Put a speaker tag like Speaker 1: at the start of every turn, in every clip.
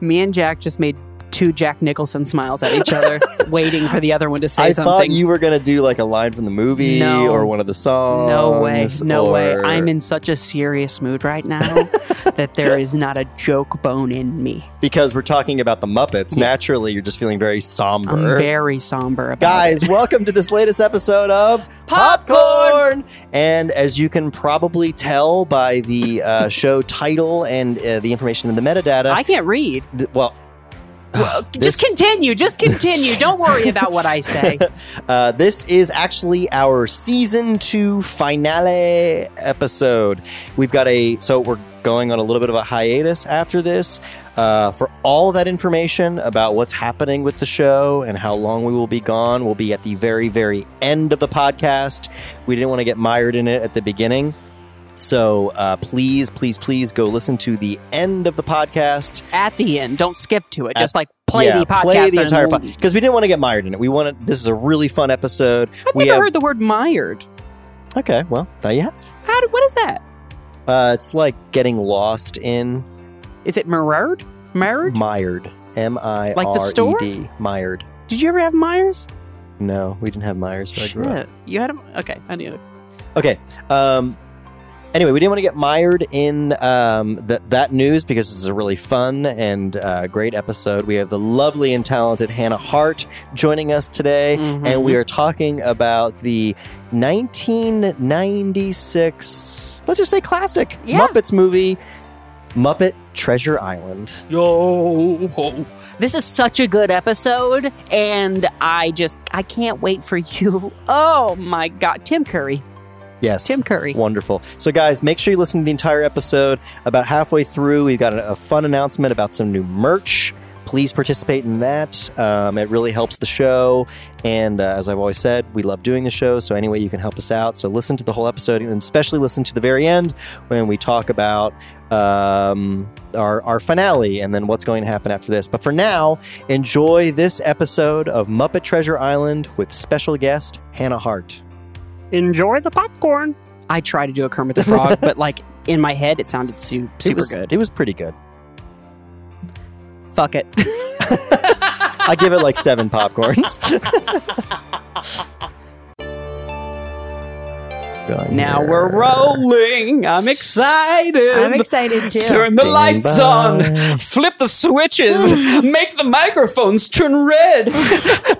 Speaker 1: Me and Jack just made two Jack Nicholson smiles at each other, waiting for the other one to say
Speaker 2: I
Speaker 1: something.
Speaker 2: thought you were gonna do like a line from the movie
Speaker 1: No.
Speaker 2: or one of the songs.
Speaker 1: no way, no way.
Speaker 2: or-
Speaker 1: I'm in such a serious mood right now that there is not a joke bone in me.
Speaker 2: because we're talking about the Muppets. Naturally, you're just feeling very somber.
Speaker 1: I'm very somber about
Speaker 2: Guys, welcome to this latest episode of Popcorn. And as you can probably tell by the uh, show title and uh, the information in the
Speaker 1: it.
Speaker 2: metadata,
Speaker 1: I can't read.
Speaker 2: th- well,
Speaker 1: Just
Speaker 2: Uh, this-
Speaker 1: continue. Just continue. Don't worry about what I say.
Speaker 2: Uh, this is actually our season two finale episode. We've got a so we're going on a little bit of a hiatus after this. Uh, for all that information about what's happening with the show and how long we will be gone, will be at the very, very end of the podcast. We didn't want to get mired in it at the beginning. So uh, please, please, please go listen to the end of the podcast
Speaker 1: At the end, don't skip to it.
Speaker 2: At-
Speaker 1: Just like play
Speaker 2: yeah,
Speaker 1: the podcast.
Speaker 2: play the
Speaker 1: and
Speaker 2: entire
Speaker 1: we'll-
Speaker 2: podcast because we didn't want to get mired in it. We wanted this is a really fun episode.
Speaker 1: I've
Speaker 2: we
Speaker 1: never
Speaker 2: have
Speaker 1: heard the word mired.
Speaker 2: okay. Well, now you have.
Speaker 1: How? Do, what is that?
Speaker 2: Uh, it's like getting lost in
Speaker 1: Is it mired? Mired?
Speaker 2: mired. M I
Speaker 1: Like the
Speaker 2: R E
Speaker 1: store?
Speaker 2: D. Mired.
Speaker 1: Did you ever have Myers?
Speaker 2: No, we didn't have Myers. when I grew up.
Speaker 1: Shit. You had him? Okay, I knew it.
Speaker 2: Okay. Um, anyway, we didn't want to get mired in um, th- that news because this is a really fun and uh, great episode. We have the lovely and talented Hannah Hart joining us today,
Speaker 1: Mhm.
Speaker 2: and we are talking about the 1996, let's just say classic
Speaker 1: Yeah.
Speaker 2: Muppets movie, Muppet Treasure Island.
Speaker 1: Yo. This is such a good episode, and I just, I can't wait for you. Oh my God. Tim Curry.
Speaker 2: Yes.
Speaker 1: Tim Curry.
Speaker 2: Wonderful. So, guys, make sure you listen to the entire episode. About halfway through, we've got a, a fun announcement about some new merch. Please participate in that. Um, it really helps the show. And uh, as I've always said, we love doing the show. So, any way you can help us out. So, listen to the whole episode and especially listen to the very end when we talk about um, our, our finale and then what's going to happen after this. But for now, enjoy this episode of Muppet Treasure Island with special guest Hannah Hart.
Speaker 1: Enjoy the popcorn. I tried to do a Kermit the Frog, but like in my head, it sounded su- super
Speaker 2: it was,
Speaker 1: good.
Speaker 2: It was pretty good.
Speaker 1: Fuck it.
Speaker 2: I give it like seven popcorns. Going
Speaker 1: now
Speaker 2: here.
Speaker 1: we're rolling. I'm excited.
Speaker 3: I'm excited too.
Speaker 1: Turn the
Speaker 2: Ding
Speaker 1: lights
Speaker 2: bong.
Speaker 1: on. Flip the switches. Make the microphones turn red.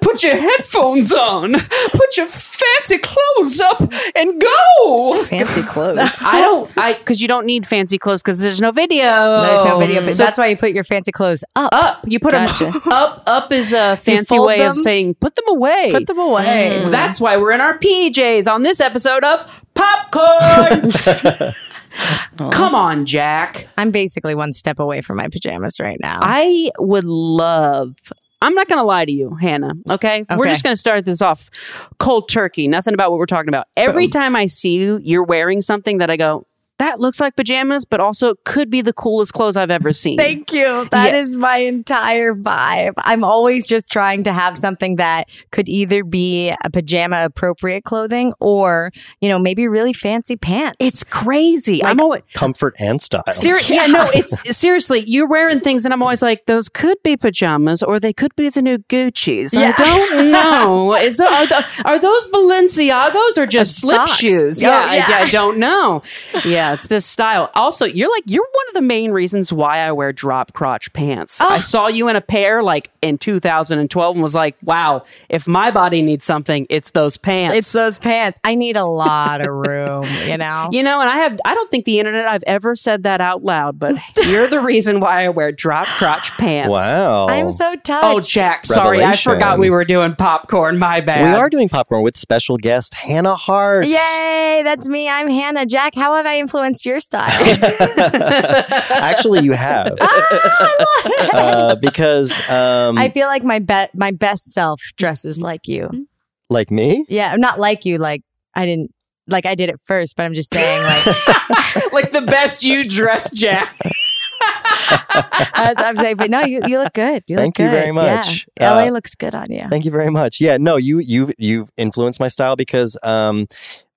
Speaker 1: Put your headphones on. Put your fancy clothes up and go.
Speaker 3: Fancy clothes.
Speaker 1: I don't. I because you don't need fancy clothes because there's no video.
Speaker 3: There's no video, but
Speaker 1: Oh. So
Speaker 3: that's why you put your fancy clothes up.
Speaker 1: up. You put 'em
Speaker 3: Gotcha.
Speaker 1: up. Up is a fancy
Speaker 3: fold
Speaker 1: way
Speaker 3: them?
Speaker 1: of saying put them away. Mm.
Speaker 3: Put them away.
Speaker 1: That's why we're in our PJs on this episode of popcorn. Come on, Jack.
Speaker 3: I'm basically one step away from my pajamas right now.
Speaker 1: I would love. I'm not going to lie to you, Hannah. Okay. We're
Speaker 3: Okay.
Speaker 1: just going to start this off cold turkey. Nothing about what we're talking about. Every time I see you, you're wearing something that I go, that looks like pajamas, but also could be the coolest clothes I've ever seen.
Speaker 3: Thank you. That is
Speaker 1: Yeah.
Speaker 3: my entire vibe. I'm always just trying to have something that could either be a pajama appropriate clothing or, you know, maybe really fancy pants.
Speaker 1: it's crazy. I'm always
Speaker 2: comfort and style.
Speaker 1: serious. Yeah, no, it's seriously. You're wearing things, and I'm always like, those could be pajamas, or they could be the new Gucci's. I
Speaker 3: Yeah.
Speaker 1: don't know. Is there, are, tho- are those Balenciagos or just slip
Speaker 3: Socks.
Speaker 1: shoes?
Speaker 3: Oh,
Speaker 1: Yeah, I-
Speaker 3: yeah.
Speaker 1: I, don't know. Yeah, it's this style. Also, you're like you're one of the main reasons why I wear drop crotch pants. I saw you in a pair like in 2012, and was like, wow, if my body needs something, it's those pants.
Speaker 3: It's those pants. I need a lot of room, you know?
Speaker 1: You know, and I have I don't think the internet I've ever said that out loud, but you're the reason why I wear drop crotch pants.
Speaker 2: Wow.
Speaker 3: I'm so touched.
Speaker 1: Oh, Jack, sorry,
Speaker 2: Revelation.
Speaker 1: I forgot we were doing popcorn. My
Speaker 2: We
Speaker 1: bad.
Speaker 2: are doing popcorn with special guest Hannah Hart.
Speaker 3: Yay, that's me. I'm Hannah. Jack, how have I influenced your style?
Speaker 2: Actually, you have.
Speaker 3: Ah,
Speaker 2: uh, because, um, Mm-hmm.
Speaker 3: I feel like my be- my best self dresses like you.
Speaker 2: like me,
Speaker 3: Yeah, not like you. Like I didn't like I did it first, but I'm just saying. Like
Speaker 1: like the best you dress, Jack.
Speaker 3: as I'm saying, but no, you, you look good. You
Speaker 2: Thank you
Speaker 3: look good.
Speaker 2: very much.
Speaker 3: Yeah.
Speaker 2: Uh,
Speaker 3: LA looks good on you.
Speaker 2: thank you very much. Yeah, no, you you've you've influenced my style because um,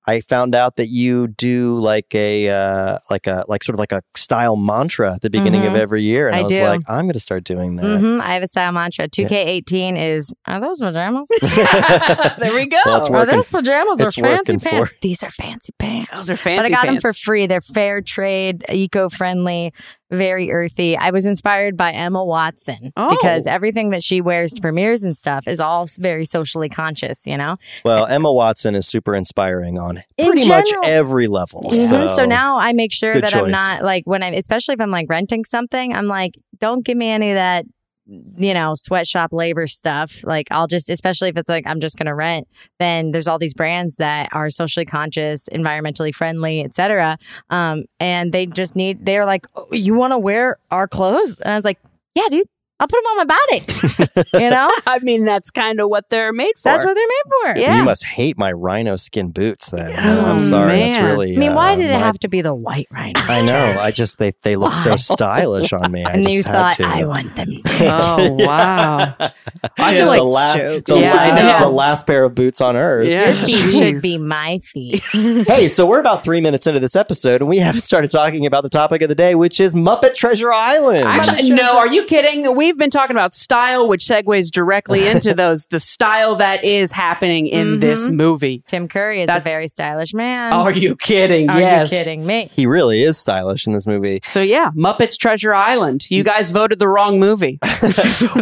Speaker 2: I found out that you do like a uh, like a like sort of like a style mantra at the beginning of
Speaker 3: Mhm.
Speaker 2: every year, and I,
Speaker 3: I
Speaker 2: was
Speaker 3: do.
Speaker 2: like, I'm going to start doing that.
Speaker 3: hmm I have a style mantra. 2K18 is are those pajamas? Mm-hmm.
Speaker 1: there we go.
Speaker 2: Well, it's
Speaker 3: are
Speaker 2: working.
Speaker 3: those pajamas or
Speaker 2: It's working
Speaker 3: fancy
Speaker 2: for-
Speaker 3: pants? These are fancy pants.
Speaker 1: Oh, Those are fancy.
Speaker 3: but I got
Speaker 1: pants.
Speaker 3: them for free. They're fair trade, eco friendly, very earthy. I was inspired by Emma Watson
Speaker 1: Oh.
Speaker 3: because everything that she wears to premieres and stuff is all s- very socially conscious, you know?
Speaker 2: Well, Emma Watson is super inspiring on
Speaker 3: In
Speaker 2: pretty much
Speaker 3: general-
Speaker 2: every level.
Speaker 3: Mhm. So,
Speaker 2: So,
Speaker 3: now I make sure
Speaker 2: good
Speaker 3: that
Speaker 2: choice.
Speaker 3: I'm not like when I'm, especially if I'm like renting something, I'm like, don't give me any of that, you know, sweatshop labor stuff. Like I'll just, especially if it's like I'm just going to rent, then there's all these brands that are socially conscious, environmentally friendly, etc. Um, and they just need, they're like, oh, you want to wear our clothes? And I was like, yeah, dude, I'll put them on my body. you know,
Speaker 1: I mean, that's kind of what they're made for.
Speaker 3: that's what they're made for.
Speaker 1: Yeah.
Speaker 2: you must hate my rhino skin boots. Then
Speaker 1: Yeah.
Speaker 2: I'm
Speaker 3: Oh,
Speaker 2: sorry. That's
Speaker 1: man.
Speaker 2: really.
Speaker 3: I mean, why
Speaker 2: uh,
Speaker 3: did it
Speaker 2: my-
Speaker 3: have to be the white rhino?
Speaker 2: I know. I just they they look so
Speaker 3: Why?
Speaker 2: stylish on me. I
Speaker 3: and
Speaker 2: just
Speaker 3: you
Speaker 2: had
Speaker 3: thought,
Speaker 2: to.
Speaker 3: I want them.
Speaker 1: Oh wow! I feel like
Speaker 2: the, la-
Speaker 1: jokes.
Speaker 2: the
Speaker 1: Yeah, I
Speaker 2: last,
Speaker 1: know.
Speaker 2: the last pair of boots on earth.
Speaker 1: Yeah.
Speaker 3: feet
Speaker 1: Jeez.
Speaker 3: should be my feet.
Speaker 2: Hey, so we're about three minutes into this episode, and we haven't started talking about the topic of the day, which is Muppet Treasure Island.
Speaker 1: Actually, no. Are you kidding? We've been talking about style, which segues directly into those the style that is happening in this movie.
Speaker 3: Tim Curry is
Speaker 1: That-
Speaker 3: a very stylish man.
Speaker 1: Mm-hmm.
Speaker 2: Oh,
Speaker 1: Are you kidding?
Speaker 3: Are
Speaker 1: yes.
Speaker 3: you kidding me?
Speaker 2: he really is stylish in this movie.
Speaker 1: So yeah, Muppets Treasure Island. You guys voted the wrong movie.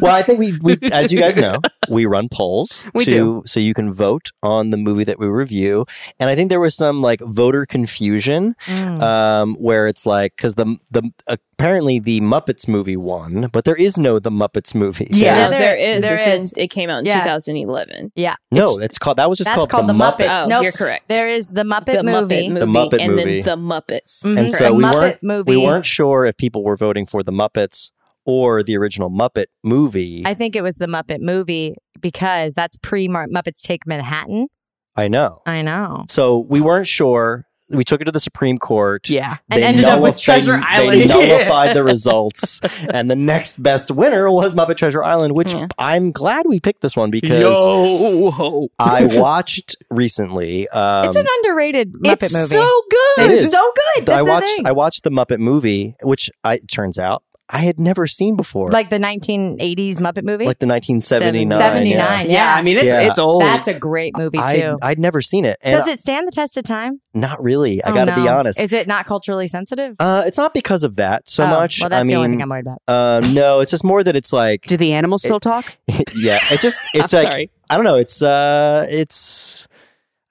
Speaker 2: Well, I think we, we as you guys know, we run polls.
Speaker 1: We
Speaker 2: to,
Speaker 1: do.
Speaker 2: So you can vote on the movie that we review. And I think there was some like voter confusion
Speaker 3: Mm. Mm-hmm.
Speaker 2: um, where it's like, because the, the apparently the Muppets movie won, but there is no The Muppets movie.
Speaker 1: Yeah.
Speaker 2: There's-
Speaker 4: Yes,
Speaker 3: There-
Speaker 4: there is.
Speaker 3: there
Speaker 4: It's
Speaker 3: is.
Speaker 4: In, it came out in
Speaker 3: Yeah.
Speaker 4: 2011.
Speaker 3: Yeah,
Speaker 2: no, it's called, that was just
Speaker 3: that's
Speaker 2: called,
Speaker 3: called, the Muppets.
Speaker 1: Oh,
Speaker 4: Muppets.
Speaker 3: Nope.
Speaker 4: You're correct.
Speaker 3: There is the Muppet movie.
Speaker 4: The
Speaker 2: Muppet
Speaker 4: and
Speaker 2: movie.
Speaker 4: then the Muppets.
Speaker 3: Mhm.
Speaker 2: And
Speaker 3: Mhm.
Speaker 2: so
Speaker 3: The
Speaker 2: we
Speaker 3: Muppet
Speaker 2: weren't we
Speaker 3: movie.
Speaker 2: weren't sure if people were voting for the Muppets or the original Muppet movie.
Speaker 3: I
Speaker 2: I,
Speaker 3: think it was the Muppet movie because that's pre Muppets Take Manhattan.
Speaker 2: know.
Speaker 3: I know.
Speaker 2: So we weren't sure. We took it to the Supreme Court.
Speaker 1: Yeah.
Speaker 3: And ended up with
Speaker 2: nullif-
Speaker 3: Treasure
Speaker 2: they,
Speaker 3: Island.
Speaker 2: They
Speaker 3: Yeah.
Speaker 2: nullified the results, and the next best winner was Muppet Treasure Island, which
Speaker 4: Yeah.
Speaker 2: I'm glad we picked this one because
Speaker 1: Yo.
Speaker 2: I watched recently. Um,
Speaker 3: it's an underrated Muppet
Speaker 1: It's
Speaker 3: movie.
Speaker 1: so good.
Speaker 2: It is.
Speaker 1: so good.
Speaker 2: I
Speaker 3: that's the
Speaker 2: watched.
Speaker 3: thing.
Speaker 2: I watched the Muppet movie, which I it turns out I had never seen before,
Speaker 3: like the 1980s Muppet movie.
Speaker 2: like the 1979.
Speaker 3: 79.
Speaker 1: Yeah. I mean, it's
Speaker 2: Yeah.
Speaker 1: it's old.
Speaker 3: that's a great movie
Speaker 2: I,
Speaker 3: too.
Speaker 2: I'd never seen it. And
Speaker 3: Does it stand the test of time?
Speaker 2: Not really. I
Speaker 3: Oh,
Speaker 2: got to be
Speaker 3: no.
Speaker 2: honest.
Speaker 3: Is it not culturally sensitive?
Speaker 2: uh, it's not because of that so
Speaker 3: Oh,
Speaker 2: much.
Speaker 3: Well, that's
Speaker 2: I
Speaker 3: the only thing
Speaker 2: mean,
Speaker 3: I'm worried about.
Speaker 2: um, no, it's just more that it's like,
Speaker 1: Do the animals still talk?
Speaker 2: yeah, it's just, it's
Speaker 1: I'm
Speaker 2: like,
Speaker 1: sorry.
Speaker 2: I don't know. It's, uh, it's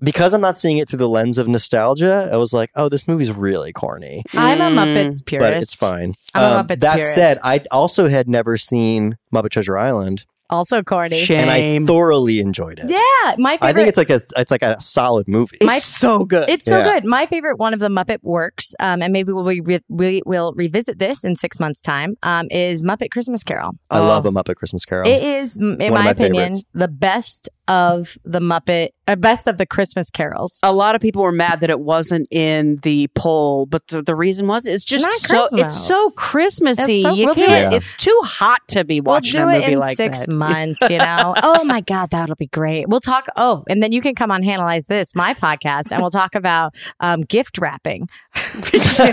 Speaker 2: because I'm not seeing it through the lens of nostalgia. I was like, oh, this movie's really corny,
Speaker 3: I'm a
Speaker 1: Mm.
Speaker 3: Muppets purist.
Speaker 2: but it's fine. Um,
Speaker 3: I'm a Muppets
Speaker 2: that
Speaker 3: purist.
Speaker 2: said, I also had never seen Muppet Treasure Island,
Speaker 3: Also corny.
Speaker 1: Shame.
Speaker 2: and I thoroughly enjoyed it.
Speaker 3: Yeah, my favorite.
Speaker 2: I think it's like a, it's like a solid movie.
Speaker 1: it's
Speaker 3: my-
Speaker 1: so good.
Speaker 3: It's so
Speaker 2: Yeah.
Speaker 3: good. My favorite one of the Muppet works, um, and maybe we'll re- re- we will revisit this in six months' time. Um, is Muppet Christmas Carol?
Speaker 2: I love a Muppet Christmas Carol.
Speaker 3: Oh. It is, m- in
Speaker 2: One of
Speaker 3: my,
Speaker 2: my
Speaker 3: opinion,
Speaker 2: favorites.
Speaker 3: the best of the Muppet, uh, best of the Christmas carols.
Speaker 1: a lot of people were mad that it wasn't in the poll, but the, the reason was it's just
Speaker 3: Not
Speaker 1: so it's
Speaker 3: Christmas.
Speaker 1: so Christmassy.
Speaker 3: It's so-
Speaker 1: you
Speaker 3: we'll do
Speaker 1: can't.
Speaker 2: it-
Speaker 1: It's too hot to be
Speaker 3: We'll
Speaker 1: watching
Speaker 3: do
Speaker 1: a
Speaker 3: it
Speaker 1: movie
Speaker 3: in
Speaker 1: like
Speaker 3: six
Speaker 1: that.
Speaker 3: months, you know? oh my God, that'll be great. We'll talk. Oh, and then you can come on Analyze This, my podcast, and we'll talk about um, gift wrapping.
Speaker 2: perfect.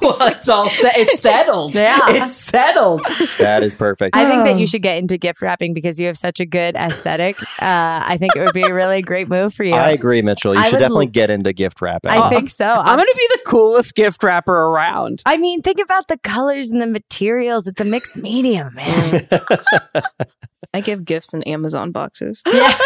Speaker 1: well, it's all se- it's settled.
Speaker 3: Yeah.
Speaker 1: it's settled.
Speaker 2: that is perfect.
Speaker 3: I think that
Speaker 1: Oh.
Speaker 3: you should get into gift wrapping because you have such a good aesthetic. Uh, I think it would be a really great move for you.
Speaker 2: I agree, Mitchell. You
Speaker 3: I
Speaker 2: should
Speaker 3: would
Speaker 2: definitely
Speaker 3: l-
Speaker 2: get into gift wrapping.
Speaker 3: I think so.
Speaker 1: I'm
Speaker 3: I'm-
Speaker 1: gonna be the coolest gift wrapper around.
Speaker 3: I mean, think about the colors and the materials. It's a mixed medium, man.
Speaker 4: I give gifts in Amazon boxes.
Speaker 3: yeah.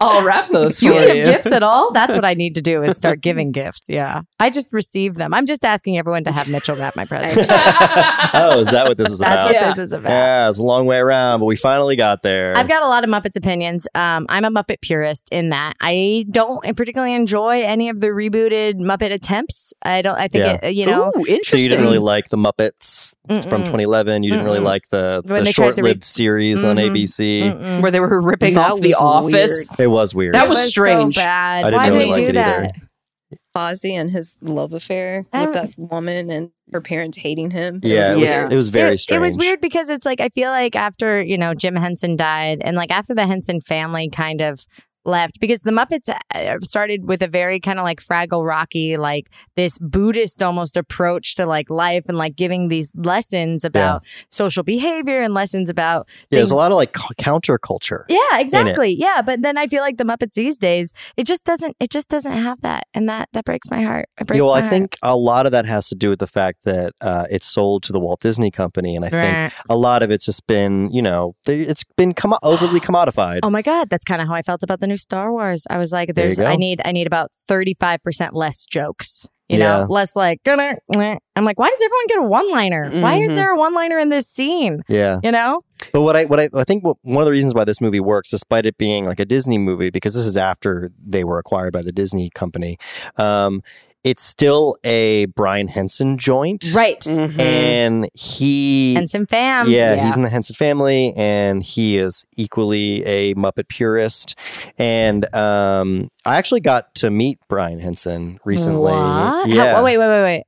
Speaker 1: I'll wrap those
Speaker 3: You
Speaker 1: for
Speaker 3: give
Speaker 1: you.
Speaker 3: gifts at all? That's what I need to do is start giving gifts. Yeah. I just received them. I'm just asking everyone to have Mitchell wrap my presents.
Speaker 2: oh, is that what this is
Speaker 3: That's
Speaker 2: about?
Speaker 3: what
Speaker 1: Yeah.
Speaker 3: this is about.
Speaker 2: Yeah, it's a long way around, but we finally got there.
Speaker 3: I've got a lot of Muppets opinions. Um, I'm a Muppet purist in that I don't particularly enjoy any of the rebooted Muppet attempts. I don't. I think
Speaker 2: Yeah.
Speaker 3: it, you know.
Speaker 1: Ooh,
Speaker 2: so
Speaker 1: interesting.
Speaker 2: you didn't really like the Muppets from
Speaker 3: mm-mm,
Speaker 2: 2011. You didn't really
Speaker 3: Mm. Mm-mm.
Speaker 2: like the,
Speaker 3: When
Speaker 2: the
Speaker 3: they tried to
Speaker 2: short-lived
Speaker 3: read-
Speaker 2: series on
Speaker 3: Mhm.
Speaker 2: ABC.
Speaker 3: mm-mm.
Speaker 1: where they were ripping
Speaker 4: That
Speaker 1: off The
Speaker 4: was
Speaker 1: Office.
Speaker 2: It was weird.
Speaker 1: That
Speaker 3: It
Speaker 1: was
Speaker 3: so
Speaker 1: strange.
Speaker 3: bad.
Speaker 2: I didn't
Speaker 3: Why
Speaker 4: really
Speaker 3: did they
Speaker 4: like
Speaker 3: do
Speaker 2: it
Speaker 3: that?
Speaker 2: either.
Speaker 4: Fozzie and his love affair
Speaker 3: I
Speaker 4: with
Speaker 3: don't-
Speaker 4: that woman and her parents hating him.
Speaker 2: yeah, it was,
Speaker 1: Yeah.
Speaker 2: it was very
Speaker 3: it,
Speaker 2: strange.
Speaker 3: It was weird because it's like I feel like after you know Jim Henson died, and like after the Henson family kind of left because the Muppets uh, started with a very kind of like Fraggle Rocky, like this Buddhist almost approach to like life and like giving these lessons about social behavior and lessons about
Speaker 2: Yeah, there's a
Speaker 3: things-
Speaker 2: lot of like c- counterculture.
Speaker 3: yeah, exactly. Yeah, but then I feel like the Muppets these days, it just doesn't it just doesn't have that and that that breaks my heart. It breaks
Speaker 2: Yeah, well,
Speaker 3: my
Speaker 2: I
Speaker 3: heart.
Speaker 2: think a lot of that has to do with the fact that uh, it's sold to the Walt Disney Company, and I think a lot of it's just been, you know, they, it's been commo- overly commodified.
Speaker 3: Oh my god, that's kind of how I felt about the new Star Wars. I was like,
Speaker 2: There you
Speaker 3: "There's, I
Speaker 2: go.
Speaker 3: need, I need about thirty five percent less jokes." You
Speaker 2: Yeah.
Speaker 3: know, less like. "Gonna, meh." I'm like, why does everyone get a one liner? Why is
Speaker 2: Mm-hmm.
Speaker 1: Mhm.
Speaker 3: there a one liner in this scene?
Speaker 2: Yeah.
Speaker 3: You know,
Speaker 2: But what I what I, I think what, one of the reasons why this movie works, despite it being like a Disney movie, because this is after they were acquired by the Disney company, um, it's still a Brian Henson joint,
Speaker 3: right?
Speaker 1: Mm-hmm.
Speaker 3: Mm-hmm.
Speaker 1: Eh.
Speaker 2: And he,
Speaker 3: And some fam.
Speaker 2: yeah, he's in the Henson family, and he is equally a Muppet purist. And um, I actually got to meet Brian Henson recently.
Speaker 3: What? How-
Speaker 2: Yeah,
Speaker 3: wait, wait, wait, wait.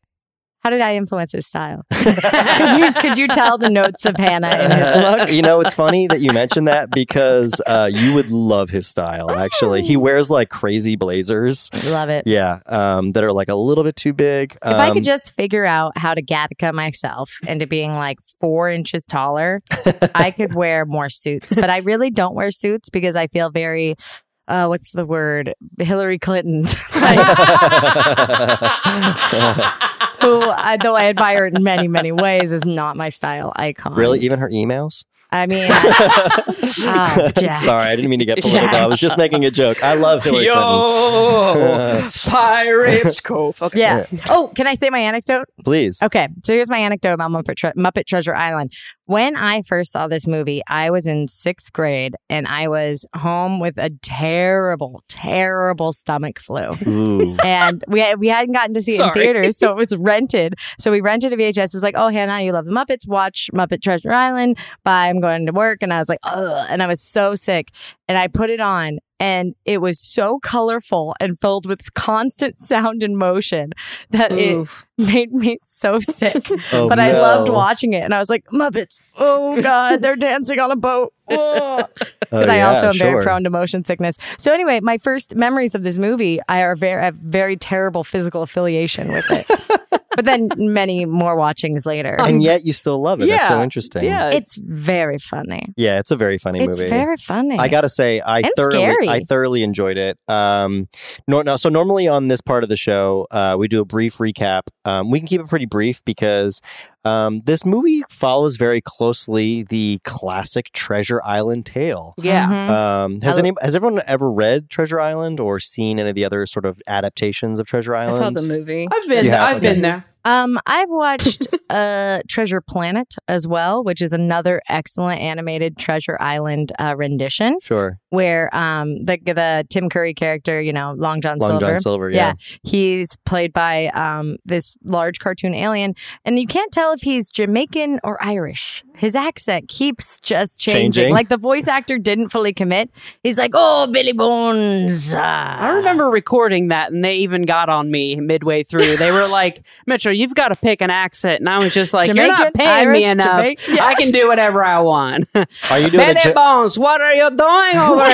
Speaker 3: How did I influence his style? could you could you tell the notes of Hannah in his look?
Speaker 2: you know, it's funny that you mentioned that because uh, you would love his style. Actually,
Speaker 3: Oh.
Speaker 2: he wears like crazy blazers.
Speaker 3: Love it.
Speaker 2: Yeah, um, that are like a little bit too big.
Speaker 3: If I could
Speaker 2: Um,
Speaker 3: just figure out how to Gattaca myself into being like four inches taller, I could wear more suits. But I really don't wear suits because I feel very, uh, what's the word? Hillary Clinton.
Speaker 2: um,
Speaker 3: Who, I, though I admire in many, many ways, is not my style icon.
Speaker 2: really even her emails.
Speaker 3: I mean, I- Oh, Jack.
Speaker 2: Sorry, I didn't mean to get political.
Speaker 3: Jack.
Speaker 2: I was just making a joke. I love Hillary
Speaker 1: Yo,
Speaker 2: Clinton.
Speaker 1: Pirates Cove. Okay.
Speaker 3: yeah. Oh, can I say my anecdote?
Speaker 2: Please.
Speaker 3: Okay, so here's my anecdote about Muppet, Tre- Muppet Treasure Island. When I first saw this movie, I was in sixth grade and I was home with a terrible, terrible stomach flu.
Speaker 2: Ooh.
Speaker 3: And we we hadn't gotten to see it in
Speaker 1: Sorry.
Speaker 3: theaters, so it was rented. So we rented a VHS. It was like, oh Hannah, you love the Muppets. Watch Muppet Treasure Island. Bye. I'm going to work, and I was like, ugh, and I was so sick. And I put it on, and it was so colorful and filled with constant sound and motion that it
Speaker 1: Oof.
Speaker 3: made me so sick.
Speaker 2: Oh,
Speaker 3: but I
Speaker 2: no.
Speaker 3: loved watching it. And I was like, Muppets, oh God, they're dancing on a boat. Because
Speaker 2: Oh,
Speaker 3: I
Speaker 2: yeah,
Speaker 3: also am
Speaker 2: sure.
Speaker 3: very prone to motion sickness. So anyway, my first memories of this movie I are very have very terrible physical affiliation with it. but then many more watchings later.
Speaker 2: And yet you still love it. That's so
Speaker 1: Yeah.
Speaker 2: interesting.
Speaker 1: Yeah.
Speaker 3: it's very funny.
Speaker 2: Yeah, it's a very funny
Speaker 3: It's
Speaker 2: movie.
Speaker 3: very funny.
Speaker 2: I gotta say, I
Speaker 3: And
Speaker 2: thoroughly,
Speaker 3: scary.
Speaker 2: I thoroughly enjoyed it. Um, nor, no, so normally on this part of the show, uh, we do a brief recap. Um, we can keep it pretty brief because um, this movie follows very closely the classic Treasure Island tale.
Speaker 1: Yeah.
Speaker 3: Mhm.
Speaker 4: Mm-hmm.
Speaker 2: Um, has
Speaker 3: I-
Speaker 2: any has everyone ever read Treasure Island or seen any of the other sort of adaptations of Treasure
Speaker 4: I
Speaker 2: Island?
Speaker 4: saw the movie.
Speaker 1: I've been
Speaker 2: You
Speaker 1: there.
Speaker 2: have,
Speaker 1: I've
Speaker 2: okay.
Speaker 1: been there.
Speaker 3: Um, I've watched uh, Treasure Planet as well, which is another excellent animated Treasure Island uh, rendition,
Speaker 2: Sure,
Speaker 3: where um, the the Tim Curry character, you know, Long John
Speaker 2: Long
Speaker 3: Silver,
Speaker 2: John Silver. Yeah,
Speaker 3: he's played by um, this large cartoon alien, and you can't tell if he's Jamaican or Irish. His accent keeps just changing.
Speaker 2: Changing.
Speaker 3: Like the voice actor didn't fully commit. He's like, "Oh, Billy Bones." ah."
Speaker 1: I remember recording that, and they even got on me midway through. They were like, "Mitchell, you've got to pick an accent," and I was just like, "You're not
Speaker 3: Jamaican,
Speaker 1: paying
Speaker 3: Irish,
Speaker 1: me enough.
Speaker 3: Jamaican- Yeah.
Speaker 1: I can do whatever I want."
Speaker 2: Are you doing
Speaker 1: Billy
Speaker 2: a Ja-
Speaker 1: Bones, what are you doing over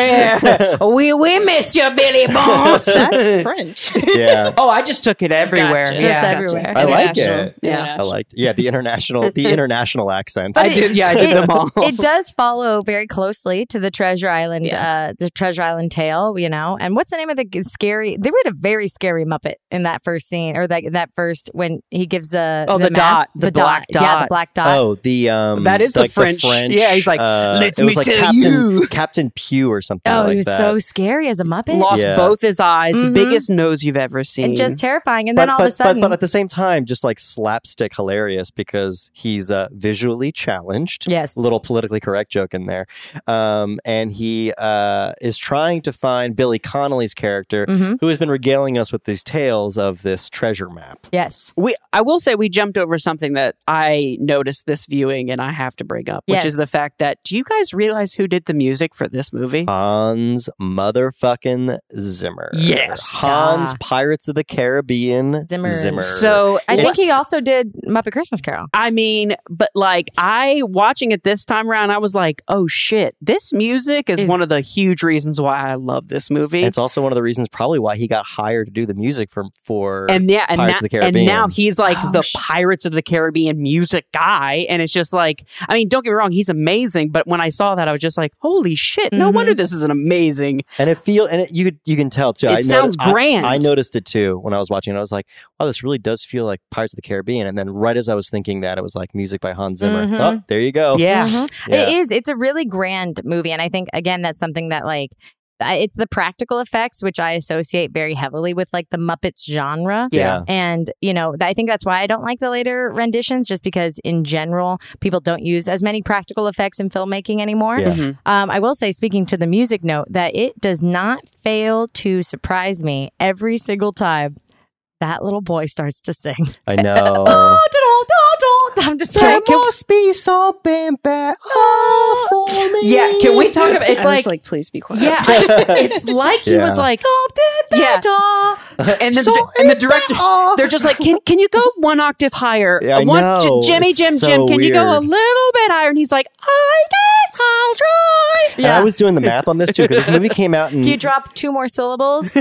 Speaker 1: here? we we miss you, Billy Bones.
Speaker 4: That's French.
Speaker 2: yeah.
Speaker 1: oh, I just took it everywhere.
Speaker 4: Gotcha.
Speaker 1: Yeah.
Speaker 3: Just everywhere.
Speaker 2: I like
Speaker 4: International.
Speaker 2: it.
Speaker 1: Yeah.
Speaker 2: I liked, yeah, the international, the international accent.
Speaker 1: I did. Yeah, I did
Speaker 3: it-
Speaker 1: them all.
Speaker 3: it does follow very closely to the Treasure Island, uh, the Treasure Island tale, you know. And what's the name of the g- scary? They were at a very scary Muppet in that first scene, or that that first when he gives a
Speaker 1: Oh, the dot, the black
Speaker 3: yeah, the
Speaker 1: dot.
Speaker 3: black dot.
Speaker 2: Oh, the um,
Speaker 1: That is the
Speaker 2: like
Speaker 1: French. Yeah, he's like, "Let
Speaker 2: it was
Speaker 1: me
Speaker 2: like
Speaker 1: tell
Speaker 2: Captain,
Speaker 1: you."
Speaker 2: Captain Pew or something.
Speaker 3: Oh,
Speaker 2: like
Speaker 3: he was
Speaker 2: that.
Speaker 3: so scary as a Muppet
Speaker 1: Lost
Speaker 2: Yeah.
Speaker 1: both his eyes,
Speaker 3: Mhm.
Speaker 1: the biggest nose you've ever seen.
Speaker 3: and just terrifying. And
Speaker 2: But,
Speaker 3: then all
Speaker 2: but,
Speaker 3: of a sudden,
Speaker 2: but, but at the same time, just like slapstick hilarious because he's uh, visually challenged.
Speaker 3: yes,
Speaker 2: Little politically correct joke in there, um, and he uh, is trying to find Billy Connolly's character,
Speaker 1: Mm-hmm.
Speaker 3: Mhm.
Speaker 2: who has been regaling us with these tales of this treasure map.
Speaker 3: yes,
Speaker 1: we I will say we jumped over something that I noticed this viewing and I have to bring up, which
Speaker 3: Yes.
Speaker 1: is the fact that do you guys realize who did the music for this movie?
Speaker 2: Hans motherfucking Zimmer.
Speaker 1: Yes.
Speaker 2: Hans
Speaker 3: Ah.
Speaker 2: Pirates of the Caribbean
Speaker 3: Zimmer.
Speaker 2: Zimmer.
Speaker 1: So
Speaker 3: I think he
Speaker 1: it's-
Speaker 3: also did Muppet Christmas Carol.
Speaker 1: I mean, but like I watching it this time around, I was like, oh shit, this music is,
Speaker 3: Is-
Speaker 1: one of the huge reasons why I love this movie.
Speaker 2: it's also one of the reasons probably why he got hired to do the music for for
Speaker 1: and yeah, and,
Speaker 2: Pirates of
Speaker 1: na-
Speaker 2: the
Speaker 1: and
Speaker 2: Caribbean.
Speaker 1: now he's like
Speaker 3: Oh,
Speaker 1: the
Speaker 3: sh-
Speaker 1: Pirates of the Caribbean music guy, and it's just like, I mean, don't get me wrong, he's amazing, but when I saw that, I was just like, holy shit, no
Speaker 3: Mhm.
Speaker 1: wonder this is an amazing.
Speaker 2: and it feel and it, you could- you can tell too.
Speaker 1: It
Speaker 2: I
Speaker 1: sounds
Speaker 2: noticed- I-
Speaker 1: grand.
Speaker 2: I, noticed it too when I was watching. it. I was like, "Wow, this really does feel like Pirates of the Caribbean." And then right as I was thinking that, it was like music by Hans Zimmer.
Speaker 3: Mhm.
Speaker 2: Oh, there you go.
Speaker 1: Mm-hmm. Yeah.
Speaker 3: Mhm.
Speaker 2: Yeah.
Speaker 3: It is. It's a really grand movie. And I think, again, that's something that, like, I- it's the practical effects, which I associate very heavily with, like, the Muppets genre.
Speaker 1: Yeah.
Speaker 3: And, you know, th- I think that's why I don't like the later renditions, just because in general, people don't use as many practical effects in filmmaking anymore.
Speaker 2: Yeah.
Speaker 1: Mhm.
Speaker 3: Um, I will say, speaking to the music note, that it does not fail to surprise me every single time that little boy starts to sing.
Speaker 2: I know.
Speaker 3: Oh,
Speaker 1: Mm-hmm.
Speaker 3: da-da, da-da. I'm just like,
Speaker 2: must be something bad for me.
Speaker 1: Yeah, can we talk about it's
Speaker 4: I
Speaker 1: like,
Speaker 4: was like, please be quiet.
Speaker 1: yeah, it's like he was
Speaker 2: Yeah.
Speaker 1: like yeah, and the and the director they're just like can can you go one octave higher?
Speaker 2: Yeah, I
Speaker 1: one
Speaker 2: know.
Speaker 1: Jimmy
Speaker 2: It's
Speaker 1: Jim
Speaker 2: so
Speaker 1: Jim, can you go a
Speaker 2: weird.
Speaker 1: little bit higher? And he's like, I guess I'll try.
Speaker 2: And I was doing the math on this too because this movie came out in
Speaker 3: Can you drop two more syllables?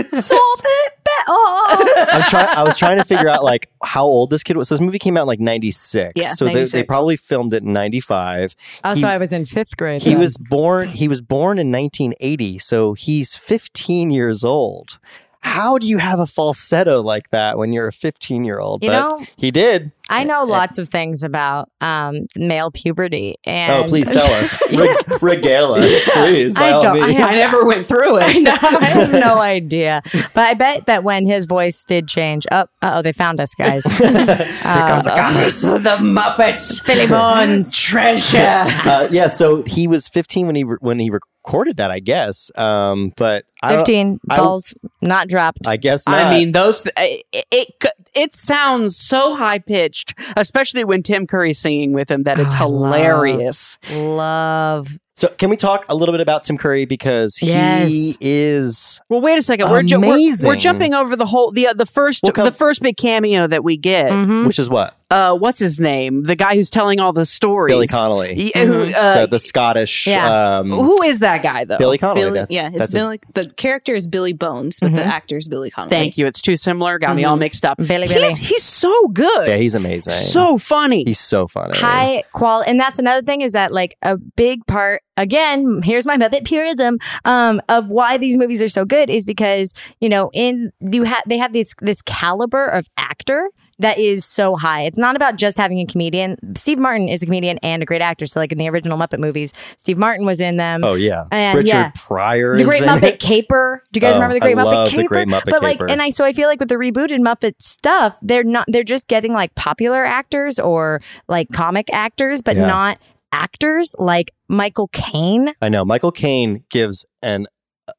Speaker 2: I'm trying. I was trying to figure out like how old this kid was. So this movie came out in like '96,
Speaker 4: Yeah,
Speaker 2: so They, they
Speaker 4: 96.
Speaker 2: probably filmed it in '95.
Speaker 3: Also,
Speaker 2: He-
Speaker 3: Oh, I was in fifth grade.
Speaker 2: He
Speaker 3: then.
Speaker 2: was born. He was born in 1980, so he's 15 years old. How do you have a falsetto like that when you're a 15 year old?
Speaker 3: You
Speaker 2: but
Speaker 3: know-
Speaker 2: he did.
Speaker 3: I know lots of things about um, male puberty. And
Speaker 2: Oh, please tell us. Reg- regale us, please. By
Speaker 3: I
Speaker 2: all
Speaker 3: don't- I
Speaker 2: means.
Speaker 3: have-
Speaker 1: I never went through
Speaker 3: I
Speaker 1: it.
Speaker 3: know, I have no idea, but I bet that when his voice did change, oh, oh, they found us, guys. Uh,
Speaker 2: comes the cops.
Speaker 1: "Ah, the Muppets, Billy Bones, treasure.
Speaker 2: Uh, yeah, so he was 15 when he re- when he recorded that, I guess. Um, but I don't-
Speaker 3: Fifteen
Speaker 2: I don't-
Speaker 3: balls not dropped.
Speaker 2: I guess not.
Speaker 1: I mean, those it, it c- it sounds so high pitched, especially when Tim Curry's singing with him that it's
Speaker 3: Oh, I love-
Speaker 1: hilarious.
Speaker 3: Love.
Speaker 2: So can we talk a little bit about Tim Curry because he
Speaker 3: Yes.
Speaker 2: is
Speaker 1: Well, wait a second. We're, ju- we're
Speaker 2: Amazing.
Speaker 1: we're jumping over the whole the uh, the 1st
Speaker 2: We'll come- Mm-hmm.
Speaker 1: the first big cameo that we get.
Speaker 3: Mhm.
Speaker 2: which is what
Speaker 1: Uh, what's his name? The guy who's telling all the stories.
Speaker 2: Billy Connolly, Mm-hmm.
Speaker 1: Yeah, who, uh,
Speaker 2: the, the Scottish.
Speaker 3: Yeah.
Speaker 2: Um,
Speaker 1: who is that guy though?
Speaker 2: Billy Connolly.
Speaker 4: Billy,
Speaker 2: that's,
Speaker 4: yeah,
Speaker 2: that's
Speaker 4: it's Billy. the character is Billy Bones, but the actor is Billy Connolly.
Speaker 1: Thank you. It's too similar. Got me all mixed up.
Speaker 3: Billy,
Speaker 1: He's, he's so good.
Speaker 2: His, Mm-hmm. yeah, he's amazing.
Speaker 1: so funny.
Speaker 2: he's so funny.
Speaker 3: High qual, and that's another thing is that like a big part. Again, here's my Muppet purism um, of why these movies are so good is because you know in you have they have this this caliber of actor that is so high. It's not about just having a comedian. Steve Martin is a comedian and a great actor. So like in the original Muppet movies, Steve Martin was in them.
Speaker 2: Oh yeah,
Speaker 3: And,
Speaker 2: Richard
Speaker 3: yeah.
Speaker 2: Pryor.
Speaker 3: The
Speaker 2: is
Speaker 3: Great
Speaker 2: in
Speaker 3: Muppet
Speaker 2: it.
Speaker 3: Caper. Do you guys
Speaker 2: Oh,
Speaker 3: remember the
Speaker 2: I
Speaker 3: Great Muppet
Speaker 2: love The
Speaker 3: Caper?
Speaker 2: Great Muppet
Speaker 3: but like,
Speaker 2: Caper.
Speaker 3: and I so I feel like with the rebooted Muppet stuff, they're not they're just getting like popular actors or like comic actors, but
Speaker 2: Yeah.
Speaker 3: not actors like Michael Caine.
Speaker 2: I know Michael Caine gives an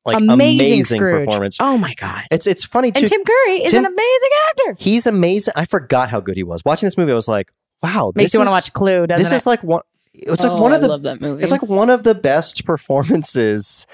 Speaker 2: like
Speaker 3: amazing, Scrooge.
Speaker 2: performance.
Speaker 3: Oh my god!
Speaker 2: It's it's funny too.
Speaker 3: And Tim Curry is
Speaker 2: Tim-
Speaker 3: an amazing actor.
Speaker 2: he's amazing. I forgot how good he was. Watching this movie, I was like, wow,
Speaker 3: Makes
Speaker 2: this
Speaker 3: you want
Speaker 2: is-
Speaker 3: to watch Clue, doesn't
Speaker 2: This
Speaker 3: it?
Speaker 2: is like one. It's like
Speaker 4: Oh,
Speaker 2: one of
Speaker 4: I
Speaker 2: the
Speaker 4: love that movie.
Speaker 2: It's like one of the best performances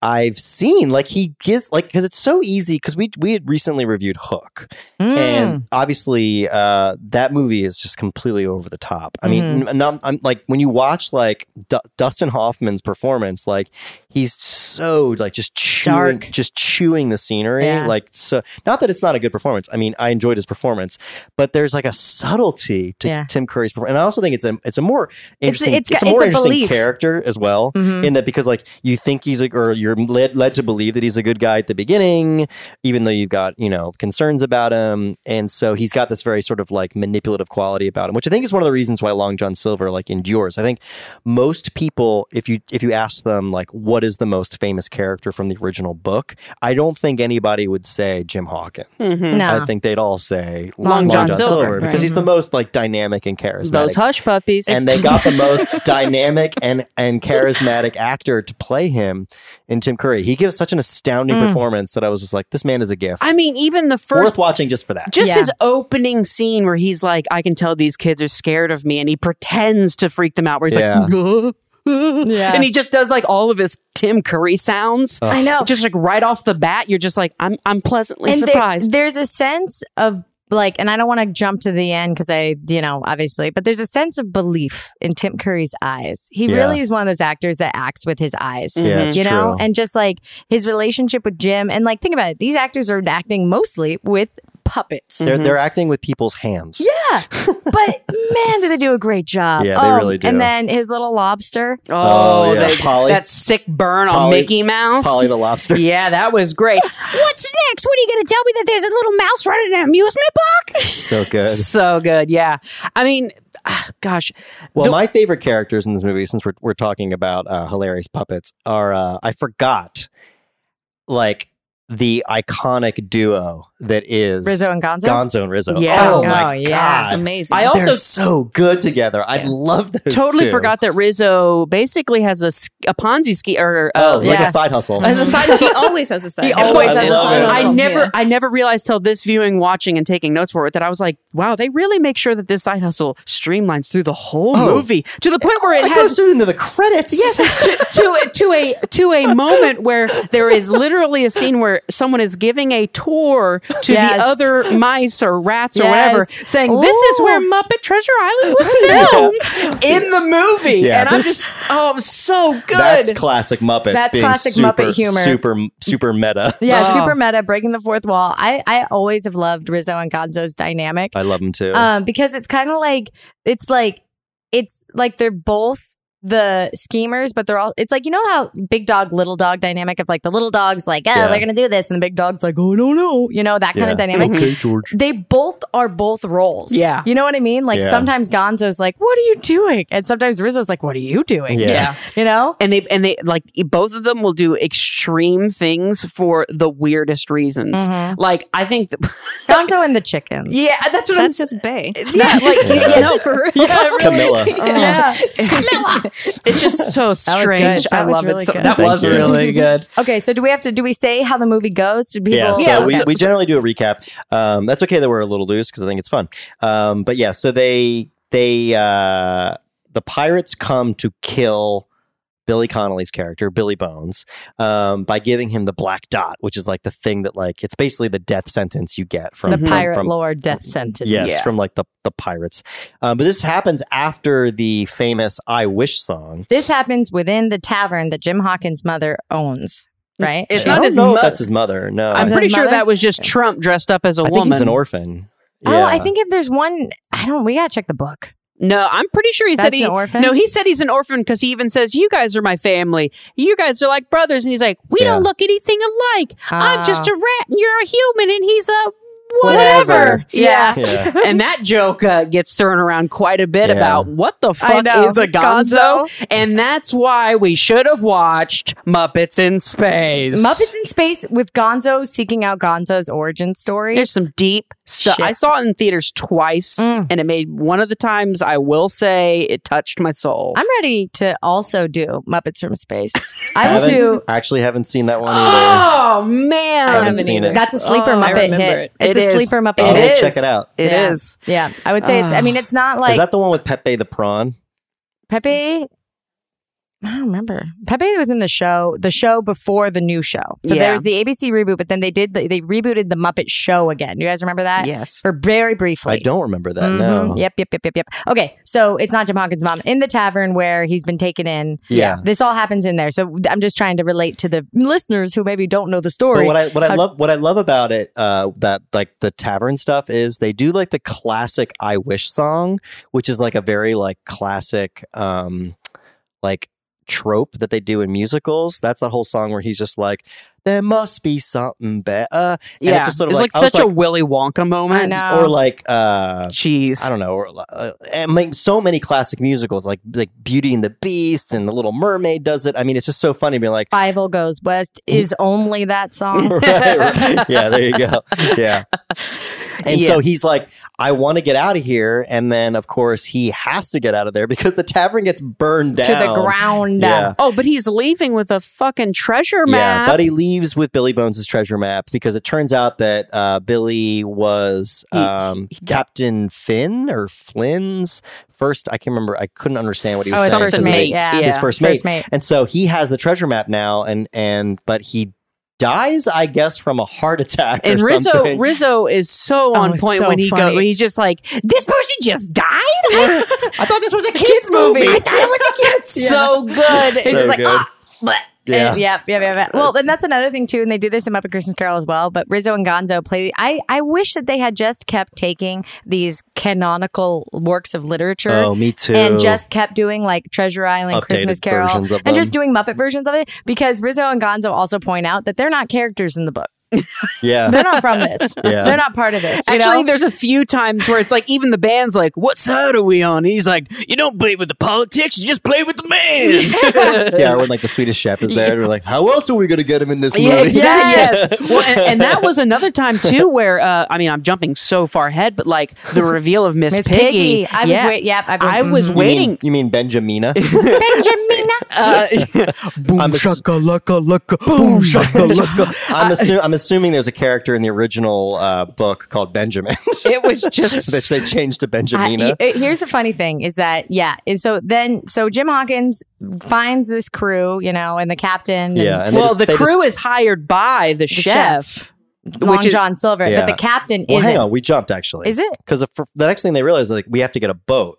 Speaker 2: I've seen. Like he gives like because it's so easy because we we had recently reviewed Hook
Speaker 3: Mm.
Speaker 2: and obviously uh, that movie is just completely over the top. I mean,
Speaker 3: Mhm.
Speaker 2: n- not- I'm like when you watch like D- Dustin Hoffman's performance, like he's so like just chewing,
Speaker 3: Dark.
Speaker 2: just chewing the scenery.
Speaker 3: Yeah.
Speaker 2: Like so, not that it's not a good performance. I mean, I enjoyed his performance, but there's like a subtlety to
Speaker 3: Yeah.
Speaker 2: Tim Curry's performance, and I also think it's a it's a more interesting
Speaker 3: it's
Speaker 2: it's,
Speaker 3: got-
Speaker 2: a more
Speaker 3: it's a
Speaker 2: interesting
Speaker 3: belief.
Speaker 2: character as well
Speaker 3: Mhm.
Speaker 2: in that because like you think he's a or you're led, led to believe that he's a good guy at the beginning even though you've got you know concerns about him and so he's got this very sort of like manipulative quality about him which i think is one of the reasons why long john silver like endures i think most people if you if you ask them like what is the most famous character from the original book i don't think anybody would say jim hawkins
Speaker 1: Mhm.
Speaker 3: no.
Speaker 2: I think they'd all say
Speaker 3: Mm-hmm. Long John Silver, Mm-hmm.
Speaker 2: because
Speaker 3: right.
Speaker 2: he's the most like dynamic and charismatic
Speaker 1: Those hush puppies.
Speaker 2: and they got the most dynamic and and charismatic actor to play him in Tim Curry. He gives such an astounding
Speaker 3: Mm.
Speaker 2: performance that I was just like, this man is a gift.
Speaker 1: I mean, even the
Speaker 2: Worth
Speaker 1: first
Speaker 2: watching just for that.
Speaker 1: just
Speaker 3: Yeah.
Speaker 1: his opening scene where he's like, I can tell these kids are scared of me, and he pretends to freak them out where he's like,
Speaker 3: Yeah.
Speaker 1: and he just does like all of his Tim Curry sounds.
Speaker 3: I know.
Speaker 1: Just like right off the bat, you're just like, I'm I'm pleasantly
Speaker 3: And there-
Speaker 1: surprised.
Speaker 3: there's a sense of like, and I don't want to jump to the end because I, you know, obviously, but there's a sense of belief in Tim Curry's eyes. He
Speaker 2: Yeah.
Speaker 3: really is one of those actors that acts with his eyes.
Speaker 2: Yeah,
Speaker 1: Mm-hmm.
Speaker 2: it's
Speaker 3: you know,
Speaker 2: true.
Speaker 3: and just like his relationship with Jim, and like think about it, these actors are acting mostly with puppets.
Speaker 1: Mm-hmm.
Speaker 2: They're, they're acting with people's hands. Yeah.
Speaker 3: Yeah, but man, do they do a great job? Oh,
Speaker 2: Yeah, they really do.
Speaker 3: And then his little lobster.
Speaker 2: Oh, yeah. Polly.
Speaker 1: that sick burn on
Speaker 2: Polly-
Speaker 1: Mickey Mouse.
Speaker 2: Polly the lobster.
Speaker 1: yeah, that was great. What's next? What are you going to tell me that there's a little mouse running an amusement park?
Speaker 2: so good.
Speaker 1: so good. Yeah. I mean, ah, gosh.
Speaker 2: Well,
Speaker 1: The-
Speaker 2: my favorite characters in this movie, since we're, we're talking about uh, hilarious puppets, are uh, I forgot like the iconic duo that is
Speaker 3: Rizzo and Gonzo.
Speaker 2: Gonzo and Rizzo.
Speaker 1: Yeah.
Speaker 2: Oh,
Speaker 1: Oh,
Speaker 2: my
Speaker 3: yeah.
Speaker 2: god.
Speaker 4: Amazing.
Speaker 1: I also-
Speaker 2: They're so good together. I love those.
Speaker 1: totally
Speaker 2: two.
Speaker 1: forgot that Rizzo basically has a, s- a Ponzi scheme or
Speaker 2: Oh,
Speaker 1: uh,
Speaker 2: it was
Speaker 3: yeah.
Speaker 2: a side hustle.
Speaker 1: as a side
Speaker 4: he always has a side.
Speaker 1: He
Speaker 4: hustle.
Speaker 1: always
Speaker 2: has a love side it.
Speaker 1: I
Speaker 2: hustle.
Speaker 1: never, I never realized till this viewing, watching, and taking notes for it that I was like, "Wow, they really make sure that this side hustle streamlines through the whole
Speaker 2: Oh.
Speaker 1: movie to the point where it
Speaker 2: it
Speaker 1: has
Speaker 2: goes through into the credits.
Speaker 1: Yes, to, to to a to a moment where there is literally a scene where someone is giving a tour to
Speaker 3: Yes.
Speaker 1: the other mice or rats or
Speaker 3: Yes.
Speaker 1: whatever, saying this is where
Speaker 3: Ooh.
Speaker 1: Muppet Treasure Island was filmed in the movie,
Speaker 2: Yeah,
Speaker 1: and I'm
Speaker 2: this-
Speaker 1: just oh, I'm so good.
Speaker 2: That's classic Muppets.
Speaker 3: That's
Speaker 2: being
Speaker 3: classic
Speaker 2: super,
Speaker 3: Muppet humor.
Speaker 2: Super, super meta.
Speaker 3: Yeah,
Speaker 1: Oh.
Speaker 3: super meta, breaking the fourth wall. I, I always have loved Rizzo and Gonzo's dynamic.
Speaker 2: I love them too.
Speaker 3: um, because it's kind of like it's like it's like they're both the schemers, but they're all. It's like you know how big dog little dog dynamic of like the little dog's like oh
Speaker 2: Yeah.
Speaker 3: they're gonna do this and the big dog's like oh no no you know that kind
Speaker 2: Yeah.
Speaker 3: of dynamic.
Speaker 2: George.
Speaker 3: They both are both roles.
Speaker 1: Yeah.
Speaker 3: you know what I mean. Like
Speaker 2: Yeah.
Speaker 3: sometimes Gonzo's like what are you doing, and sometimes Rizzo's like what are you doing.
Speaker 2: Yeah.
Speaker 1: yeah.
Speaker 3: You know,
Speaker 1: And they and they like e, both of them will do extreme things for the weirdest reasons.
Speaker 3: Mm-hmm.
Speaker 1: Like I think, th-
Speaker 3: Gonzo and the chickens.
Speaker 1: yeah, that's what
Speaker 4: That's
Speaker 1: I'm.
Speaker 4: his bay.
Speaker 1: Yeah, like
Speaker 2: Yeah.
Speaker 1: yeah, no, for real.
Speaker 2: Camilla.
Speaker 3: yeah.
Speaker 1: Um, It's just so
Speaker 3: was good.
Speaker 1: strange. I
Speaker 3: That was
Speaker 1: love
Speaker 3: really
Speaker 1: it. So,
Speaker 3: good.
Speaker 1: that
Speaker 2: Thank
Speaker 1: was
Speaker 2: you.
Speaker 1: really good.
Speaker 3: Okay, so do we have to? Do we say how the movie goes? Do people?
Speaker 2: Yeah, so
Speaker 1: Yeah,
Speaker 2: we,
Speaker 1: so-
Speaker 2: we generally do a recap. Um, that's okay that we're a little loose because I think it's fun. Um, but yeah, so they they uh, the pirates come to kill Billy Connolly's character Billy Bones um, by giving him the black dot, which is like the thing that like it's basically the death sentence you get from
Speaker 3: the
Speaker 2: from-
Speaker 3: pirate
Speaker 2: Mhm. from,
Speaker 3: lord death sentence.
Speaker 2: Yes, from like the the pirates. Um, but this happens after the famous "I Wish" song.
Speaker 3: This happens within the tavern that Jim Hawkins' mother owns, right?
Speaker 1: It's
Speaker 2: I
Speaker 1: not
Speaker 2: don't
Speaker 1: his
Speaker 2: know
Speaker 1: mo-
Speaker 2: if that's his mother. No, I,
Speaker 1: I'm
Speaker 3: Is it
Speaker 1: pretty
Speaker 3: his
Speaker 1: sure
Speaker 3: mother?
Speaker 1: that was just Trump dressed up as a
Speaker 2: I
Speaker 1: woman.
Speaker 2: think he's an orphan.
Speaker 3: Oh, I
Speaker 2: Yeah.
Speaker 3: think if there's one, I don't. We gotta check the book.
Speaker 1: no, I'm pretty sure he said
Speaker 3: That's
Speaker 1: he.
Speaker 3: an orphan?
Speaker 1: No, he said he's an orphan because he even says, "You guys are my family. You guys are like brothers." And he's like, "We
Speaker 2: Yeah.
Speaker 1: don't look anything alike. I'm
Speaker 3: Ah.
Speaker 1: just a rat, and you're a human, and he's a whatever."
Speaker 2: Whatever.
Speaker 1: Yeah.
Speaker 2: Yeah.
Speaker 1: and that joke uh, gets thrown around quite a bit
Speaker 2: Yeah.
Speaker 1: about what the
Speaker 3: I
Speaker 1: fuck
Speaker 3: know.
Speaker 1: is a gonzo?
Speaker 3: Gonzo.
Speaker 1: and that's why we should have watched Muppets in Space.
Speaker 3: Muppets in Space with Gonzo seeking out Gonzo's origin story.
Speaker 1: There's some deep stuff.
Speaker 3: Shit.
Speaker 1: I saw it in theaters twice,
Speaker 3: Mm.
Speaker 1: and it made one of the times I will say it touched my soul.
Speaker 3: I'm ready to also do Muppets from Space. I will
Speaker 2: haven't,
Speaker 3: do.
Speaker 2: actually haven't seen that one
Speaker 1: oh
Speaker 2: either.
Speaker 1: man,
Speaker 2: I haven't seen it.
Speaker 3: That's a sleeper
Speaker 4: Oh, I
Speaker 3: Muppet
Speaker 4: remember
Speaker 3: hit.
Speaker 4: it.
Speaker 1: It
Speaker 3: It's a
Speaker 1: is.
Speaker 3: sleeper Muppet.
Speaker 1: It
Speaker 2: I'll
Speaker 3: hit.
Speaker 1: is.
Speaker 2: check it out.
Speaker 1: It is.
Speaker 3: yeah. Yeah, I would say it's. I mean, it's not like
Speaker 2: is that the one with Pepe the prawn?
Speaker 3: Pepe. I don't remember. Pepe was in the show, the show before the new show. So
Speaker 1: Yeah.
Speaker 3: there was the ABC reboot, but then they did the, they rebooted the Muppet Show again. You guys remember that?
Speaker 1: Yes.
Speaker 3: Or very briefly.
Speaker 2: I don't remember that.
Speaker 3: Mhm.
Speaker 2: No.
Speaker 1: Mm-hmm.
Speaker 3: Yep, yep, yep, yep, yep. Okay, so it's not Jim Hawkins' mom in the tavern where he's been taken in.
Speaker 2: Yeah.
Speaker 3: This all happens in there. So I'm just trying to relate to the listeners who maybe don't know the
Speaker 2: But
Speaker 3: story.
Speaker 2: what I what
Speaker 3: So-
Speaker 2: I love what I love about it uh, that like the tavern stuff is they do like the classic I wish song, which is like a very like classic um like trope that they do in musicals. That's the whole song where he's just like there must be something better.
Speaker 1: Yeah,
Speaker 2: it's just sort of
Speaker 1: it's
Speaker 2: like-
Speaker 1: like,
Speaker 2: I was
Speaker 1: such a
Speaker 2: like-
Speaker 1: Willy Wonka moment.
Speaker 3: I know.
Speaker 2: or like uh
Speaker 1: Jeez.
Speaker 2: I don't know, or, uh, and like so many classic musicals, like like Beauty and the Beast and The Little Mermaid does it. I mean, it's just so funny being like,
Speaker 3: Fievel Goes West is only that song.
Speaker 2: right, right. yeah, there you go, yeah. And so he's like, I want to get out of here. And then, of course, he has to get out of there because the tavern gets burned down
Speaker 3: to the ground.
Speaker 2: Yeah.
Speaker 1: Oh, but he's leaving with a fucking treasure
Speaker 2: Yeah,
Speaker 1: map.
Speaker 2: Buddy leaves with Billy Bones' treasure map because it turns out that uh, Billy was
Speaker 1: He-
Speaker 2: um, Captain Finn or Flynn's first. I can't remember. I couldn't understand what he was
Speaker 3: Oh, his
Speaker 2: saying.
Speaker 3: first
Speaker 2: because of the-
Speaker 3: mate, yeah.
Speaker 2: His first mate.
Speaker 3: First mate.
Speaker 2: And so he has the treasure map now, and and but he dies, I guess, from a heart attack.
Speaker 1: And
Speaker 2: or
Speaker 1: Rizzo
Speaker 2: something.
Speaker 1: Rizzo is so
Speaker 3: Oh,
Speaker 1: on
Speaker 3: it's
Speaker 1: point
Speaker 3: so
Speaker 1: when he
Speaker 3: funny.
Speaker 1: goes. He's just like, this person just died.
Speaker 2: I thought this was a kids movie.
Speaker 3: I thought it was a kid's.
Speaker 1: So good. It's
Speaker 2: So
Speaker 1: just like,
Speaker 2: good.
Speaker 1: ah,
Speaker 2: Yeah.
Speaker 3: And, yep, yep, yep, yep. Well, and that's another thing too, and they do this in Muppet Christmas Carol as well. But Rizzo and Gonzo play. I I wish that they had just kept taking these canonical works of literature.
Speaker 2: Oh, me too.
Speaker 3: And just kept doing like Treasure Island,
Speaker 2: Updated
Speaker 3: Christmas Carol,
Speaker 2: versions of
Speaker 3: and just
Speaker 2: them.
Speaker 3: doing Muppet versions of it because Rizzo and Gonzo also point out that they're not characters in the book.
Speaker 2: yeah.
Speaker 3: They're not from this.
Speaker 2: Yeah.
Speaker 3: They're not part of this. you
Speaker 1: Actually,
Speaker 3: know?
Speaker 1: there's a few times where it's like even the band's like, "What side are we on?" And he's like, "You don't play with the politics; you just play with the man."
Speaker 2: yeah, or when like the Swedish chef is there, and we're like, how else are we going to get him in this movie?
Speaker 1: Yeah, exactly. Yes. well, and, and that was another time too, where uh, I mean, I'm jumping so far ahead, but like the reveal of Miss
Speaker 3: Miss
Speaker 1: Piggy,
Speaker 3: Piggy. I was wait- yep, I've been-
Speaker 1: I was
Speaker 3: mhm.
Speaker 2: You mean-
Speaker 1: waiting.
Speaker 2: You mean, Benjamina?
Speaker 3: Benjamina.
Speaker 1: Uh,
Speaker 2: boom I'm shaka laka laka. Boom shaka laka. I'm, assu- I'm assuming there's a character in the original uh, book called Benjamin
Speaker 1: it was
Speaker 2: that
Speaker 1: just
Speaker 2: they changed to
Speaker 3: I-
Speaker 2: Benjamina.
Speaker 3: he- here's the funny thing is that yeah, and so then so Jim Hawkins finds this crew, you know, and the captain.
Speaker 2: yeah,
Speaker 3: and
Speaker 2: and they
Speaker 1: well.
Speaker 2: just-
Speaker 1: the
Speaker 2: they
Speaker 1: crew
Speaker 2: just-
Speaker 1: is hired by the, chef.
Speaker 3: chef. Long
Speaker 1: which is-
Speaker 3: John Silver,
Speaker 2: Yeah.
Speaker 3: but the captain
Speaker 2: Well,
Speaker 3: isn't.
Speaker 2: hang on, we jumped actually.
Speaker 3: Is it?
Speaker 2: Because the next thing they realize is like we have to get a boat.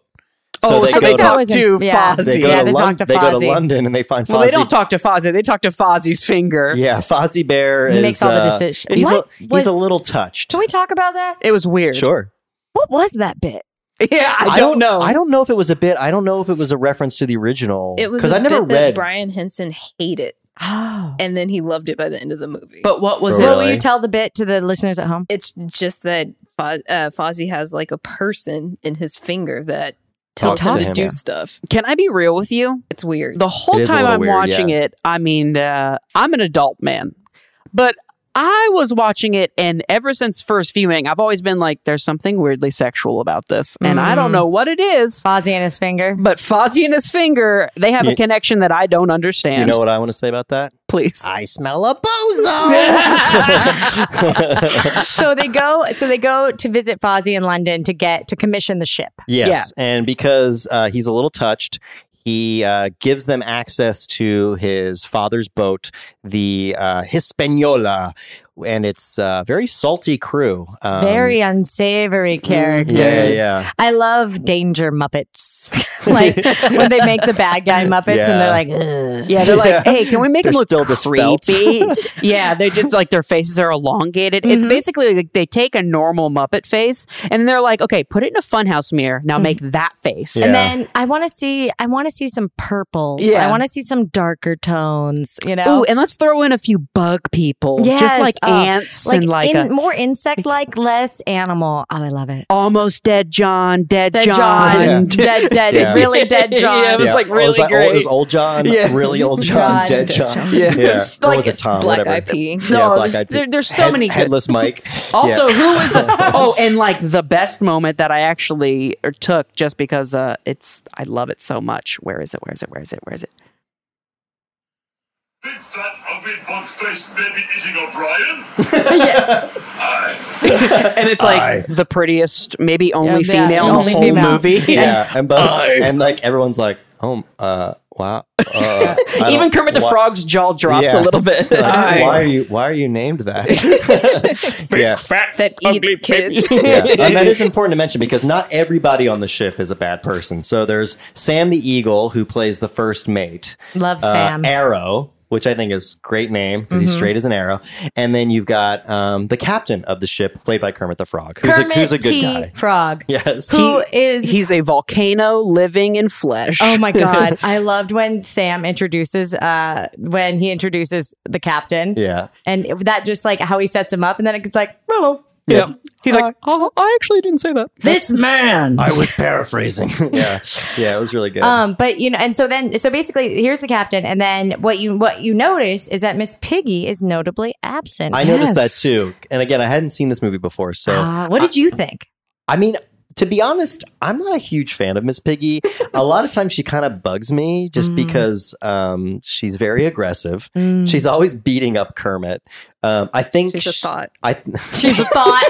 Speaker 1: Oh, so they
Speaker 2: go to,
Speaker 1: talk
Speaker 3: That
Speaker 1: to
Speaker 3: wasn't- yeah.
Speaker 1: Fozzie.
Speaker 2: they go
Speaker 3: Yeah,
Speaker 2: to
Speaker 3: they
Speaker 2: Lon-
Speaker 3: talk to
Speaker 2: they go to
Speaker 3: Fozzie.
Speaker 2: London and they find Fozzie.
Speaker 1: Well, they don't talk to Fozzie; they talk to Fozzie's finger.
Speaker 2: yeah, Fozzie Bear
Speaker 3: He
Speaker 2: is
Speaker 3: makes all the
Speaker 2: uh,
Speaker 3: decisions.
Speaker 2: He's,
Speaker 3: What
Speaker 2: a, he's
Speaker 3: was-
Speaker 2: a little touched.
Speaker 3: Can we talk about that?
Speaker 1: It was weird.
Speaker 2: Sure.
Speaker 3: What was that bit?
Speaker 1: Yeah, I, don't, know.
Speaker 2: I don't know if it was a bit. I don't know if it was a reference to the original.
Speaker 4: It was
Speaker 2: because I
Speaker 4: a
Speaker 2: never
Speaker 4: bit that
Speaker 2: read.
Speaker 4: Brian Henson hated,
Speaker 3: Oh.
Speaker 4: and then he loved it by the end of the movie.
Speaker 1: But what was
Speaker 2: Oh,
Speaker 1: it?
Speaker 2: really?
Speaker 3: Will you tell the bit to the listeners at home?
Speaker 4: it's just that Foz, uh, Fozzie has like a person in his finger that tells
Speaker 2: Talks
Speaker 4: him
Speaker 2: to
Speaker 4: to
Speaker 2: him,
Speaker 4: do
Speaker 2: yeah.
Speaker 4: stuff.
Speaker 1: Can I be real with you?
Speaker 4: It's weird.
Speaker 1: The whole
Speaker 2: It is a
Speaker 1: time
Speaker 2: little
Speaker 1: I'm
Speaker 2: weird,
Speaker 1: watching
Speaker 2: yeah.
Speaker 1: it, I mean, uh, I'm an adult man, but I was watching it, and ever since first viewing, I've always been like, "There's something weirdly sexual about this," and I don't know what it is.
Speaker 3: Fozzie and his finger.
Speaker 1: But Fozzie and his finger, they have a
Speaker 2: You-
Speaker 1: connection that I don't understand.
Speaker 2: You know what I want to say about that?
Speaker 1: Please.
Speaker 2: I smell a bozo.
Speaker 3: so they go. So they go to visit Fozzie in London to get to commission the ship.
Speaker 2: yes, and because uh, he's a little touched, he uh, gives them access to his father's boat, the uh, Hispaniola, and it's a very salty crew. Um,
Speaker 3: Very unsavory characters.
Speaker 2: yeah, yeah, yeah.
Speaker 3: I love danger Muppets. like when they make the bad guy Muppets, and they're like, Ugh.
Speaker 1: Yeah, they're like,
Speaker 2: Yeah.
Speaker 1: hey, can we make
Speaker 2: They're
Speaker 1: them look
Speaker 2: still just felt.
Speaker 1: creepy? yeah, they just like their faces are elongated. It's basically like they take a normal Muppet face and they're like, okay, put it in a funhouse mirror. Now make that face.
Speaker 2: Yeah.
Speaker 3: And then I want to see, I want to see some purples.
Speaker 1: Yeah.
Speaker 3: I want to see some darker tones. You know,
Speaker 1: Ooh, and let's throw in a few bug people, just
Speaker 3: Yes,
Speaker 1: like
Speaker 3: oh,
Speaker 1: ants and like
Speaker 3: in,
Speaker 1: a
Speaker 3: more insect like, less animal. Oh, I love it.
Speaker 1: almost dead John, dead,
Speaker 3: Dead
Speaker 1: John,
Speaker 3: John,
Speaker 2: Yeah.
Speaker 3: dead, dead,
Speaker 2: Yeah.
Speaker 3: really dead
Speaker 1: Yeah,
Speaker 3: John.
Speaker 1: it was, like,
Speaker 2: Oh, it was
Speaker 1: really
Speaker 2: old- it was
Speaker 1: great.
Speaker 2: old John,
Speaker 1: Yeah.
Speaker 2: really old John,
Speaker 3: John,
Speaker 2: dead
Speaker 3: dead
Speaker 2: John.
Speaker 4: John.
Speaker 2: Yeah, yeah.
Speaker 1: It's
Speaker 2: Or
Speaker 1: like
Speaker 2: was it Tom?
Speaker 4: Black
Speaker 2: Whatever.
Speaker 4: Eyed Pee.
Speaker 2: Yeah,
Speaker 1: No,
Speaker 2: Black
Speaker 1: there's-
Speaker 2: Eyed Pea.
Speaker 1: there- there's so many good-
Speaker 2: headless Mike.
Speaker 1: Also, who is oh, and like the best moment that I actually or took just because uh, it's I love it so much. Where is it? Where is it? Where is it? Where is it?
Speaker 5: Big fat, ugly, bug-faced baby eating O'Brien? Aye.
Speaker 1: And it's like
Speaker 2: Aye.
Speaker 1: the prettiest, maybe only
Speaker 3: Yeah,
Speaker 1: female in the
Speaker 3: only
Speaker 1: whole
Speaker 3: female.
Speaker 1: movie.
Speaker 2: Yeah, and both,
Speaker 5: Aye.
Speaker 2: and like everyone's like, oh, uh, wow. Uh, I don't-
Speaker 1: Even Kermit the
Speaker 2: why-
Speaker 1: Frog's jaw drops
Speaker 2: Yeah.
Speaker 1: a little bit.
Speaker 2: like, Why are you? Why are you named that? yeah.
Speaker 5: Fat,
Speaker 4: that eats kids.
Speaker 2: Yeah. And that is important to mention because not everybody on the ship is a bad person. So there's Sam the Eagle, who plays the first mate.
Speaker 3: Love
Speaker 2: uh,
Speaker 3: Sam.
Speaker 2: Arrow, which I think is great name because
Speaker 1: Mm-hmm.
Speaker 2: he's straight as an arrow. And then you've got um, the captain of the ship, played by Kermit the Frog, who's,
Speaker 3: Kermit
Speaker 2: a, who's a good
Speaker 3: T.
Speaker 2: guy.
Speaker 3: Frog.
Speaker 2: Yes.
Speaker 3: Who is?
Speaker 1: He's a volcano living in flesh.
Speaker 3: oh my god! I loved when Sam introduces uh when he introduces the captain.
Speaker 2: yeah.
Speaker 3: And it- that just like how he sets him up, and then it's like, hello,
Speaker 1: Yeah. He's like, oh, I actually didn't say that.
Speaker 3: this man.
Speaker 2: I was paraphrasing. yeah. Yeah, it was really good.
Speaker 3: Um, but you know, and so then, so basically, here's the captain, and then what you what you notice is that Miss Piggy is notably absent.
Speaker 2: I noticed that
Speaker 1: yes.
Speaker 2: too. And again, I hadn't seen this movie before. So
Speaker 3: Ah, what Ah, did you think?
Speaker 2: I mean, to be honest, I'm not a huge fan of Miss Piggy. a lot of times she kind of bugs me just
Speaker 3: Mm.
Speaker 2: because um, she's very aggressive.
Speaker 3: Mm.
Speaker 2: She's always beating up Kermit. Um, I think
Speaker 4: She's a
Speaker 2: sh-
Speaker 4: thought.
Speaker 2: I
Speaker 3: She's a thought.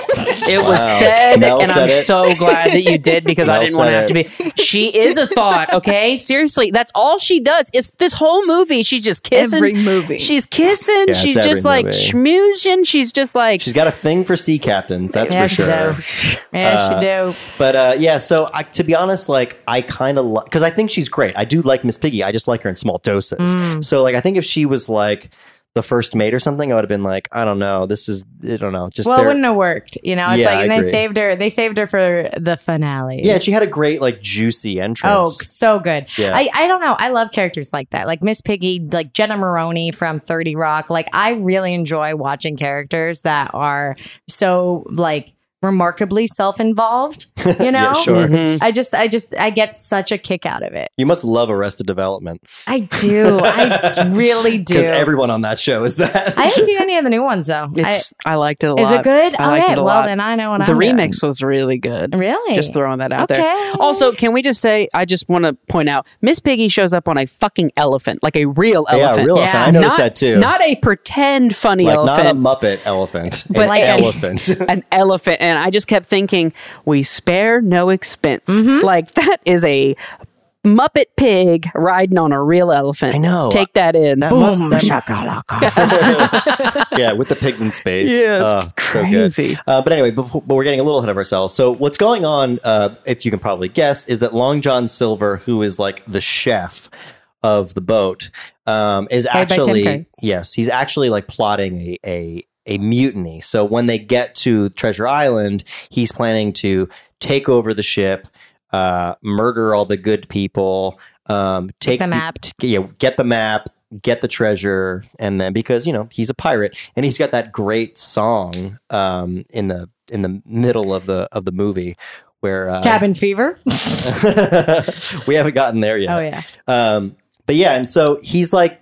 Speaker 1: It was
Speaker 2: Wow.
Speaker 1: said,
Speaker 2: Mel
Speaker 1: and I'm
Speaker 2: said it.
Speaker 1: so glad that you did because I
Speaker 2: Mel
Speaker 1: didn't want to have
Speaker 2: said
Speaker 1: to be. She is a thought, okay? Seriously, that's all she does. It's this whole movie. She's just kissing.
Speaker 4: Every movie.
Speaker 1: she's kissing.
Speaker 2: it's
Speaker 1: she's
Speaker 2: every
Speaker 1: just like
Speaker 2: movie.
Speaker 1: schmoozing. She's just like.
Speaker 2: she's got a thing for sea captains. That's
Speaker 3: yeah,
Speaker 2: for
Speaker 3: she
Speaker 2: sure.
Speaker 3: do. Yeah, she do.
Speaker 2: But uh, yeah, so I, to be honest, like I kind of like because I think she's great. I do like Miss Piggy. I just like her in small doses.
Speaker 3: Mm.
Speaker 2: So like I think if she was like the first mate or something, I would have been like, I don't know, this is I don't know, just
Speaker 3: Well, it
Speaker 2: their-
Speaker 3: wouldn't have worked. You know, it's
Speaker 2: Yeah,
Speaker 3: like
Speaker 2: I
Speaker 3: and they
Speaker 2: agree.
Speaker 3: saved her. They saved her for the finale.
Speaker 2: yeah. She had a great like juicy
Speaker 3: Oh,
Speaker 2: entrance.
Speaker 3: so good.
Speaker 2: Yeah.
Speaker 3: I, I don't know. I love characters like that. Like Miss Piggy, like Jenna Maroney from 30 Rock. Like I really enjoy watching characters that are so like remarkably self-involved, you know?
Speaker 2: yeah, sure.
Speaker 1: Mhm.
Speaker 3: I just I just I get such a kick out of it.
Speaker 2: You must love Arrested Development
Speaker 3: I do. I really do.
Speaker 2: because everyone on that show is that.
Speaker 3: I haven't seen any of the new ones though. I-
Speaker 1: It's, I, liked it a lot.
Speaker 3: is it good?
Speaker 1: I liked
Speaker 3: okay,
Speaker 1: it a
Speaker 3: well
Speaker 1: lot.
Speaker 3: then I know what
Speaker 1: the
Speaker 3: I'm doing.
Speaker 1: remix was really good.
Speaker 3: Really?
Speaker 1: Just throwing that out
Speaker 3: Okay.
Speaker 1: there. Also, can we just say, I just want to point out, Miss Piggy shows up on a fucking elephant, like a real
Speaker 2: Yeah,
Speaker 1: elephant.
Speaker 2: real elephant. I noticed
Speaker 1: Not-
Speaker 2: that too.
Speaker 1: Not a pretend funny
Speaker 2: like
Speaker 1: elephant.
Speaker 2: not a Muppet elephant,
Speaker 1: But
Speaker 2: but
Speaker 1: like-
Speaker 2: elephant.
Speaker 1: an elephant. And I just kept thinking, we spare no expense.
Speaker 3: Mm-hmm.
Speaker 1: Like that is a Muppet pig riding on a real elephant.
Speaker 2: I know.
Speaker 1: Take that in.
Speaker 2: That
Speaker 1: Boom.
Speaker 2: must- that-
Speaker 1: shakalaka.
Speaker 2: yeah, with the pigs in space.
Speaker 1: Yeah, it's
Speaker 2: Oh, so good.
Speaker 1: crazy.
Speaker 2: Uh, but anyway, before, but we're getting a little ahead of ourselves. So what's going on, uh, if you can probably guess, is that Long John Silver, who is like the chef of the boat, um, is
Speaker 3: by Tim Curry.
Speaker 2: actually yes, he's actually like plotting a. a a mutiny. So when they get to Treasure Island, he's planning to take over the ship, uh, murder all the good people, um, take
Speaker 3: the
Speaker 2: the-
Speaker 3: map.
Speaker 2: yeah, get the map, get the treasure, and then because you know he's a pirate and he's got that great song um, in the in the middle of the of the movie where uh,
Speaker 3: Cabin Fever.
Speaker 2: we haven't gotten there yet.
Speaker 3: Oh yeah.
Speaker 2: Um, but yeah, and so he's like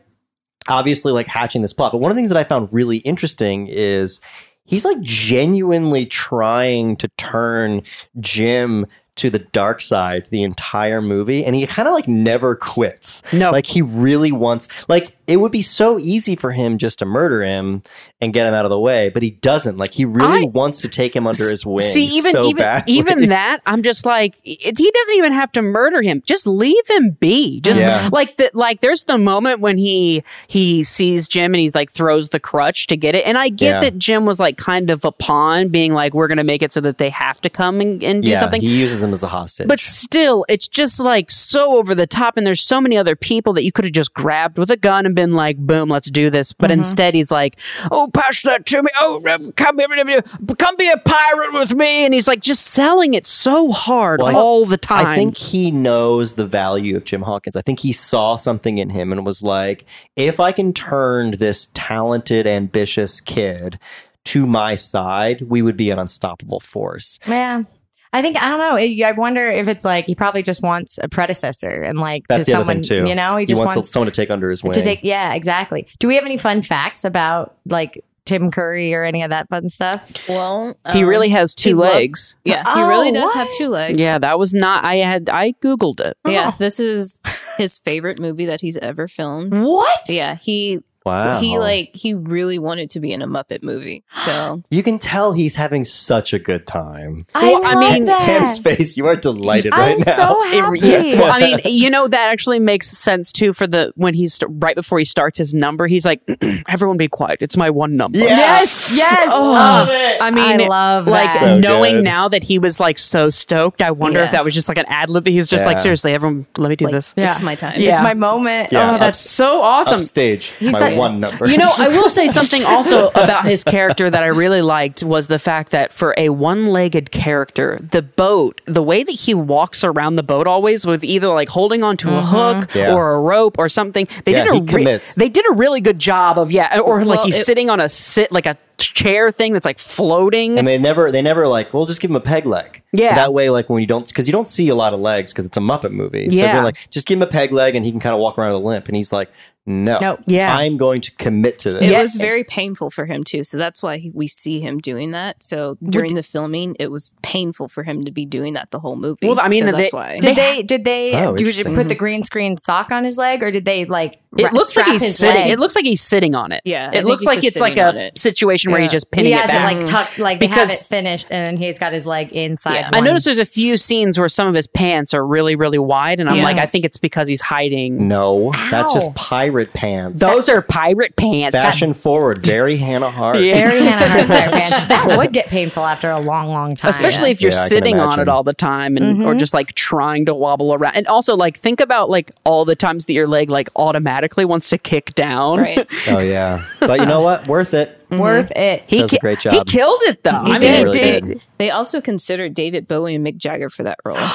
Speaker 2: obviously like hatching this plot. But one of the things that I found really interesting is he's like genuinely trying to turn Jim to the dark side the entire movie and he kind of like never quits.
Speaker 1: No.
Speaker 2: Like he really wants like it would be so easy for him just to murder him and get him out of the way, but he doesn't. Like he really
Speaker 1: I-
Speaker 2: wants to take him under his wing
Speaker 1: See, even
Speaker 2: so
Speaker 1: even
Speaker 2: badly.
Speaker 1: even that, I'm just like, it, he doesn't even have to murder him. Just leave him be. Just
Speaker 2: Yeah.
Speaker 1: like the like. There's the moment when he he sees Jim and he's like throws the crutch to get it. And I get
Speaker 2: Yeah.
Speaker 1: that Jim was like kind of a pawn, being like, we're gonna make it so that they have to come and, and do
Speaker 2: yeah,
Speaker 1: something.
Speaker 2: he uses him as a hostage.
Speaker 1: But still, it's just like so over the top, and there's so many other people that you could have just grabbed with a gun and been like, "Boom, let's do this." But
Speaker 2: Mm-hmm.
Speaker 1: instead, he's like, "Oh, pass that to me. Oh, um, come here, come here, come be a pirate with me." And he's like, just selling it so hard
Speaker 2: Well, I-
Speaker 1: all the time.
Speaker 2: I think he knows the value of Jim Hawkins. I think he saw something in him and was like, if I can turn this talented, ambitious kid to my side, we would be an unstoppable force.
Speaker 3: Yeah. I think I don't know. I- I wonder if it's like he probably just wants a predecessor and like
Speaker 2: That's
Speaker 3: to
Speaker 2: the
Speaker 3: someone
Speaker 2: other thing too.
Speaker 3: you know, he just wants,
Speaker 2: someone to take under his wing.
Speaker 3: to take yeah, exactly. Do we have any fun facts about like Tim Curry or any of that fun stuff?
Speaker 4: Well,
Speaker 1: he
Speaker 4: um,
Speaker 1: really has
Speaker 4: he
Speaker 1: two
Speaker 4: loved-
Speaker 1: legs.
Speaker 4: yeah, he really
Speaker 3: Oh,
Speaker 4: does
Speaker 3: what?
Speaker 4: have two legs.
Speaker 1: yeah, that was not. I had I googled it.
Speaker 4: yeah. This is his favorite movie that he's ever filmed.
Speaker 3: What?
Speaker 4: Yeah, he
Speaker 1: Uh-huh.
Speaker 2: wow.
Speaker 4: he like he really wanted to be in a Muppet movie. So
Speaker 2: you can tell he's having such a good time.
Speaker 3: I,
Speaker 1: Well, I
Speaker 3: love
Speaker 1: mean,
Speaker 3: that.
Speaker 2: His face, you are delighted right
Speaker 3: I'm
Speaker 2: now.
Speaker 3: so
Speaker 1: It-
Speaker 3: happy.
Speaker 1: yeah. Well, I mean, you know that actually makes sense too for the when he's st- right before he starts his number, he's like, "Everyone be quiet. It's my one number."
Speaker 3: Yes, yes. Oh,
Speaker 2: Love it.
Speaker 1: I
Speaker 3: I
Speaker 1: mean,
Speaker 3: love
Speaker 1: like
Speaker 3: that.
Speaker 2: So
Speaker 1: knowing
Speaker 2: good.
Speaker 1: now that he was like so stoked. I wonder if
Speaker 4: Yeah.
Speaker 1: that was just like an ad lib that he was just
Speaker 2: Yeah.
Speaker 1: like, seriously, everyone, let me do this.
Speaker 3: Yeah.
Speaker 4: it's my time.
Speaker 1: Yeah.
Speaker 3: It's my moment.
Speaker 2: Yeah.
Speaker 1: Oh, that's so awesome.
Speaker 2: Upstage. It's
Speaker 3: He's
Speaker 2: my
Speaker 3: like-
Speaker 2: one number.
Speaker 1: You know, I will say something also about his character that I really liked was the fact that for a one-legged character, the boat, the way that he walks around the boat always with either like holding onto a hook
Speaker 2: Yeah.
Speaker 1: or a rope or something. They
Speaker 2: Yeah,
Speaker 1: did a
Speaker 2: he commits.
Speaker 1: they did a really good job of yeah, or like
Speaker 4: Well,
Speaker 1: he's
Speaker 4: it-
Speaker 1: sitting on a sit like a chair thing that's like floating.
Speaker 2: and they never, they never like, well, just give him a peg leg.
Speaker 1: Yeah.
Speaker 2: That way, like when you don't, because you don't see a lot of legs because it's a Muppet movie. So
Speaker 1: Yeah.
Speaker 2: they're like, just give him a peg leg and he can kind of walk around with a limp. And he's like, no,
Speaker 3: Nope.
Speaker 1: Yeah.
Speaker 2: I'm going to commit to this.
Speaker 1: Yeah.
Speaker 4: It
Speaker 1: Yes.
Speaker 4: was very painful for him too, so that's why he- we see him doing that. So during the filming, it was painful for him to be doing that the whole movie.
Speaker 1: Well, I mean,
Speaker 4: So
Speaker 1: they-
Speaker 4: that's why.
Speaker 3: Did they? Did they?
Speaker 2: Oh,
Speaker 3: did you
Speaker 2: interesting.
Speaker 3: put the green screen sock on his leg, or did they like?
Speaker 1: It
Speaker 3: ra-
Speaker 1: looks like
Speaker 3: strap
Speaker 1: he's
Speaker 3: his
Speaker 1: sitting.
Speaker 3: leg?
Speaker 1: It looks like he's sitting on it.
Speaker 4: Yeah, I
Speaker 1: It
Speaker 4: think
Speaker 1: looks
Speaker 4: he's
Speaker 1: like
Speaker 4: just
Speaker 1: it's like
Speaker 4: sitting on
Speaker 1: a
Speaker 4: it.
Speaker 1: situation where he's just
Speaker 3: he
Speaker 1: pinning
Speaker 3: has
Speaker 1: it back.
Speaker 3: like tucked, like they have
Speaker 1: Because-
Speaker 3: it finished, and he's got his leg inside.
Speaker 4: Yeah.
Speaker 1: I
Speaker 3: one.
Speaker 1: noticed there's a few scenes where some of his pants are really, really wide, and I'm
Speaker 4: Yeah.
Speaker 1: like, I think it's because he's hiding.
Speaker 2: No, that's
Speaker 1: Ow.
Speaker 2: just pirate pants.
Speaker 1: Those are pirate pants.
Speaker 2: fashion forward, very Hannah Hart.
Speaker 1: Yeah.
Speaker 3: Very Hannah Hardware pants. That would get painful after a long, long time.
Speaker 1: especially if you're
Speaker 2: Yeah, I can
Speaker 1: sitting on it
Speaker 2: imagine.
Speaker 1: all the time and
Speaker 3: Mm-hmm.
Speaker 1: or just like trying to wobble around and also like think about like all the times that your leg like automatically wants to kick down
Speaker 4: Right.
Speaker 2: Oh yeah, but you know what? Worth it.
Speaker 3: worth it.
Speaker 1: he
Speaker 2: Does a
Speaker 1: ki-
Speaker 2: great
Speaker 1: he
Speaker 2: job.
Speaker 1: killed it though
Speaker 3: He
Speaker 1: i
Speaker 3: did.
Speaker 1: mean
Speaker 2: really
Speaker 4: They-
Speaker 2: did.
Speaker 4: They also considered David Bowie and Mick Jagger for that role.
Speaker 1: man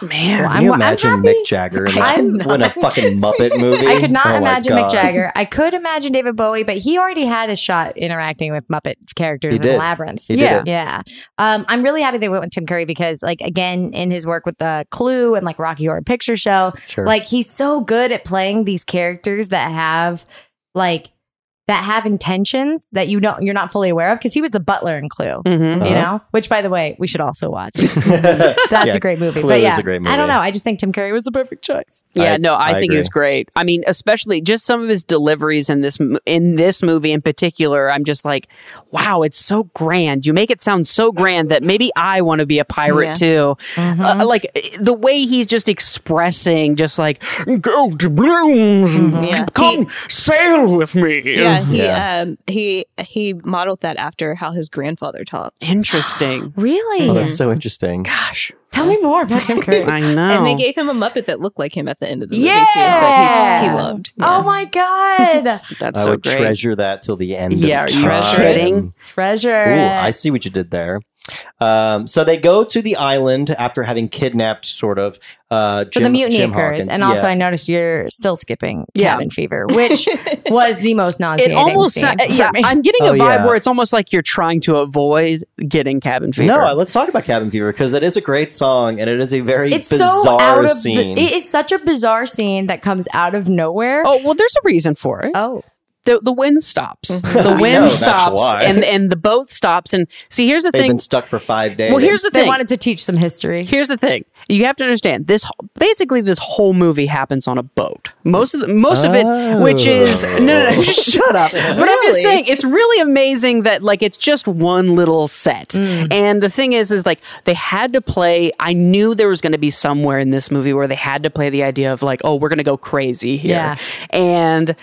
Speaker 2: Can you
Speaker 3: I'm- I'm
Speaker 2: imagine
Speaker 3: happy.
Speaker 2: Mick Jagger in,
Speaker 3: I
Speaker 2: a- in a fucking Muppet movie?
Speaker 3: I could not
Speaker 2: Oh, my
Speaker 3: imagine Mick
Speaker 2: God.
Speaker 3: Jagger. I could imagine David Bowie, but he already had a shot interacting with Muppet characters
Speaker 2: He
Speaker 3: in
Speaker 2: did.
Speaker 3: Labyrinth.
Speaker 2: He did
Speaker 1: Yeah.
Speaker 2: it.
Speaker 3: Yeah. Um, I'm really happy they went with Tim Curry because, like, again, in his work with the Clue and like Rocky Horror Picture Show,
Speaker 2: Sure.
Speaker 3: like he's so good at playing these characters that have like that have intentions that you don't you're not fully aware of because he was the butler in Clue.
Speaker 1: Mhm.
Speaker 3: You
Speaker 2: Uh-huh.
Speaker 3: know, which by the way, we should also watch.
Speaker 2: Oh,
Speaker 3: That's
Speaker 2: Yeah,
Speaker 3: a great movie.
Speaker 2: Clue
Speaker 3: but
Speaker 2: is
Speaker 3: yeah,
Speaker 2: a great
Speaker 3: I don't
Speaker 2: movie.
Speaker 3: know. I just think Tim Curry was the perfect choice.
Speaker 1: yeah
Speaker 2: I-
Speaker 1: no i,
Speaker 2: I
Speaker 1: think he was great i mean especially just some of his deliveries in this m- in this movie in particular i'm just like wow it's so grand you make it sound so grand that maybe i want to be a pirate
Speaker 4: Yeah. Mm-hmm.
Speaker 1: too Uh, like the way he's just expressing just like go to blooms
Speaker 4: Mm-hmm. Yeah.
Speaker 1: come sail with me
Speaker 4: Yeah, he
Speaker 2: Yeah.
Speaker 4: um he he modeled that after how his grandfather talked.
Speaker 1: Interesting.
Speaker 3: Really?
Speaker 2: Oh, that's so interesting.
Speaker 1: Gosh,
Speaker 3: Tell me more about Tim Curry.
Speaker 1: I know.
Speaker 4: And they gave him a Muppet that looked like him at the end of the movie too.
Speaker 3: Yeah.
Speaker 4: That he, he loved.
Speaker 3: Oh
Speaker 4: Yeah.
Speaker 3: my god!
Speaker 1: That's
Speaker 2: I
Speaker 1: so
Speaker 2: would
Speaker 1: great.
Speaker 2: treasure that till the end.
Speaker 1: Yeah,
Speaker 2: of
Speaker 1: are you
Speaker 2: time.
Speaker 1: kidding?
Speaker 3: Treasure.
Speaker 2: Ooh,
Speaker 3: it.
Speaker 2: I see what you did there. Um, so they go to the island after having kidnapped, sort of. Uh,
Speaker 3: so
Speaker 2: Jim,
Speaker 3: the mutiny
Speaker 2: Jim
Speaker 3: occurs,
Speaker 2: Hawkins.
Speaker 3: and also
Speaker 2: Yeah.
Speaker 3: I noticed you're still skipping
Speaker 1: Yeah.
Speaker 3: cabin fever, which was the most
Speaker 1: It
Speaker 3: nauseating.
Speaker 1: almost,
Speaker 3: scene
Speaker 1: uh,
Speaker 3: for
Speaker 1: yeah.
Speaker 3: me.
Speaker 1: I'm getting
Speaker 2: Oh,
Speaker 1: a vibe
Speaker 2: yeah.
Speaker 1: where it's almost like you're trying to avoid getting cabin fever.
Speaker 2: No, let's talk about Cabin Fever because it is a great song and it is a very
Speaker 3: It's
Speaker 2: bizarre
Speaker 3: so out of
Speaker 2: scene.
Speaker 3: The, it is such a bizarre scene that comes out of nowhere.
Speaker 1: oh well, there's a reason for it.
Speaker 3: Oh.
Speaker 1: The the wind stops. The
Speaker 2: Mm-hmm. know,
Speaker 1: wind
Speaker 2: that's
Speaker 1: stops,
Speaker 2: why.
Speaker 1: and and the boat stops. And see, here's the
Speaker 2: They've
Speaker 1: thing.
Speaker 2: been stuck for five days.
Speaker 1: Well, here's the
Speaker 3: they
Speaker 1: thing.
Speaker 3: wanted to teach some history.
Speaker 1: Here's the thing. You have to understand this. wh- Basically, this whole movie happens on a boat. Most of the, most of it, which is no, no, no shut up. But I'm just
Speaker 4: Really?
Speaker 1: saying, it's really amazing that like it's just one little set. And the thing is, is like they had to play. I knew there was going to be somewhere in this movie where they had to play the idea of like, oh, we're going to go crazy here,
Speaker 3: Yeah.
Speaker 1: and.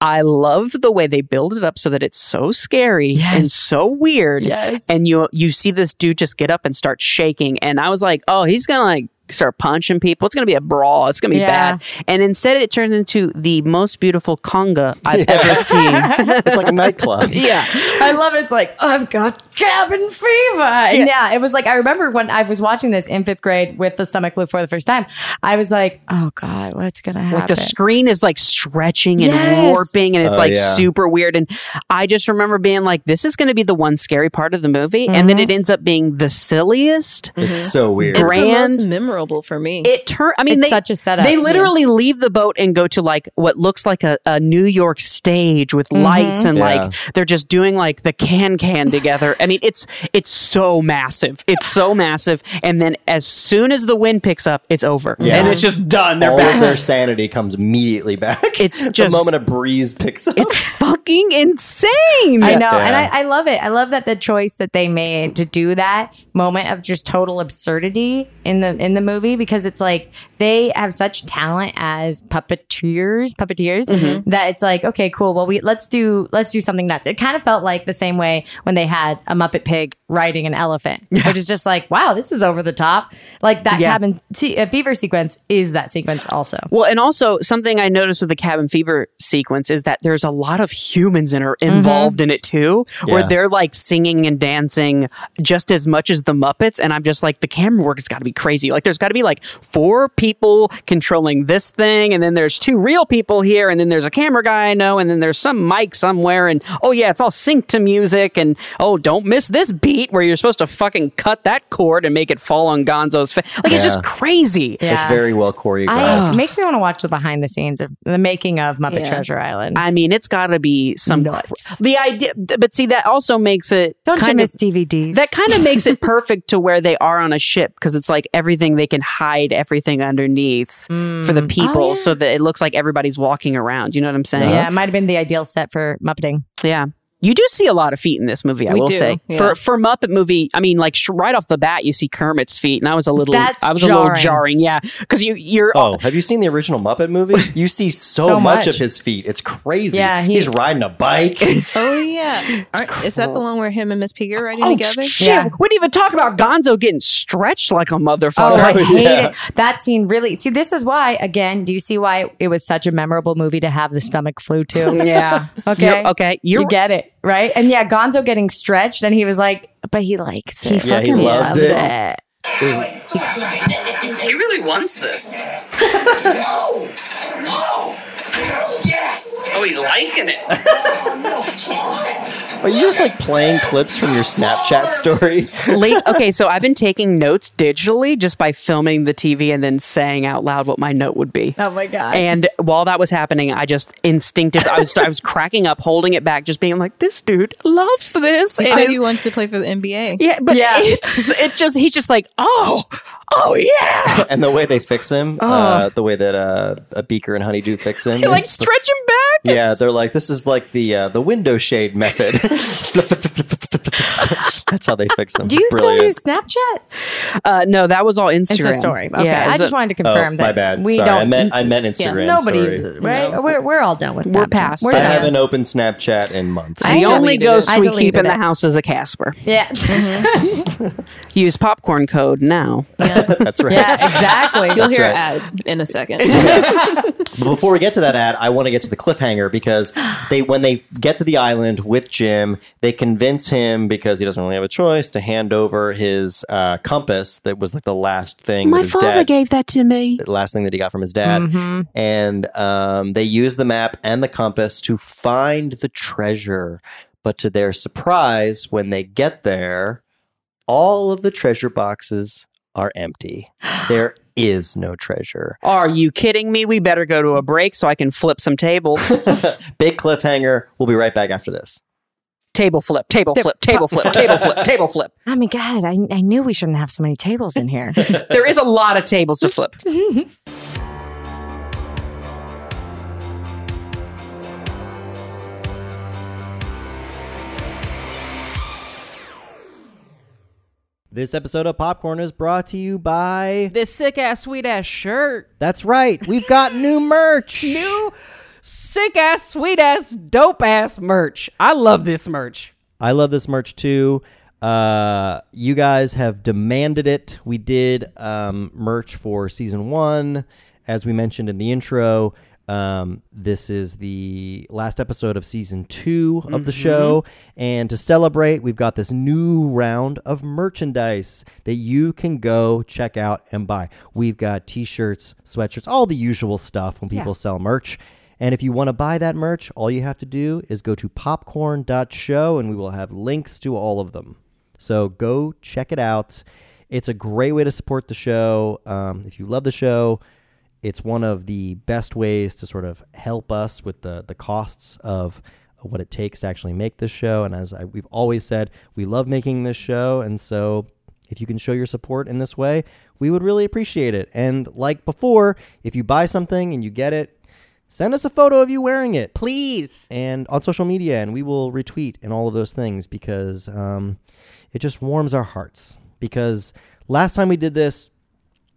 Speaker 1: I love the way they build it up so that it's so scary and so weird
Speaker 3: Yes.
Speaker 1: and you you see this dude just get up and start shaking and i was like oh he's gonna like start punching people it's gonna be a brawl it's gonna be
Speaker 3: Yeah.
Speaker 1: bad and instead it turns into the most beautiful conga i've ever seen
Speaker 2: it's like a nightclub.
Speaker 1: yeah
Speaker 3: I love it. It's like, I've got cabin fever. And yeah, it was like, I remember when I was watching this in fifth grade with the stomach flu for the first time, I was like, oh God, what's going to happen?
Speaker 1: like the screen is like stretching and
Speaker 3: Yes.
Speaker 1: warping and it's
Speaker 2: Oh,
Speaker 1: like
Speaker 2: yeah.
Speaker 1: super weird and i just remember being like this is gonna be the one scary part of the movie and
Speaker 3: Mm-hmm.
Speaker 1: then it ends up being the silliest
Speaker 2: It's so weird.
Speaker 1: Great.
Speaker 4: It's the most
Speaker 1: Grand-
Speaker 4: memorable for me.
Speaker 1: it turn. I mean,
Speaker 3: It's
Speaker 1: they,
Speaker 3: such a setup,
Speaker 1: They
Speaker 3: yeah.
Speaker 1: literally leave the boat and go to like what looks like a, a New York stage with
Speaker 3: Mm-hmm.
Speaker 1: lights and like they're just doing like the can can together. I mean, it's it's so massive. It's so massive. And then as soon as the wind picks up, it's over.
Speaker 2: Yeah.
Speaker 1: And it's just done. They're
Speaker 2: All
Speaker 1: back.
Speaker 2: of their sanity comes immediately back.
Speaker 1: It's
Speaker 2: the
Speaker 1: just-
Speaker 2: moment a breeze picks up.
Speaker 1: it's fucking insane.
Speaker 3: I know. And
Speaker 2: Yeah.
Speaker 3: I, I love it. I love that the choice that they made to do that moment of just total absurdity in the in the movie because it's like they have such talent as puppeteers, puppeteers that it's like, okay, cool. Well, we let's do let's do something nuts. It kind of felt like the same way when they had a Muppet Pig riding an elephant, which is just like, wow, this is over the top. Like that
Speaker 1: Yeah.
Speaker 3: cabin t- uh, fever sequence is that sequence also.
Speaker 1: Well, and also something I noticed with the cabin fever sequence is that there's a lot of humans in, involved in it too, where
Speaker 2: Yeah.
Speaker 1: they're like singing and dancing just as much as the Muppets. And I'm just like, the camera work has got to be crazy. Like, there's got to be like four people controlling this thing, and then there's two real people here, and then there's a camera guy I know, and then there's some mic somewhere, and oh yeah, it's all synced to music and oh, don't miss this beat where you're supposed to fucking cut that chord and make it fall on Gonzo's face. Like it's just
Speaker 2: Yeah.
Speaker 1: crazy.
Speaker 2: It's very well choreographed.
Speaker 3: I, uh, makes me want to watch the behind the scenes of the making of Muppet
Speaker 4: Yeah.
Speaker 3: Treasure Island.
Speaker 1: I mean, it's got to be some
Speaker 3: Nuts.
Speaker 1: the idea, but see that also makes it
Speaker 3: Don't you
Speaker 1: kind
Speaker 3: miss
Speaker 1: of,
Speaker 3: DVDs?
Speaker 1: that kind of makes it perfect to where they are on a ship because it's like everything they can hide everything underneath for the people
Speaker 3: Mm. Oh, yeah.
Speaker 1: so that it looks like everybody's walking around. You know what I'm saying?
Speaker 3: yeah, it might have been the ideal set for Muppeting.
Speaker 1: Yeah. You do see a lot of feet in this movie, I
Speaker 4: We
Speaker 1: will
Speaker 4: do,
Speaker 1: say.
Speaker 4: yeah.
Speaker 1: For for Muppet movie, I mean, like sh- right off the bat, you see Kermit's feet, and I was a little,
Speaker 3: That's
Speaker 1: I was a little
Speaker 3: jarring.
Speaker 1: jarring, yeah, because you you're
Speaker 2: Oh, have you seen the original Muppet movie? You see so,
Speaker 3: So
Speaker 2: much. of
Speaker 3: much.
Speaker 2: his feet. It's crazy.
Speaker 3: Yeah, he-
Speaker 2: he's riding a bike.
Speaker 4: Oh yeah, Aren't- is that the one where him and Miss Piggy are riding
Speaker 1: oh,
Speaker 4: together?
Speaker 1: shit,
Speaker 3: Yeah.
Speaker 1: we didn't even talk about Gonzo getting stretched like a
Speaker 3: Oh,
Speaker 1: motherfucker.
Speaker 3: I
Speaker 2: yeah.
Speaker 3: hate it. That scene really. See, this is why. Again, do you see why it was such a memorable movie to have the stomach flu to?
Speaker 1: yeah,
Speaker 3: Okay.
Speaker 1: You're- okay, you're
Speaker 3: you get it right. And yeah, Gonzo getting stretched, and he was like, but he likes it.
Speaker 2: Yeah, he loved it.
Speaker 6: He really wants this.
Speaker 5: No! No! Yes!
Speaker 6: Oh, he's liking it.
Speaker 5: Oh, no, I can't.
Speaker 2: Are you just like playing clips from your Snapchat story?
Speaker 1: late. Okay, so I've been taking notes digitally just by filming the TV and then saying out loud what my note would be.
Speaker 3: Oh my god.
Speaker 1: And while that was happening, I just instinctive. I was I was cracking up, holding it back, just being like, "This dude loves this."
Speaker 4: He
Speaker 1: and
Speaker 4: said
Speaker 1: his-
Speaker 4: he wants to play for the NBA.
Speaker 1: Yeah, but
Speaker 3: Yeah.
Speaker 1: it's it just he's just like, oh, oh yeah.
Speaker 2: and the way they fix him,
Speaker 3: Oh.
Speaker 2: uh, the way that uh, a beaker and honeydew fix him,
Speaker 1: You like
Speaker 2: is-
Speaker 1: stretch him back.
Speaker 2: yeah, they're like this is like the uh, the window shade method. That's how they fix him.
Speaker 3: do you
Speaker 2: Brilliant.
Speaker 3: still use Snapchat?
Speaker 1: Uh, no, that was all Instagram.
Speaker 3: It's a story. Okay,
Speaker 1: Yeah, it
Speaker 3: I
Speaker 1: was
Speaker 3: just
Speaker 1: a-
Speaker 3: wanted to
Speaker 2: Oh,
Speaker 3: confirm that
Speaker 2: my bad.
Speaker 3: we
Speaker 2: Sorry,
Speaker 3: don't.
Speaker 2: I meant I meant Instagram.
Speaker 3: nobody,
Speaker 2: sorry.
Speaker 3: right? We're, we're all done with. Snapchat.
Speaker 1: We're past
Speaker 3: We're
Speaker 2: I
Speaker 1: that.
Speaker 3: done.
Speaker 2: haven't opened Snapchat in months.
Speaker 3: I
Speaker 1: the only
Speaker 3: deleted
Speaker 1: ghost
Speaker 3: it. I
Speaker 1: we
Speaker 3: deleted
Speaker 1: keep in
Speaker 3: it.
Speaker 1: the house is a Casper.
Speaker 3: Yeah.
Speaker 1: Use popcorn code now.
Speaker 2: That's right.
Speaker 3: yeah. Exactly.
Speaker 4: You'll hear
Speaker 2: right.
Speaker 4: an ad in a second.
Speaker 2: But before we get to that ad, I want to get to the cliffhanger because they when they get to the island with Jim, they convince him because he doesn't really have a choice to hand over his uh, compass that was like the last thing. that his dad,
Speaker 1: that to me.
Speaker 2: the last thing that he got from his dad, and um, they use the map and the compass to find the treasure. But to their surprise, when they get there, all of the treasure boxes are empty. There is no treasure.
Speaker 1: Are you kidding me? We better go to a break so I can flip some tables.
Speaker 2: Big cliffhanger. We'll be right back after this.
Speaker 1: table flip, table flip, table flip, table flip, table flip.
Speaker 3: Oh my god! I, I knew we shouldn't have so many tables in here.
Speaker 1: There is a lot of tables to flip.
Speaker 2: This episode of Popcorn is brought to you by.
Speaker 1: This sick ass, sweet ass shirt.
Speaker 2: That's right, we've got new merch.
Speaker 1: New sick ass, sweet ass, dope ass merch. I love this merch.
Speaker 2: I love this merch too. Uh, you guys have demanded it. We did um, merch for season one, as we mentioned in the intro. Um, this is the last episode of season two of the show. And to celebrate, we've got this new round of merchandise that you can go check out and buy. We've got t shirts, sweatshirts, all the usual stuff when people sell merch. And if you want to buy that merch, all you have to do is go to popcorn.show and we will have links to all of them. So go check it out. It's a great way to support the show. Um, if you love the show, it's one of the best ways to sort of help us with the, the costs of what it takes to actually make this show. And as I, we've always said, we love making this show. And so if you can show your support in this way, we would really appreciate it. And like before, if you buy something and you get it, send us a photo of you wearing it
Speaker 1: Please.
Speaker 2: and on social media, and we will retweet and all of those things because um, it just warms our hearts. Because last time we did this,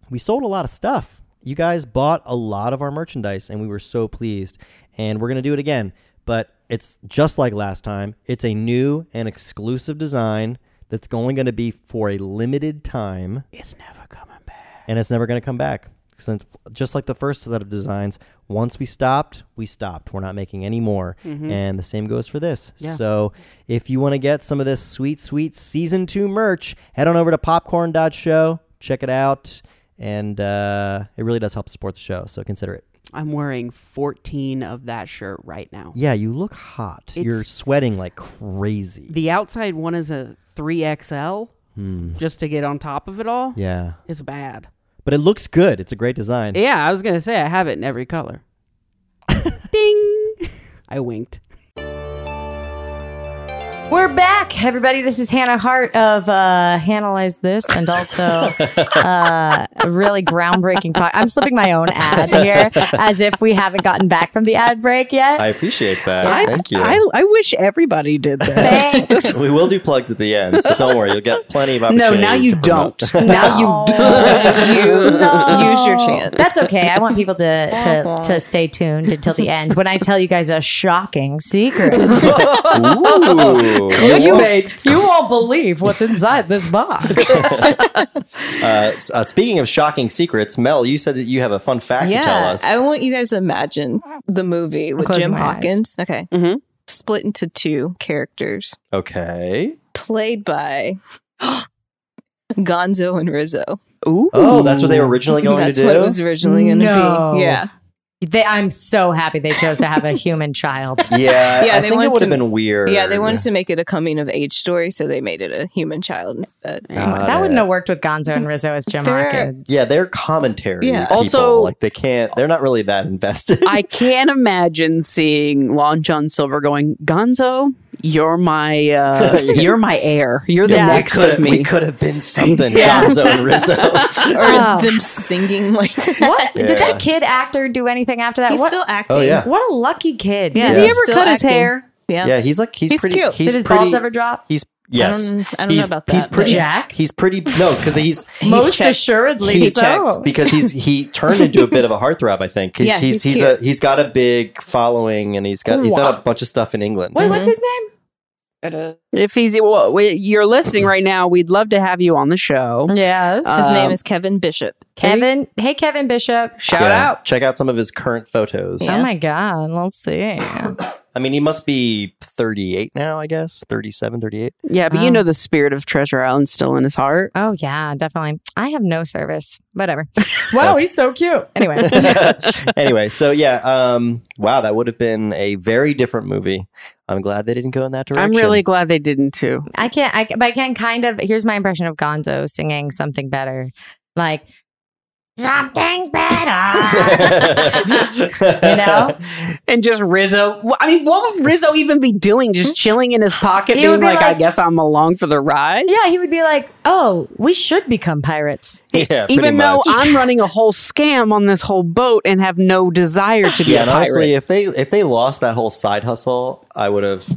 Speaker 2: we sold a lot of stuff. You guys bought a lot of our merchandise, and we were so pleased. And we're gonna do it again, but it's just like last time. It's a new and exclusive design that's only gonna be for a limited time
Speaker 1: It's never coming back.
Speaker 2: and it's never going to come back. Since just like the first set of designs, once we stopped, we stopped. We're not making any more,
Speaker 1: Mm-hmm.
Speaker 2: and the same goes for this. So, if you want to get some of this sweet, sweet season two merch, head on over to popcorn.show, check it out, and uh, it really does help support the show. So consider it.
Speaker 1: I'm wearing 14 of that shirt right now.
Speaker 2: Yeah, you look hot. You're
Speaker 1: It's-
Speaker 2: sweating like crazy.
Speaker 1: The outside one is a 3XL just to get on top of it all.
Speaker 2: Yeah.
Speaker 1: It's bad.
Speaker 2: But it looks good. It's a great design.
Speaker 1: Yeah, I was going to say I have it in every color. Ding. I winked.
Speaker 3: We're back, everybody. This is Hannah Hart of uh, Analyze This and also uh, a really groundbreaking podcast. I'm slipping my own ad here as if we haven't gotten back from the ad break yet.
Speaker 2: I appreciate that. Thank you.
Speaker 7: I, I wish everybody did that.
Speaker 3: Thanks.
Speaker 2: we will do plugs at the end, so don't worry. You'll get plenty of
Speaker 1: No,
Speaker 2: opportunities.
Speaker 1: now you
Speaker 2: to promote.
Speaker 1: don't.
Speaker 3: Now you do.
Speaker 4: Use your chance.
Speaker 3: That's okay. I want people to, to, to stay tuned until the end when I tell you guys a shocking secret.
Speaker 2: Ooh.
Speaker 7: you, made, you won't believe what's inside this box.
Speaker 2: Uh, s- uh, speaking of shocking secrets, Mel, you said that you have a fun fact to tell us.
Speaker 4: I want you guys to imagine the movie with
Speaker 3: closing
Speaker 4: Jim
Speaker 3: my eyes. Mm-hmm.
Speaker 4: Hawkins. Okay. Split into two characters
Speaker 2: okay.
Speaker 4: played by Gonzo and Rizzo.
Speaker 1: Ooh.
Speaker 2: Oh, that's what they were originally going
Speaker 4: That's
Speaker 2: to do.
Speaker 4: what it was originally going to
Speaker 7: No.
Speaker 4: be. Yeah.
Speaker 3: They, I'm so happy they chose to have a human child.
Speaker 2: yeah,
Speaker 4: Yeah,
Speaker 2: I
Speaker 4: they
Speaker 2: think it
Speaker 4: wanted
Speaker 2: would have
Speaker 4: to-
Speaker 2: been weird.
Speaker 4: Yeah, they wanted to make it a coming of age story, so they made it a human child instead.
Speaker 2: Got
Speaker 3: that wouldn't
Speaker 2: it.
Speaker 3: have worked with Gonzo and Rizzo as Jim
Speaker 4: They're-
Speaker 3: Hawkins.
Speaker 2: Yeah, they're commentary.
Speaker 4: Yeah.
Speaker 2: people.
Speaker 1: Also-
Speaker 2: like they can't. They're not really that invested.
Speaker 1: I can't imagine seeing Lon John Silver going, Gonzo, you're my uh, you're my heir. You're the
Speaker 3: Yeah. We
Speaker 2: we
Speaker 1: next
Speaker 2: could
Speaker 1: of
Speaker 2: have. We
Speaker 1: me.
Speaker 2: could have been something. Gonzo and Rizzo.
Speaker 4: Or
Speaker 3: Oh.
Speaker 4: them singing like
Speaker 3: What
Speaker 2: Yeah.
Speaker 3: did that kid actor do anything after that?
Speaker 4: He's
Speaker 3: what,
Speaker 4: still acting.
Speaker 2: Oh, yeah.
Speaker 3: what a lucky kid.
Speaker 4: Yeah.
Speaker 3: Did
Speaker 2: Yeah.
Speaker 3: he ever
Speaker 4: Still
Speaker 3: cut his
Speaker 4: acting.
Speaker 3: hair?
Speaker 4: Yeah.
Speaker 2: Yeah, he's like he's,
Speaker 4: He's
Speaker 2: pretty.
Speaker 4: cute.
Speaker 2: He's
Speaker 3: Did his
Speaker 2: pretty,
Speaker 3: balls ever drop?
Speaker 2: He's yes.
Speaker 4: don't- I don't know
Speaker 2: he's,
Speaker 4: about
Speaker 2: He's
Speaker 4: that, but-
Speaker 2: pretty.
Speaker 3: Jack?
Speaker 2: He's pretty. No, because he's
Speaker 3: Most
Speaker 4: checked-
Speaker 3: assuredly
Speaker 2: He
Speaker 3: so.
Speaker 4: checked
Speaker 2: because he's he turned into a bit of a heartthrob. I think. He's,
Speaker 4: Yeah,
Speaker 2: he's he's
Speaker 4: he's
Speaker 2: a he's got a big following, and he's got he's done a bunch of stuff in England.
Speaker 3: Wait, what's his name?
Speaker 1: If he's well, we- you're listening right now, we'd love to have you on the show.
Speaker 3: Yes.
Speaker 4: His
Speaker 1: Um,
Speaker 4: name is Kevin Bishop.
Speaker 3: Kevin. Hey, Kevin Bishop.
Speaker 1: Shout
Speaker 2: Yeah,
Speaker 1: out.
Speaker 2: Check out some of his current photos.
Speaker 3: Oh my God. Let's see.
Speaker 2: I mean, he must be 38 now, I guess. 37, 38.
Speaker 1: Yeah, but
Speaker 3: Wow.
Speaker 1: you know the spirit of Treasure Island's still in his heart.
Speaker 3: Oh yeah, definitely. I have no service. Whatever.
Speaker 7: wow, he's so cute.
Speaker 3: Anyway.
Speaker 2: anyway, so yeah, um, wow, that would have been a very different movie. I'm glad they didn't go in that direction.
Speaker 1: I'm really glad they didn't too.
Speaker 3: I can't. I, but I can kind of. Here's my impression of Gonzo singing something better, like something better.
Speaker 2: you
Speaker 3: know?
Speaker 1: And just Rizzo. wh- I mean, what would Rizzo even be doing? Just chilling in his pocket,
Speaker 3: He would
Speaker 1: being
Speaker 3: be
Speaker 1: like, "I
Speaker 3: like-
Speaker 1: guess I'm along for the ride."
Speaker 3: yeah, he would be like, "Oh, we should become pirates."
Speaker 2: Yeah, pretty
Speaker 1: Even though
Speaker 2: much.
Speaker 1: I'm running a whole scam on this whole boat and have no desire to be
Speaker 2: yeah,
Speaker 1: a
Speaker 2: and
Speaker 1: pirate.
Speaker 2: honestly, if they if they lost that whole side hustle, I would have.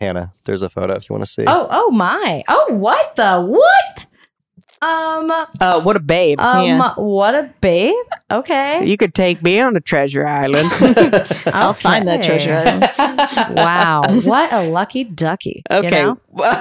Speaker 2: Hannah, there's a photo if you want to see.
Speaker 3: Oh, oh my! Oh, what the what? Um, um,
Speaker 1: uh, what a babe.
Speaker 4: Yeah.
Speaker 3: what a babe. Okay,
Speaker 1: you could take me on to Treasure Island.
Speaker 3: I'll
Speaker 4: Find that treasure. island.
Speaker 3: wow, what a lucky ducky. you
Speaker 1: Okay.
Speaker 3: know?
Speaker 1: Where-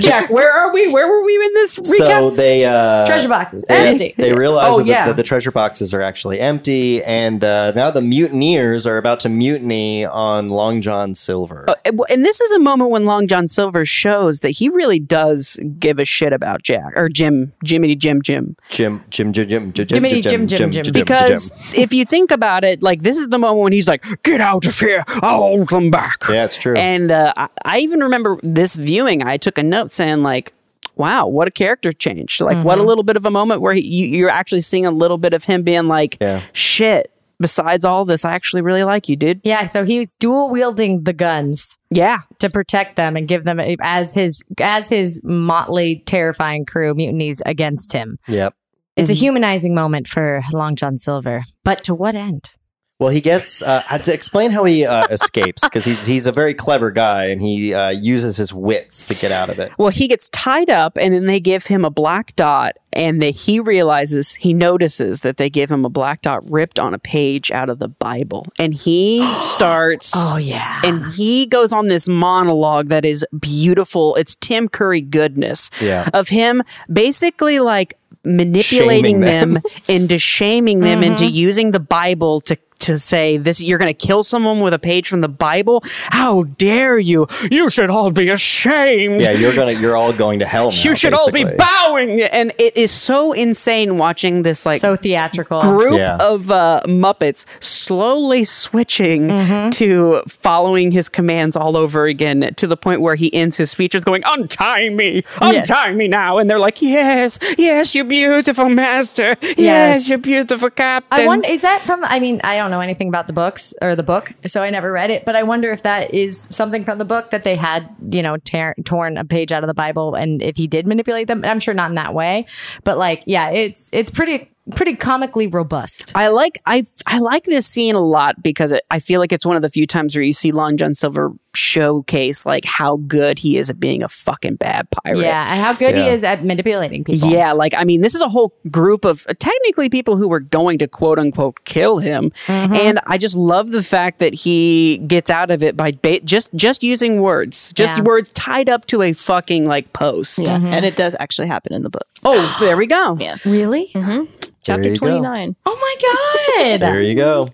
Speaker 1: Jack, where are we? Where were we in this recap?
Speaker 2: so they uh,
Speaker 3: treasure boxes
Speaker 2: They,
Speaker 3: empty.
Speaker 2: they realize
Speaker 1: Oh,
Speaker 2: that, the-
Speaker 1: yeah.
Speaker 2: that the treasure boxes are actually empty, and uh, now the mutineers are about to mutiny on Long John Silver.
Speaker 1: and this is a moment when Long John Silver shows that he really does give a shit about Jack or Jim, Jiminy Jim Jim.
Speaker 2: Jim, Jim, Jim, Jim, Jim, Jim,
Speaker 3: Jiminy
Speaker 2: Jim, Jim, Jim, Jim,
Speaker 1: Because if you think about it, like this is the moment when he's like, "Get out of here! I'll hold them back."
Speaker 2: Yeah, it's true.
Speaker 1: And uh, I, I even remember this viewing. I took a note saying like. Wow, what a character change! Like, what a little bit of a moment where he, you, you're actually seeing a little bit of him being like,
Speaker 2: Yeah.
Speaker 1: "Shit." Besides all this, I actually really like you, dude.
Speaker 3: yeah, so he's dual wielding the guns.
Speaker 1: Yeah,
Speaker 3: to protect them and give them as his as his motley terrifying crew mutinies against him.
Speaker 2: Yep.
Speaker 3: It's
Speaker 1: Mhm.
Speaker 3: a humanizing moment for Long John Silver, but to what end?
Speaker 2: Well, he gets uh, uh, to explain how he uh, escapes because he's he's a very clever guy and he uh, uses his wits to get out of it.
Speaker 1: Well, he gets tied up, and then they give him a black dot, and that he realizes he notices that they give him a black dot ripped on a page out of the Bible, and he starts.
Speaker 2: Oh,
Speaker 3: yeah.
Speaker 1: And he goes on this monologue that is beautiful. It's Tim Curry goodness
Speaker 2: Yeah.
Speaker 1: of him basically like manipulating
Speaker 2: Shaming them. Mm-hmm.
Speaker 1: them. into shaming them into using the Bible to to say this you're going to kill someone with a page from the Bible? How dare you? You should all be ashamed.
Speaker 2: Yeah, you're gonna you're all going to hell. Now,
Speaker 1: you should all
Speaker 2: basically.
Speaker 1: be bowing and it is so insane watching this like
Speaker 3: so theatrical.
Speaker 1: group
Speaker 2: Yeah.
Speaker 1: of uh, Muppets slowly switching
Speaker 3: Mm-hmm.
Speaker 1: to following his commands all over again to the point where he ends his speeches going, Untie me, untie
Speaker 3: Yes.
Speaker 1: me now. And they're like, Yes, yes, you beautiful master. Yes,
Speaker 3: Yes.
Speaker 1: you beautiful captain.
Speaker 3: I wonder is that from I mean, I don't know anything about the books or the book, so I never read it, but I wonder if that is something from the book that they had, you know, tear, torn a page out of the Bible and if he did manipulate them. I'm sure not in that way, but like yeah, it's it's pretty pretty comically robust.
Speaker 1: I like I I like this scene a lot because it, I feel like it's one of the few times where you see Long John Silver showcase like how good he is at being a fucking bad pirate.
Speaker 3: Yeah, and how good
Speaker 2: Yeah.
Speaker 3: he is at manipulating people.
Speaker 1: Yeah, like I mean, this is a whole group of technically people who were going to quote unquote kill him,
Speaker 3: Mm-hmm.
Speaker 1: and I just love the fact that he gets out of it by ba- just just using words, just
Speaker 3: Yeah.
Speaker 1: words tied up to a fucking like post.
Speaker 4: Yeah, and it does actually happen in the book.
Speaker 1: Oh, there we go.
Speaker 4: Yeah.
Speaker 3: Really?
Speaker 2: There
Speaker 4: Chapter
Speaker 2: you go.
Speaker 4: 29.
Speaker 3: Oh my
Speaker 2: There
Speaker 3: god.
Speaker 2: you go.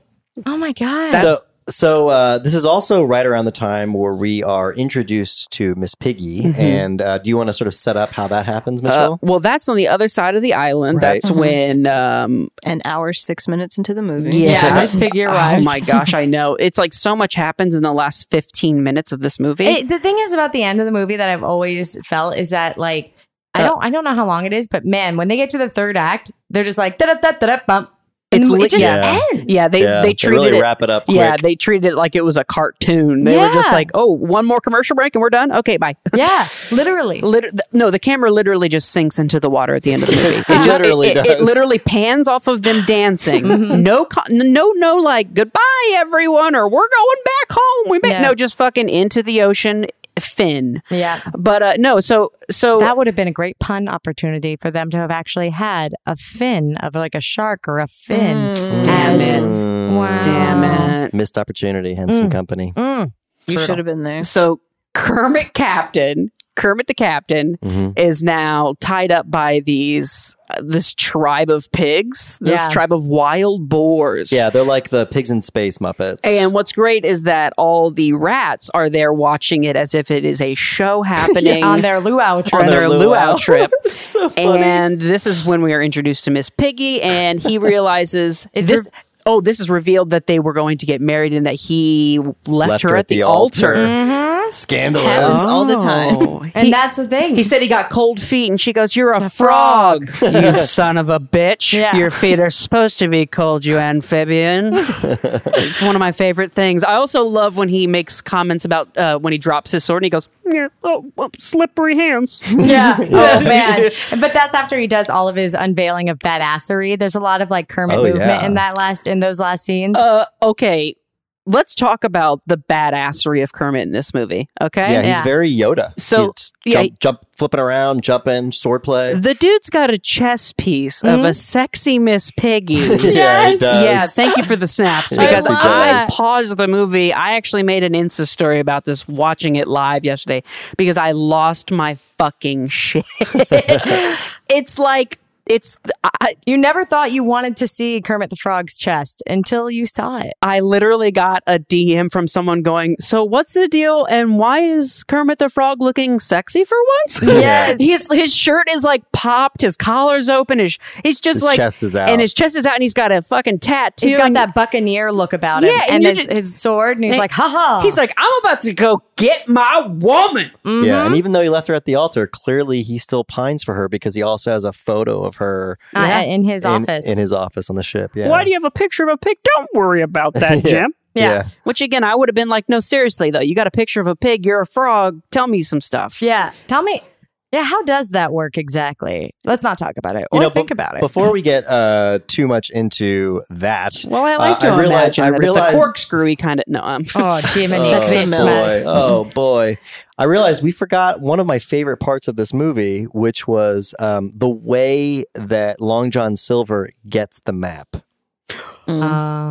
Speaker 3: oh my god.
Speaker 2: so so uh, this is also right around the time where we are introduced to Miss Piggy. And uh, do you want to sort of set up how that happens, Michelle?
Speaker 1: Uh, well, that's on the other side of the island.
Speaker 2: Right.
Speaker 1: That's
Speaker 3: Mm-hmm.
Speaker 1: when um,
Speaker 4: An hour, six minutes into the movie.
Speaker 3: yeah, Miss Piggy
Speaker 1: Oh
Speaker 3: arrives.
Speaker 1: my gosh, I know. It's like so much happens in the last 15 minutes of this movie.
Speaker 3: It, the thing is about the end of the movie that I've always felt is that like I don't I don't know how long it is, but man, when they get to the third act, they're just like da da da da da bump. And
Speaker 1: It's
Speaker 3: it's
Speaker 1: li-
Speaker 3: it just
Speaker 2: Yeah.
Speaker 3: ends.
Speaker 1: yeah, they
Speaker 2: yeah,
Speaker 1: they treated
Speaker 2: really
Speaker 1: it
Speaker 2: wrap it up quick.
Speaker 1: Yeah, they treated it like it was a cartoon. They were just
Speaker 3: Yeah.
Speaker 1: like, "Oh, one more commercial break and we're done." Okay, bye.
Speaker 3: yeah, literally.
Speaker 1: Liter- th- no, the camera literally just sinks into the water at the end of the movie. It, just,
Speaker 2: literally
Speaker 1: it, it- it
Speaker 2: does.
Speaker 1: literally pans off of them
Speaker 3: Mm-hmm.
Speaker 1: dancing. no, co- n- no, no, like goodbye, everyone, or we're going back home. We may-
Speaker 3: Yeah.
Speaker 1: no, just fucking into the ocean, fin.
Speaker 3: Yeah.
Speaker 1: But uh, no, so so
Speaker 3: That would have been a great pun opportunity for them to have actually had a fin of like a shark or a fin.
Speaker 1: damn
Speaker 3: as-
Speaker 1: it,
Speaker 3: Wow.
Speaker 1: damn it.
Speaker 2: Mm. Missed opportunity, Henson Company.
Speaker 3: Mm.
Speaker 4: You should have been there.
Speaker 1: So Kermit Captain, Kermit the Captain, is now tied up by these uh, this tribe of pigs, this
Speaker 3: Yeah.
Speaker 1: tribe of wild boars.
Speaker 2: Yeah, they're like the pigs in space Muppets.
Speaker 1: And what's great is that all the rats are there watching it as if it is a show happening
Speaker 3: On their luau
Speaker 1: on
Speaker 3: trip.
Speaker 2: their
Speaker 1: their luau
Speaker 2: luau.
Speaker 1: trip.
Speaker 2: It's so funny.
Speaker 1: and this is when we are introduced to Miss Piggy, and he realizes
Speaker 3: It's
Speaker 1: this.
Speaker 3: re-
Speaker 1: Oh, this is revealed that they were going to get married and that he left, her, at, the altar.
Speaker 2: Scandalous.
Speaker 4: Happens all the
Speaker 1: Oh.
Speaker 4: time.
Speaker 3: and
Speaker 1: He-
Speaker 3: that's the thing.
Speaker 1: He said he got cold feet, and she goes, "You're a, frog, you son of a bitch!
Speaker 3: Yeah.
Speaker 1: Your feet are supposed to be cold, you amphibian." it's one of my favorite things. I also love when he makes comments about uh, when he drops his sword, and he goes, "Yeah, oh, well, slippery hands."
Speaker 3: Yeah. Oh man. But that's after he does all of his unveiling of badassery. There's a lot of like Kermit
Speaker 2: Oh,
Speaker 3: movement
Speaker 2: yeah.
Speaker 3: in that last in those last scenes.
Speaker 1: uh, okay, let's talk about the badassery of Kermit in this movie. Okay,
Speaker 2: Yeah, he's
Speaker 3: Yeah.
Speaker 2: very Yoda.
Speaker 1: So,
Speaker 2: He's
Speaker 1: yeah,
Speaker 2: jump,
Speaker 1: he-
Speaker 2: jump, flipping around, jumping, swordplay.
Speaker 1: the dude's got a chess piece of
Speaker 3: Mm-hmm.
Speaker 1: a sexy Miss Piggy.
Speaker 2: Yeah, he
Speaker 3: Yes.
Speaker 2: does.
Speaker 1: Yeah, thank you for the snaps
Speaker 2: Yes,
Speaker 1: because
Speaker 2: it
Speaker 1: I
Speaker 2: does.
Speaker 1: paused the movie. I actually made an Insta story about this watching it live yesterday because I lost my fucking shit. it's like it's I,
Speaker 3: You never thought you wanted to see Kermit the Frog's chest until you saw it.
Speaker 1: I literally got a DM from someone going, "So what's the deal and why is Kermit the Frog looking sexy for once?"
Speaker 3: Yes.
Speaker 1: his his shirt is like popped, his collar's open, his he's just
Speaker 2: His
Speaker 1: like
Speaker 2: chest is out.
Speaker 1: and his chest is out, and he's got a fucking tattoo.
Speaker 3: He's got
Speaker 1: and-
Speaker 3: that buccaneer look about him
Speaker 1: Yeah, and
Speaker 3: and,
Speaker 1: you're
Speaker 3: his,
Speaker 1: just-
Speaker 3: his sword, and he's
Speaker 1: Hey,
Speaker 3: like, haha.
Speaker 1: He's like, I'm about to go get my woman.
Speaker 2: Yeah, and even though he left her at the altar, clearly he still pines for her because he also has a photo of her
Speaker 3: uh, in his
Speaker 2: in,
Speaker 3: office.
Speaker 2: in his office on the ship. Yeah.
Speaker 1: Why do you have a picture of a pig? Don't worry about that, Jim.
Speaker 2: yeah.
Speaker 1: Which again, I would have been like, no, seriously though, you got a picture of a pig, you're a frog. Tell me some stuff.
Speaker 3: yeah. Tell me, yeah, how does that work exactly? Let's not talk about it or
Speaker 2: be-
Speaker 3: think about it.
Speaker 2: Before we get uh, too much into that,
Speaker 1: Well, I like
Speaker 2: uh,
Speaker 1: to
Speaker 2: realize-
Speaker 1: imagine
Speaker 2: I
Speaker 1: that
Speaker 2: realized-
Speaker 1: it's a corkscrewy kind of. No, um, I'm.
Speaker 3: oh,
Speaker 2: Oh,
Speaker 3: Jiminy
Speaker 2: boy.
Speaker 3: Christmas.
Speaker 2: Oh boy. I realized we forgot one of my favorite parts of this movie, which was um, the way that Long John Silver gets the map.
Speaker 3: Um,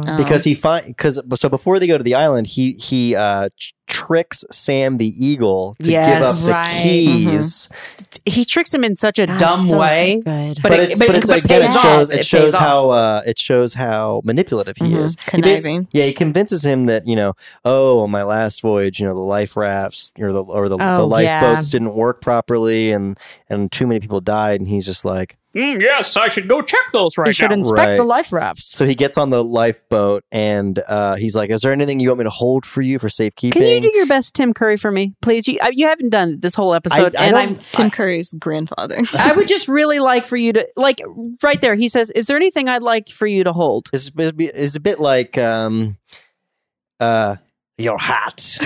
Speaker 3: Oh,
Speaker 2: Because he find because so before they go to the island, he he uh, tr- tricks Sam the eagle to
Speaker 1: Yes.
Speaker 2: give up the
Speaker 3: Right.
Speaker 2: keys.
Speaker 1: He tricks him in such a
Speaker 3: God,
Speaker 1: dumb
Speaker 3: so
Speaker 1: way.
Speaker 3: Good.
Speaker 1: But,
Speaker 2: But,
Speaker 1: it,
Speaker 2: it's
Speaker 1: but,
Speaker 2: but, it's
Speaker 1: but
Speaker 2: again it
Speaker 1: pays
Speaker 2: shows
Speaker 1: off.
Speaker 2: it,
Speaker 1: pays
Speaker 2: shows
Speaker 1: off.
Speaker 2: how uh, it shows how manipulative
Speaker 4: Mm-hmm.
Speaker 2: he is. He bas-
Speaker 4: Conniving.
Speaker 2: yeah, he convinces him that you know, oh, on my last voyage, you know, the life rafts or the or the, the
Speaker 3: Oh, yeah.
Speaker 2: lifeboats didn't work properly, and and too many people died, and he's just like,
Speaker 1: Mm, yes, I should go check those right
Speaker 7: you should
Speaker 1: now.
Speaker 7: inspect
Speaker 2: Right.
Speaker 7: the life rafts.
Speaker 2: so he gets on the lifeboat, and uh, he's like, is there anything you want me to hold for you for safekeeping?
Speaker 1: Can you do your best, Tim Curry, for me, please? You I- you haven't done it this whole episode, and I'm
Speaker 4: Tim Curry's grandfather.
Speaker 1: I would just really like for you to like right there. He says, "Is there anything I'd like for you to hold?"
Speaker 2: It's, it'd be- it's a bit like um, uh, your hat,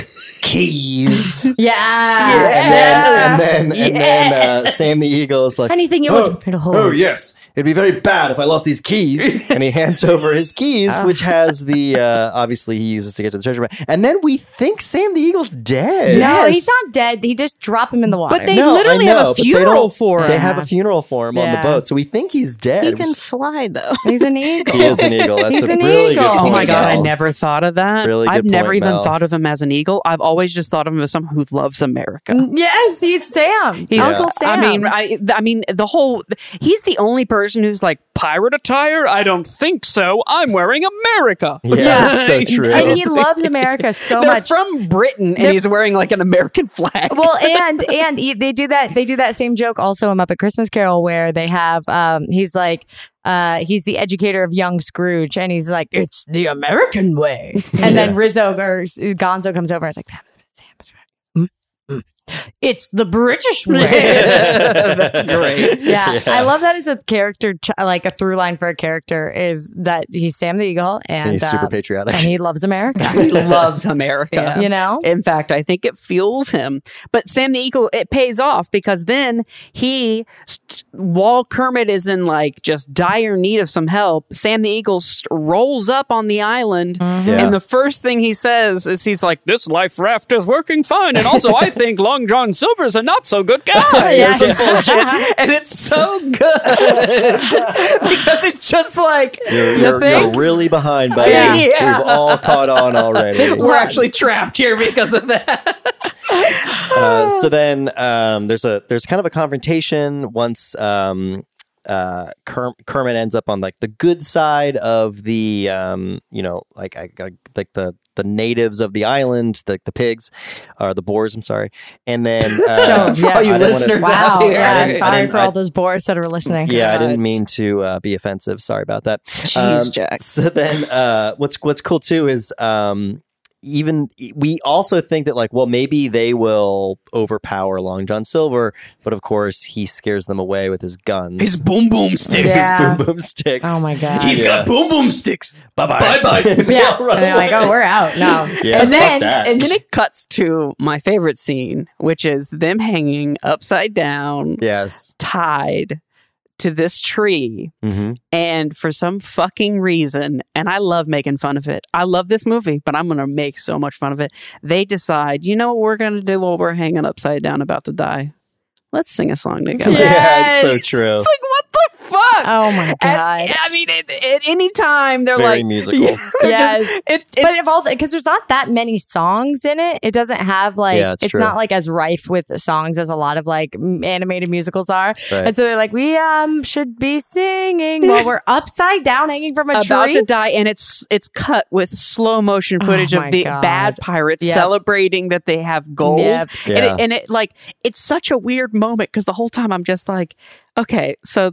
Speaker 2: keys.
Speaker 3: Yeah.
Speaker 2: And then, and then, and then uh, Sam the Eagle is like,
Speaker 3: Anything you
Speaker 2: oh,
Speaker 3: want me to hold.
Speaker 2: oh, yes. It'd be very bad if I lost these keys. and he hands over his keys,
Speaker 1: Ah.
Speaker 2: which has the, uh, obviously, he uses to get to the treasure map. And then we think Sam the Eagle's dead.
Speaker 3: No, he's not dead. He just dropped him in the water.
Speaker 1: But they
Speaker 2: No, I
Speaker 1: literally have
Speaker 2: know,
Speaker 1: a
Speaker 2: but they
Speaker 1: funeral
Speaker 2: don't-
Speaker 1: for
Speaker 2: They
Speaker 1: him.
Speaker 2: have a funeral for him on the
Speaker 3: Yeah.
Speaker 2: boat. So we think he's dead.
Speaker 4: he
Speaker 2: which
Speaker 4: can
Speaker 2: is-
Speaker 4: fly
Speaker 1: Um,
Speaker 4: though.
Speaker 3: He's an eagle.
Speaker 2: he is an eagle. That's
Speaker 3: He's
Speaker 2: a
Speaker 3: an
Speaker 2: really
Speaker 3: eagle.
Speaker 2: good
Speaker 1: Oh
Speaker 2: point.
Speaker 1: my god, I
Speaker 2: Mel.
Speaker 1: never thought of that.
Speaker 2: Really good
Speaker 1: I've never
Speaker 2: point,
Speaker 1: even
Speaker 2: Mel.
Speaker 1: thought of him as an eagle. I've always just thought of him as someone who loves America.
Speaker 3: yes, he's Sam.
Speaker 1: He's
Speaker 3: Uncle Sam.
Speaker 1: I mean, I, I mean, the whole. He's the only person who's like pirate attire. I don't think so. I'm wearing America.
Speaker 2: Yeah, that's so true.
Speaker 3: and he loves America so
Speaker 1: They're
Speaker 3: much.
Speaker 1: from Britain, and he's wearing like an American flag.
Speaker 3: well, and and he, they do that. They do that same joke also in Muppet Christmas Carol, where they have um, he's like uh, he's the educator of young Scrooge, and he's like it's the American way. And then Rizzo or Gonzo comes over and is like, "Sam, Sam, Sam, mm, mm. it's the British way.
Speaker 1: that's great.
Speaker 3: yeah. I love that as a character, ch- like a through line for a character is that he's Sam the Eagle and,
Speaker 2: And he's super
Speaker 3: uh,
Speaker 2: patriotic.
Speaker 3: and he loves America.
Speaker 1: He loves America.
Speaker 3: You know,
Speaker 1: In fact, I think it fuels him. But Sam the Eagle, it pays off because then he, st- while Kermit is in like just dire need of some help, Sam the Eagle st- rolls up on the island.
Speaker 2: Yeah.
Speaker 1: And the first thing he says is he's like, This life raft is working fine. And also, I think Long John Silver's a not so good guy.
Speaker 3: Yeah.
Speaker 1: Or some bullshit. And it's so good because it's just like,
Speaker 2: You're, you're, you're really behind, buddy.
Speaker 1: Yeah. Yeah.
Speaker 2: We've all caught on already.
Speaker 1: We're actually trapped here because of that.
Speaker 2: Uh, so then um, there's a there's kind of a confrontation once um, uh, Kerm- Kermit ends up on like the good side of the um, you know like I got like the the natives of the island like the pigs or the boars I'm sorry and then uh,
Speaker 3: for all
Speaker 2: I didn't
Speaker 3: you
Speaker 2: wanna-
Speaker 1: listeners out
Speaker 3: wow.
Speaker 1: here.
Speaker 3: Yeah,
Speaker 2: I didn't- I
Speaker 3: sorry
Speaker 2: didn't-
Speaker 3: for
Speaker 2: I-
Speaker 3: all those boars that are listening.
Speaker 2: yeah, I didn't mean to uh, be offensive. Sorry about that.
Speaker 4: Jeez, Jack.
Speaker 2: So then, uh, what's what's cool too is um, even e, we also think that like, well, maybe they will overpower Long John Silver, but of course he scares them away with his guns, his
Speaker 1: boom boom stick.
Speaker 3: Yeah.
Speaker 2: boom boom sticks.
Speaker 3: Oh my god.
Speaker 2: He's got
Speaker 1: boom boom sticks.
Speaker 2: bye bye
Speaker 1: Bye-bye.
Speaker 3: yeah. And they're like, oh, we're out. No.
Speaker 2: Yeah,
Speaker 3: and
Speaker 2: fuck
Speaker 3: then
Speaker 2: that.
Speaker 1: And then it cuts to my favorite scene, which is them hanging upside down,
Speaker 2: Yes.
Speaker 1: tied to this tree.
Speaker 2: Mhm.
Speaker 1: And for some fucking reason, and I love making fun of it. I love this movie, but I'm going to make so much fun of it. They decide, you know what we're going to do while we're hanging upside down about to die? Let's sing a song together.
Speaker 2: Yeah, it's so
Speaker 3: Yes.
Speaker 2: true.
Speaker 1: It's like, what the fuck?
Speaker 3: Oh my god.
Speaker 1: At, I mean, at, at any time, they're
Speaker 2: Very
Speaker 1: like,
Speaker 2: musical.
Speaker 1: they're
Speaker 3: Yes.
Speaker 1: just- it, it
Speaker 3: but if all because there's not that many songs in it, it doesn't have like
Speaker 2: Yeah, it's
Speaker 3: it's,
Speaker 2: true.
Speaker 3: not like as rife with songs as a lot of like m- animated musicals are.
Speaker 2: Right.
Speaker 3: And so they're like, we um should be singing while we're upside down hanging from a
Speaker 1: about
Speaker 3: tree. Oh
Speaker 1: to die, and it's it's cut with slow motion footage
Speaker 3: my
Speaker 1: of the
Speaker 3: God.
Speaker 1: bad pirates
Speaker 3: Yep.
Speaker 1: celebrating that they have gold.
Speaker 3: Yep.
Speaker 1: And,
Speaker 2: Yeah.
Speaker 1: it, and it like it's such a weird moment because the whole time I'm just like, okay, so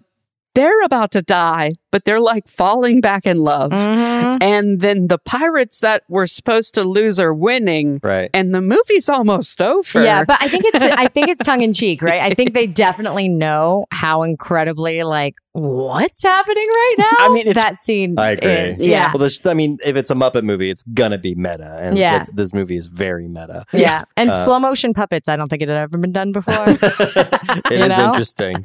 Speaker 1: they're about to die, but they're like falling back in love,
Speaker 3: Mhm.
Speaker 1: and then the pirates that were supposed to lose are winning,
Speaker 2: Right.
Speaker 1: and the movie's almost over.
Speaker 3: Yeah, but I think it's I think it's tongue in cheek, right? I think they definitely know how incredibly like what's happening right now.
Speaker 1: I mean, it's-
Speaker 3: that scene
Speaker 2: I agree.
Speaker 3: is yeah.
Speaker 2: Well, this, I mean, if it's a Muppet movie, it's gonna be meta, and
Speaker 3: Yeah.
Speaker 2: it's- this movie is very meta.
Speaker 3: Yeah. And
Speaker 2: Uh,
Speaker 3: slow motion puppets. I don't think it had ever been done before.
Speaker 2: it
Speaker 3: You
Speaker 2: is
Speaker 3: know?
Speaker 2: interesting.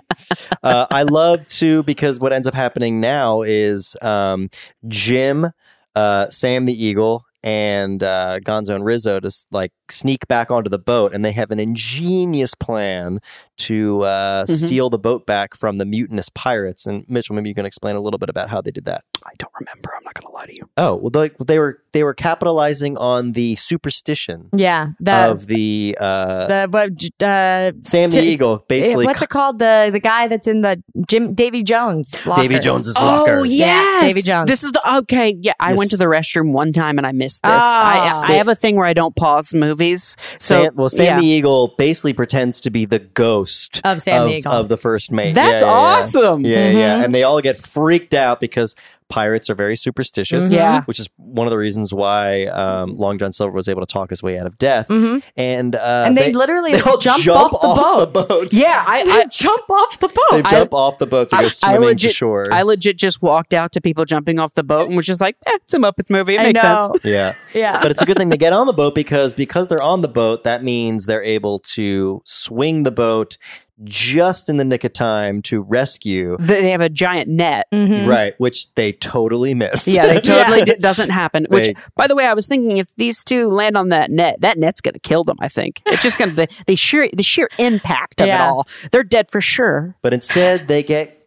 Speaker 2: Uh, I love too because what ends up happening now is um, Jim, uh, Sam the Eagle, and uh, Gonzo and Rizzo just like sneak back onto the boat, and they have an ingenious plan to uh,
Speaker 3: Mm-hmm.
Speaker 2: steal the boat back from the mutinous pirates. And Mitchell, maybe you can explain a little bit about how they did that.
Speaker 1: I don't remember. I'm not going to lie to you.
Speaker 2: Oh, well, they, they were they were capitalizing on the superstition
Speaker 3: Yeah, the
Speaker 2: of the uh,
Speaker 3: the what uh,
Speaker 2: Sam the
Speaker 3: t-
Speaker 2: Eagle,
Speaker 3: eh,
Speaker 2: basically
Speaker 3: what's it called? The the guy that's in the Jim Davy Jones. Locker.
Speaker 2: Davy Jones's
Speaker 1: Oh,
Speaker 2: locker.
Speaker 3: yes! Davy Jones.
Speaker 1: This is the okay. Yeah, I went to
Speaker 2: Yes.
Speaker 1: the restroom one time and I missed this.
Speaker 3: Ah.
Speaker 1: I, I have a thing where I don't pause movies. So
Speaker 2: Sam, well, Sam
Speaker 1: yeah.
Speaker 2: the Eagle basically pretends to be the ghost
Speaker 3: Of Sam the Eagle.
Speaker 2: of the first mate.
Speaker 1: That's
Speaker 2: Yeah, yeah, yeah.
Speaker 1: awesome. Mm-hmm.
Speaker 2: Yeah, yeah. And they all get freaked out because pirates are very superstitious.
Speaker 1: Mhm. Yeah.
Speaker 2: Which is one of the reasons why um, Long John Silver was able to talk his way out of death.
Speaker 1: Mm-hmm.
Speaker 2: And, uh,
Speaker 3: And they literally
Speaker 2: all
Speaker 3: jump off the
Speaker 2: the boat.
Speaker 1: Yeah, I, I
Speaker 7: Jump off the
Speaker 2: They
Speaker 7: boat.
Speaker 1: I-
Speaker 2: jump off the boat to go swimming
Speaker 1: legit,
Speaker 2: to shore.
Speaker 1: I legit just walked out to people jumping off the boat and was just like, eh, it's a Muppets movie. It
Speaker 3: I
Speaker 1: makes
Speaker 3: know.
Speaker 1: sense.
Speaker 2: yeah.
Speaker 3: Yeah.
Speaker 2: But it's a good thing they get on the boat because because they're on the boat, that means they're able to swing the boat just in the nick of time to rescue.
Speaker 1: They they have a giant net.
Speaker 3: Mm-hmm.
Speaker 2: Right, which they totally miss.
Speaker 1: Yeah, they totally d- doesn't happen. Which,
Speaker 2: They-
Speaker 1: by the way, I was thinking if these two land on that net, that net's going to kill them. I think it's just going to the, the sheer the sheer impact of
Speaker 3: Yeah.
Speaker 1: it all. They're dead for sure.
Speaker 2: but instead, they get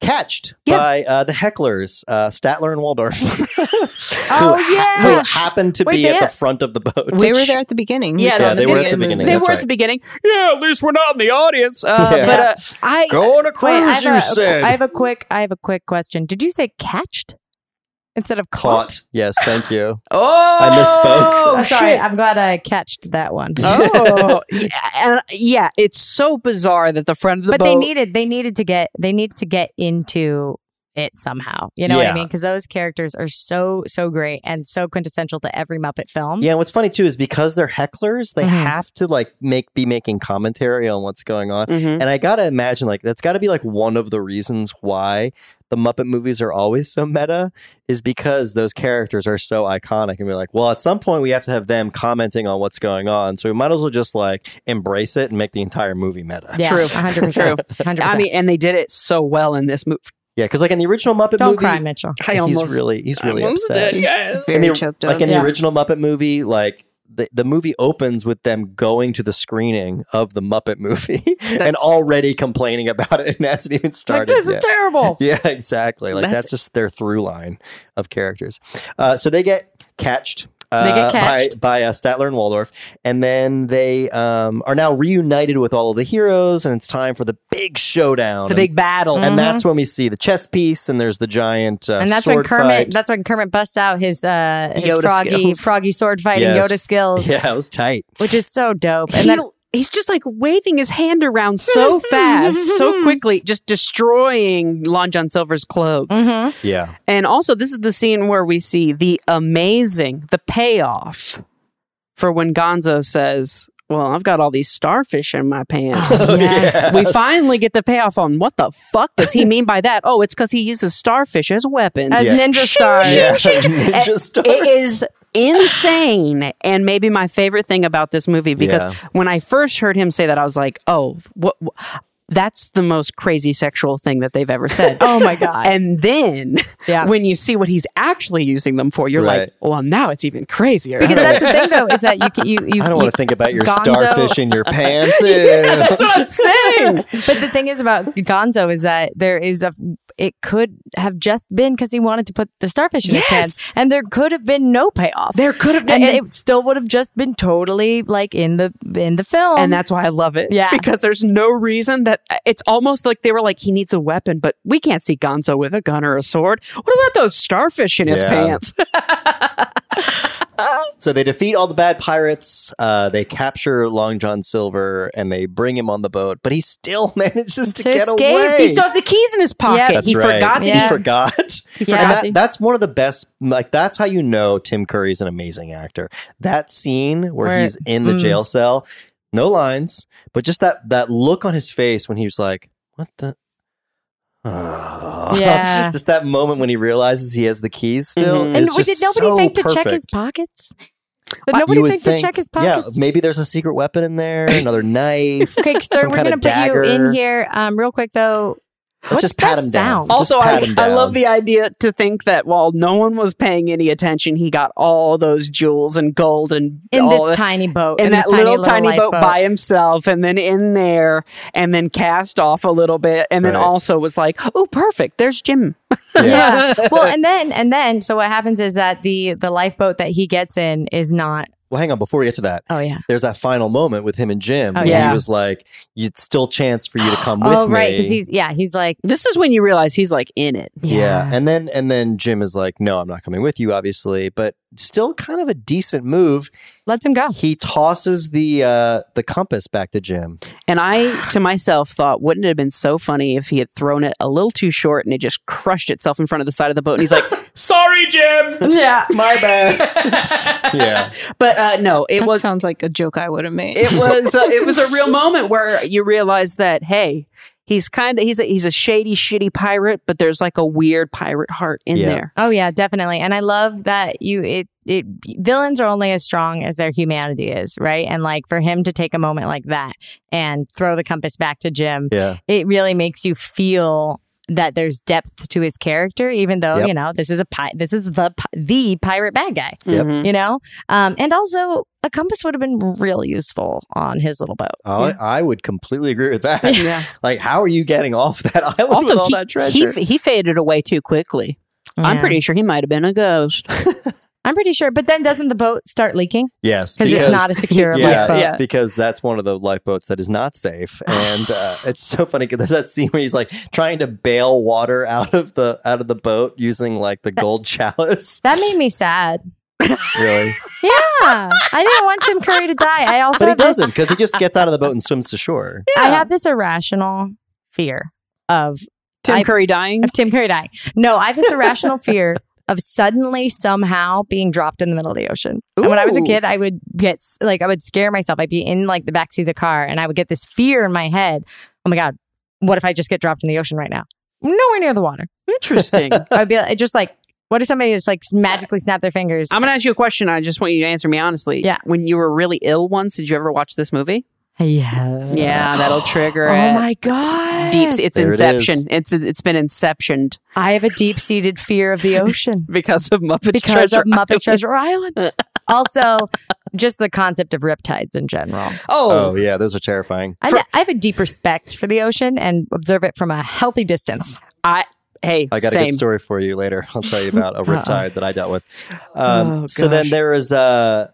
Speaker 2: catched
Speaker 1: Yeah.
Speaker 2: by uh, the hecklers, uh, Statler and Waldorf, who,
Speaker 3: Oh
Speaker 2: who
Speaker 3: yeah.
Speaker 2: happened to
Speaker 3: Wait,
Speaker 2: be
Speaker 3: they
Speaker 2: at the
Speaker 3: had-
Speaker 2: front of the boat.
Speaker 4: they were there at the beginning.
Speaker 1: Yeah,
Speaker 4: It's
Speaker 1: yeah,
Speaker 4: on
Speaker 1: they were at
Speaker 2: the beginning.
Speaker 1: they
Speaker 2: That's
Speaker 1: were
Speaker 2: right.
Speaker 1: at the beginning. Yeah, at least we're not in the audience. Uh,
Speaker 2: Yeah.
Speaker 1: But uh, I
Speaker 2: Go on a
Speaker 3: Wait, I
Speaker 2: cruise,
Speaker 3: have,
Speaker 2: you
Speaker 3: a,
Speaker 2: said.
Speaker 3: I have a quick. I have a quick question. Did you say catched instead of caught?
Speaker 2: Caught. Yes, thank you.
Speaker 1: oh,
Speaker 2: I misspoke.
Speaker 3: I'm sorry.
Speaker 1: shit.
Speaker 3: I'm glad I catched that one.
Speaker 1: oh, yeah, and, yeah, it's so bizarre that the front of the
Speaker 3: but
Speaker 1: boat.
Speaker 3: they needed they needed to get they needed to get into it somehow. You know what
Speaker 2: Yeah.
Speaker 3: I mean? Because those characters are so so great and so quintessential to every Muppet film.
Speaker 2: Yeah, and what's funny too is because they're hecklers, they
Speaker 3: Mhm.
Speaker 2: have to like make be making commentary on what's going on.
Speaker 3: Mm-hmm.
Speaker 1: Mhm.
Speaker 2: And I gotta imagine like that's gotta be like one of the reasons why the Muppet movies are always so meta is because those characters are so iconic and we're like, well, at some point we have to have them commenting on what's going on. So we might as well just like embrace it and make the entire movie meta.
Speaker 3: Yeah,
Speaker 1: True.
Speaker 3: 100%.
Speaker 1: True.
Speaker 3: 100%.
Speaker 1: I mean, and they did it so well in this movie.
Speaker 2: Yeah, because like in the original Muppet
Speaker 3: don't
Speaker 2: movie,
Speaker 3: cry, Mitchell.
Speaker 1: I
Speaker 2: he's
Speaker 1: almost
Speaker 2: really he's really
Speaker 1: almost
Speaker 2: upset.
Speaker 1: did, yeah.
Speaker 4: very
Speaker 2: in the-
Speaker 4: choked
Speaker 2: like
Speaker 4: up.
Speaker 2: in
Speaker 3: Yeah.
Speaker 2: the original Muppet movie, like the, the movie opens with them going to the screening of the Muppet movie and already complaining about it and hasn't even started.
Speaker 7: Like this is
Speaker 2: yet.
Speaker 7: terrible.
Speaker 2: yeah, exactly. Like that's, just their through line of characters. Uh, so they get catched. Uh,
Speaker 3: They get
Speaker 2: by,
Speaker 3: catched.
Speaker 2: by uh, Statler and Waldorf, and then they um, are now reunited with all of the heroes, and it's time for the big showdown,
Speaker 1: The
Speaker 2: And-
Speaker 1: big battle.
Speaker 2: and that's when we see the chess piece, and there's the giant uh,
Speaker 3: and that's when
Speaker 2: sword
Speaker 3: Kermit.
Speaker 2: fight.
Speaker 3: That's when Kermit busts out his uh his
Speaker 1: Yoda
Speaker 3: froggy
Speaker 1: skills.
Speaker 3: froggy sword fighting
Speaker 2: Yes.
Speaker 3: Yoda skills,
Speaker 2: yeah, it was tight.
Speaker 3: which is so dope.
Speaker 1: he,
Speaker 3: And then
Speaker 1: he's just like waving his hand around so fast, so quickly, just destroying Lon John Silver's clothes.
Speaker 3: mm-hmm,
Speaker 2: Yeah,
Speaker 1: And also, this is the scene where we see the amazing, the payoff for when Gonzo says, well, I've got all these starfish in my pants.
Speaker 3: yes.
Speaker 1: We finally get the payoff on what the fuck does he mean by that? Oh, it's because he uses starfish as weapons.
Speaker 3: as
Speaker 2: Yeah.
Speaker 3: ninja stars.
Speaker 2: Yeah, ninja stars.
Speaker 1: It is insane and maybe my favorite thing about this movie because
Speaker 2: Yeah.
Speaker 1: when I first heard him say that I was like, "Oh, what, wh- that's the most crazy sexual thing that they've ever said."
Speaker 3: Oh my god.
Speaker 1: And then
Speaker 3: Yeah.
Speaker 1: when you see what he's actually using them for, you're
Speaker 2: Right.
Speaker 1: like, "Well, now it's even crazier."
Speaker 3: because that's the thing though is that you can- you you
Speaker 2: I don't
Speaker 3: you-
Speaker 2: want to think about your
Speaker 3: Gonzo-
Speaker 2: starfish in your pants.
Speaker 1: that's what I'm saying.
Speaker 3: but the thing is about Gonzo is that there is a. It could have just been because he wanted to put the starfish in his
Speaker 1: Yes.
Speaker 3: pants, and there could have been no payoff.
Speaker 1: There could have been
Speaker 3: and it still would have just been totally like in the in the film.
Speaker 1: and that's why I love it.
Speaker 3: Yeah.
Speaker 1: Because there's no reason that it's almost like they were like, he needs a weapon, but we can't see Gonzo with a gun or a sword. What about those starfish in his
Speaker 2: Yeah.
Speaker 1: pants?
Speaker 2: so they defeat all the bad pirates. Uh, they capture Long John Silver and they bring him on the boat, but he still manages to,
Speaker 3: To
Speaker 2: get
Speaker 3: escape.
Speaker 2: away.
Speaker 1: he still has the keys in his pocket.
Speaker 3: That's
Speaker 1: he forgot that
Speaker 2: He
Speaker 3: Yeah.
Speaker 2: forgot.
Speaker 3: forgot
Speaker 2: And that,
Speaker 3: that-
Speaker 2: that's one of the best. Like that's how you know Tim Curry's an amazing actor. That scene where
Speaker 3: Where-
Speaker 2: he's in the
Speaker 3: mm.
Speaker 2: jail cell, no lines, but just that that look on his face when he was like, "What the."
Speaker 3: Yeah. Mm-hmm.
Speaker 2: just that moment when he realizes he has the keys still.
Speaker 1: Mhm.
Speaker 3: and
Speaker 2: is
Speaker 3: we-
Speaker 2: just
Speaker 3: did nobody
Speaker 2: so
Speaker 3: think to check
Speaker 2: perfect.
Speaker 3: his pockets? Did
Speaker 2: Why-
Speaker 3: nobody
Speaker 2: you would
Speaker 3: think, to check his pockets?
Speaker 2: Yeah, maybe there's a secret weapon in there, another knife.
Speaker 3: okay, sir,
Speaker 2: some
Speaker 3: we're
Speaker 2: kind
Speaker 3: gonna
Speaker 2: of
Speaker 3: put you
Speaker 2: dagger.
Speaker 3: in here um, real quick though.
Speaker 2: Let's just pat
Speaker 3: that
Speaker 2: him
Speaker 3: sound?
Speaker 2: down.
Speaker 1: Also,
Speaker 2: just pat
Speaker 1: I,
Speaker 2: him
Speaker 1: I
Speaker 2: down.
Speaker 1: love the idea to think that while no one was paying any attention, he got all those jewels and gold and
Speaker 3: in
Speaker 1: all
Speaker 3: this
Speaker 1: the-
Speaker 3: tiny boat,
Speaker 1: in, that
Speaker 3: this
Speaker 1: little tiny, boat,
Speaker 3: lifeboat.
Speaker 1: by himself, and then in there, and then cast off a little bit, and then
Speaker 2: Right.
Speaker 1: also was like, "Oh, perfect! There's Jim."
Speaker 3: yeah. well, and then and then so what happens is that the the lifeboat that he gets in is not.
Speaker 2: Well, hang on. Before we get to that,
Speaker 3: Oh yeah.
Speaker 2: there's that final moment with him and Jim.
Speaker 3: Oh,
Speaker 2: where
Speaker 1: yeah.
Speaker 2: He was like, "You'd still chance for you to come with
Speaker 3: oh
Speaker 2: me."
Speaker 3: right, because he's yeah he's like
Speaker 1: This is when you realize he's like in it.
Speaker 2: yeah. and then and then Jim is like, "No, I'm not coming with you." Obviously, but still kind of a decent move.
Speaker 3: lets him go.
Speaker 2: He tosses the uh, the compass back to Jim.
Speaker 1: And I, to myself, thought, wouldn't it have been so funny if he had thrown it a little too short and it just crushed itself in front of the side of the boat? And he's like, "Sorry, Jim."
Speaker 7: Yeah.
Speaker 2: My bad. yeah,
Speaker 1: But uh, no, it
Speaker 4: That
Speaker 1: was
Speaker 4: sounds like a joke I would have made.
Speaker 1: it was uh, it was a real moment where you realize that hey he's kind of he's a, he's a shady shitty pirate but there's like a weird pirate heart in
Speaker 2: Yeah.
Speaker 1: there
Speaker 3: Oh yeah, definitely. And I love that you it it villains are only as strong as their humanity is, right? And like for him to take a moment like that and throw the compass back to Jim,
Speaker 2: yeah.
Speaker 3: it really makes you feel that there's depth to his character, even though
Speaker 2: Yep.
Speaker 3: you know this is a pi- this is the pi- the pirate bad guy,
Speaker 2: Yep.
Speaker 1: Mm-hmm.
Speaker 3: you know. Um, and also a compass would have been real useful on his little boat.
Speaker 2: I, I would completely agree with that.
Speaker 1: Yeah.
Speaker 2: like, how are you getting off that island with all
Speaker 1: he,
Speaker 2: that treasure?
Speaker 1: he he faded away too quickly i'm
Speaker 3: Yeah.
Speaker 1: pretty sure he might have been a ghost
Speaker 3: I'm pretty sure. But then doesn't the boat start leaking
Speaker 2: yes,
Speaker 3: because it's not a secure
Speaker 2: yeah,
Speaker 3: lifeboat?
Speaker 1: yeah.
Speaker 2: because that's one of the lifeboats that is not safe. And uh, it's so funny because there's that scene where he's like trying to bail water out of the out of the boat using like the gold chalice.
Speaker 3: That made me sad.
Speaker 2: Really,
Speaker 3: Yeah, I didn't want Tim Curry to die. I
Speaker 2: but
Speaker 3: also
Speaker 2: he
Speaker 3: have this-
Speaker 2: doesn't because he just gets out of the boat and swims to shore.
Speaker 3: I have this irrational fear of
Speaker 1: tim
Speaker 3: I-
Speaker 1: curry dying
Speaker 3: of Tim Curry dying. No, I have this irrational fear of suddenly somehow being dropped in the middle of the ocean. And when I was a
Speaker 1: Ooh.
Speaker 3: kid, I would get s- like I would scare myself. I'd be in like the backseat of the car, and I would get this fear in my head. Oh my god, what if I just get dropped in the ocean right now? Nowhere near the water.
Speaker 1: interesting i'm
Speaker 3: I'd be like, just like, what if somebody just like magically snap their fingers?
Speaker 1: gonna ask you a question i just want you to answer me honestly
Speaker 3: Yeah.
Speaker 1: when you were really ill once did you ever watch this movie
Speaker 3: yeah.
Speaker 1: yeah that'll trigger
Speaker 3: Oh
Speaker 1: it.
Speaker 3: my god.
Speaker 1: deep it's
Speaker 2: There it
Speaker 1: inception
Speaker 2: is.
Speaker 1: it's it's been inceptioned
Speaker 3: I have a deep seated fear of the ocean.
Speaker 1: because of muppets
Speaker 3: because
Speaker 1: treasure
Speaker 3: of Muppet
Speaker 1: Island.
Speaker 3: Treasure Island. also, just the concept of riptides in general.
Speaker 1: oh
Speaker 2: Oh yeah, those are terrifying.
Speaker 3: I, I have a deep respect for the ocean and observe it from a healthy distance.
Speaker 1: I hey,
Speaker 2: I got
Speaker 1: same.
Speaker 2: a good story for you later. I'll tell you about a riptide that I dealt with. Um,
Speaker 1: Oh,
Speaker 2: so then
Speaker 1: gosh.
Speaker 2: there is uh,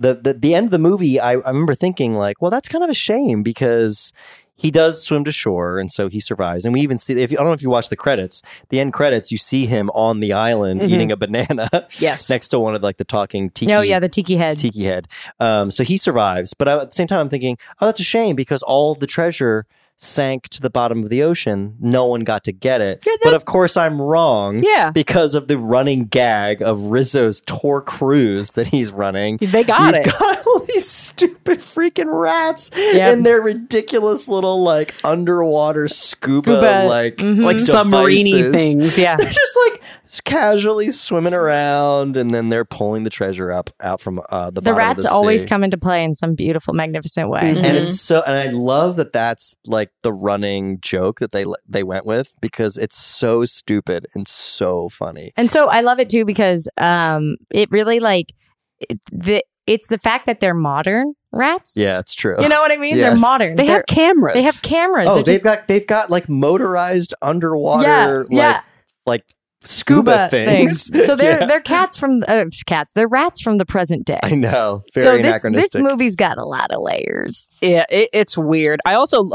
Speaker 2: the, the the end of the movie. I, I remember thinking like, well, that's kind of a shame because he does swim to shore, and so he survives. And we even see if you, I don't know if you watch the credits, the end credits, you see him on the island eating a banana.
Speaker 1: Mm-hmm. Yes.
Speaker 2: next to one of like the talking tiki.
Speaker 3: No, Oh, yeah, the tiki head.
Speaker 2: It's Tiki Head. Um, so he survives, but I, at the same time, I'm thinking, oh, that's a shame because all the treasure sank to the bottom of the ocean. No one got to get it. but of course, I'm wrong.
Speaker 1: Yeah.
Speaker 2: because of the running gag of Rizzo's tour cruise that he's running.
Speaker 1: They got
Speaker 2: You've
Speaker 1: it.
Speaker 2: got all these stupid freaking rats and their ridiculous little like underwater scuba
Speaker 3: Scuba.
Speaker 2: like
Speaker 1: like
Speaker 3: Hmm.
Speaker 1: submarine
Speaker 2: devices.
Speaker 1: things. Yeah.
Speaker 2: They're just like casually swimming around, and then they're pulling the treasure up out from uh, the
Speaker 3: the
Speaker 2: bottom of
Speaker 3: rats
Speaker 2: the
Speaker 3: always
Speaker 2: sea. Mm-hmm.
Speaker 3: come Mm-hmm. into play in some beautiful, magnificent way.
Speaker 2: And it's so, and I love that that's like the running joke that they they went with because it's so stupid and so funny.
Speaker 3: And so I love it too because um, it really like it, the it's the fact that they're modern rats.
Speaker 2: Yeah, it's true.
Speaker 3: You know what I mean? They're
Speaker 2: Yes.
Speaker 3: modern.
Speaker 1: They
Speaker 3: They're-
Speaker 1: have cameras.
Speaker 3: they have cameras.
Speaker 2: oh,
Speaker 3: They're
Speaker 2: they've got they've got like motorized underwater like
Speaker 3: yeah.
Speaker 2: like scuba, things.
Speaker 3: So they're
Speaker 2: Yeah.
Speaker 3: they're cats from uh, cats. They're rats from the present day.
Speaker 2: I know very
Speaker 3: so this,
Speaker 2: anachronistic.
Speaker 3: this movie's got a lot of layers.
Speaker 1: yeah, it, it's weird. I also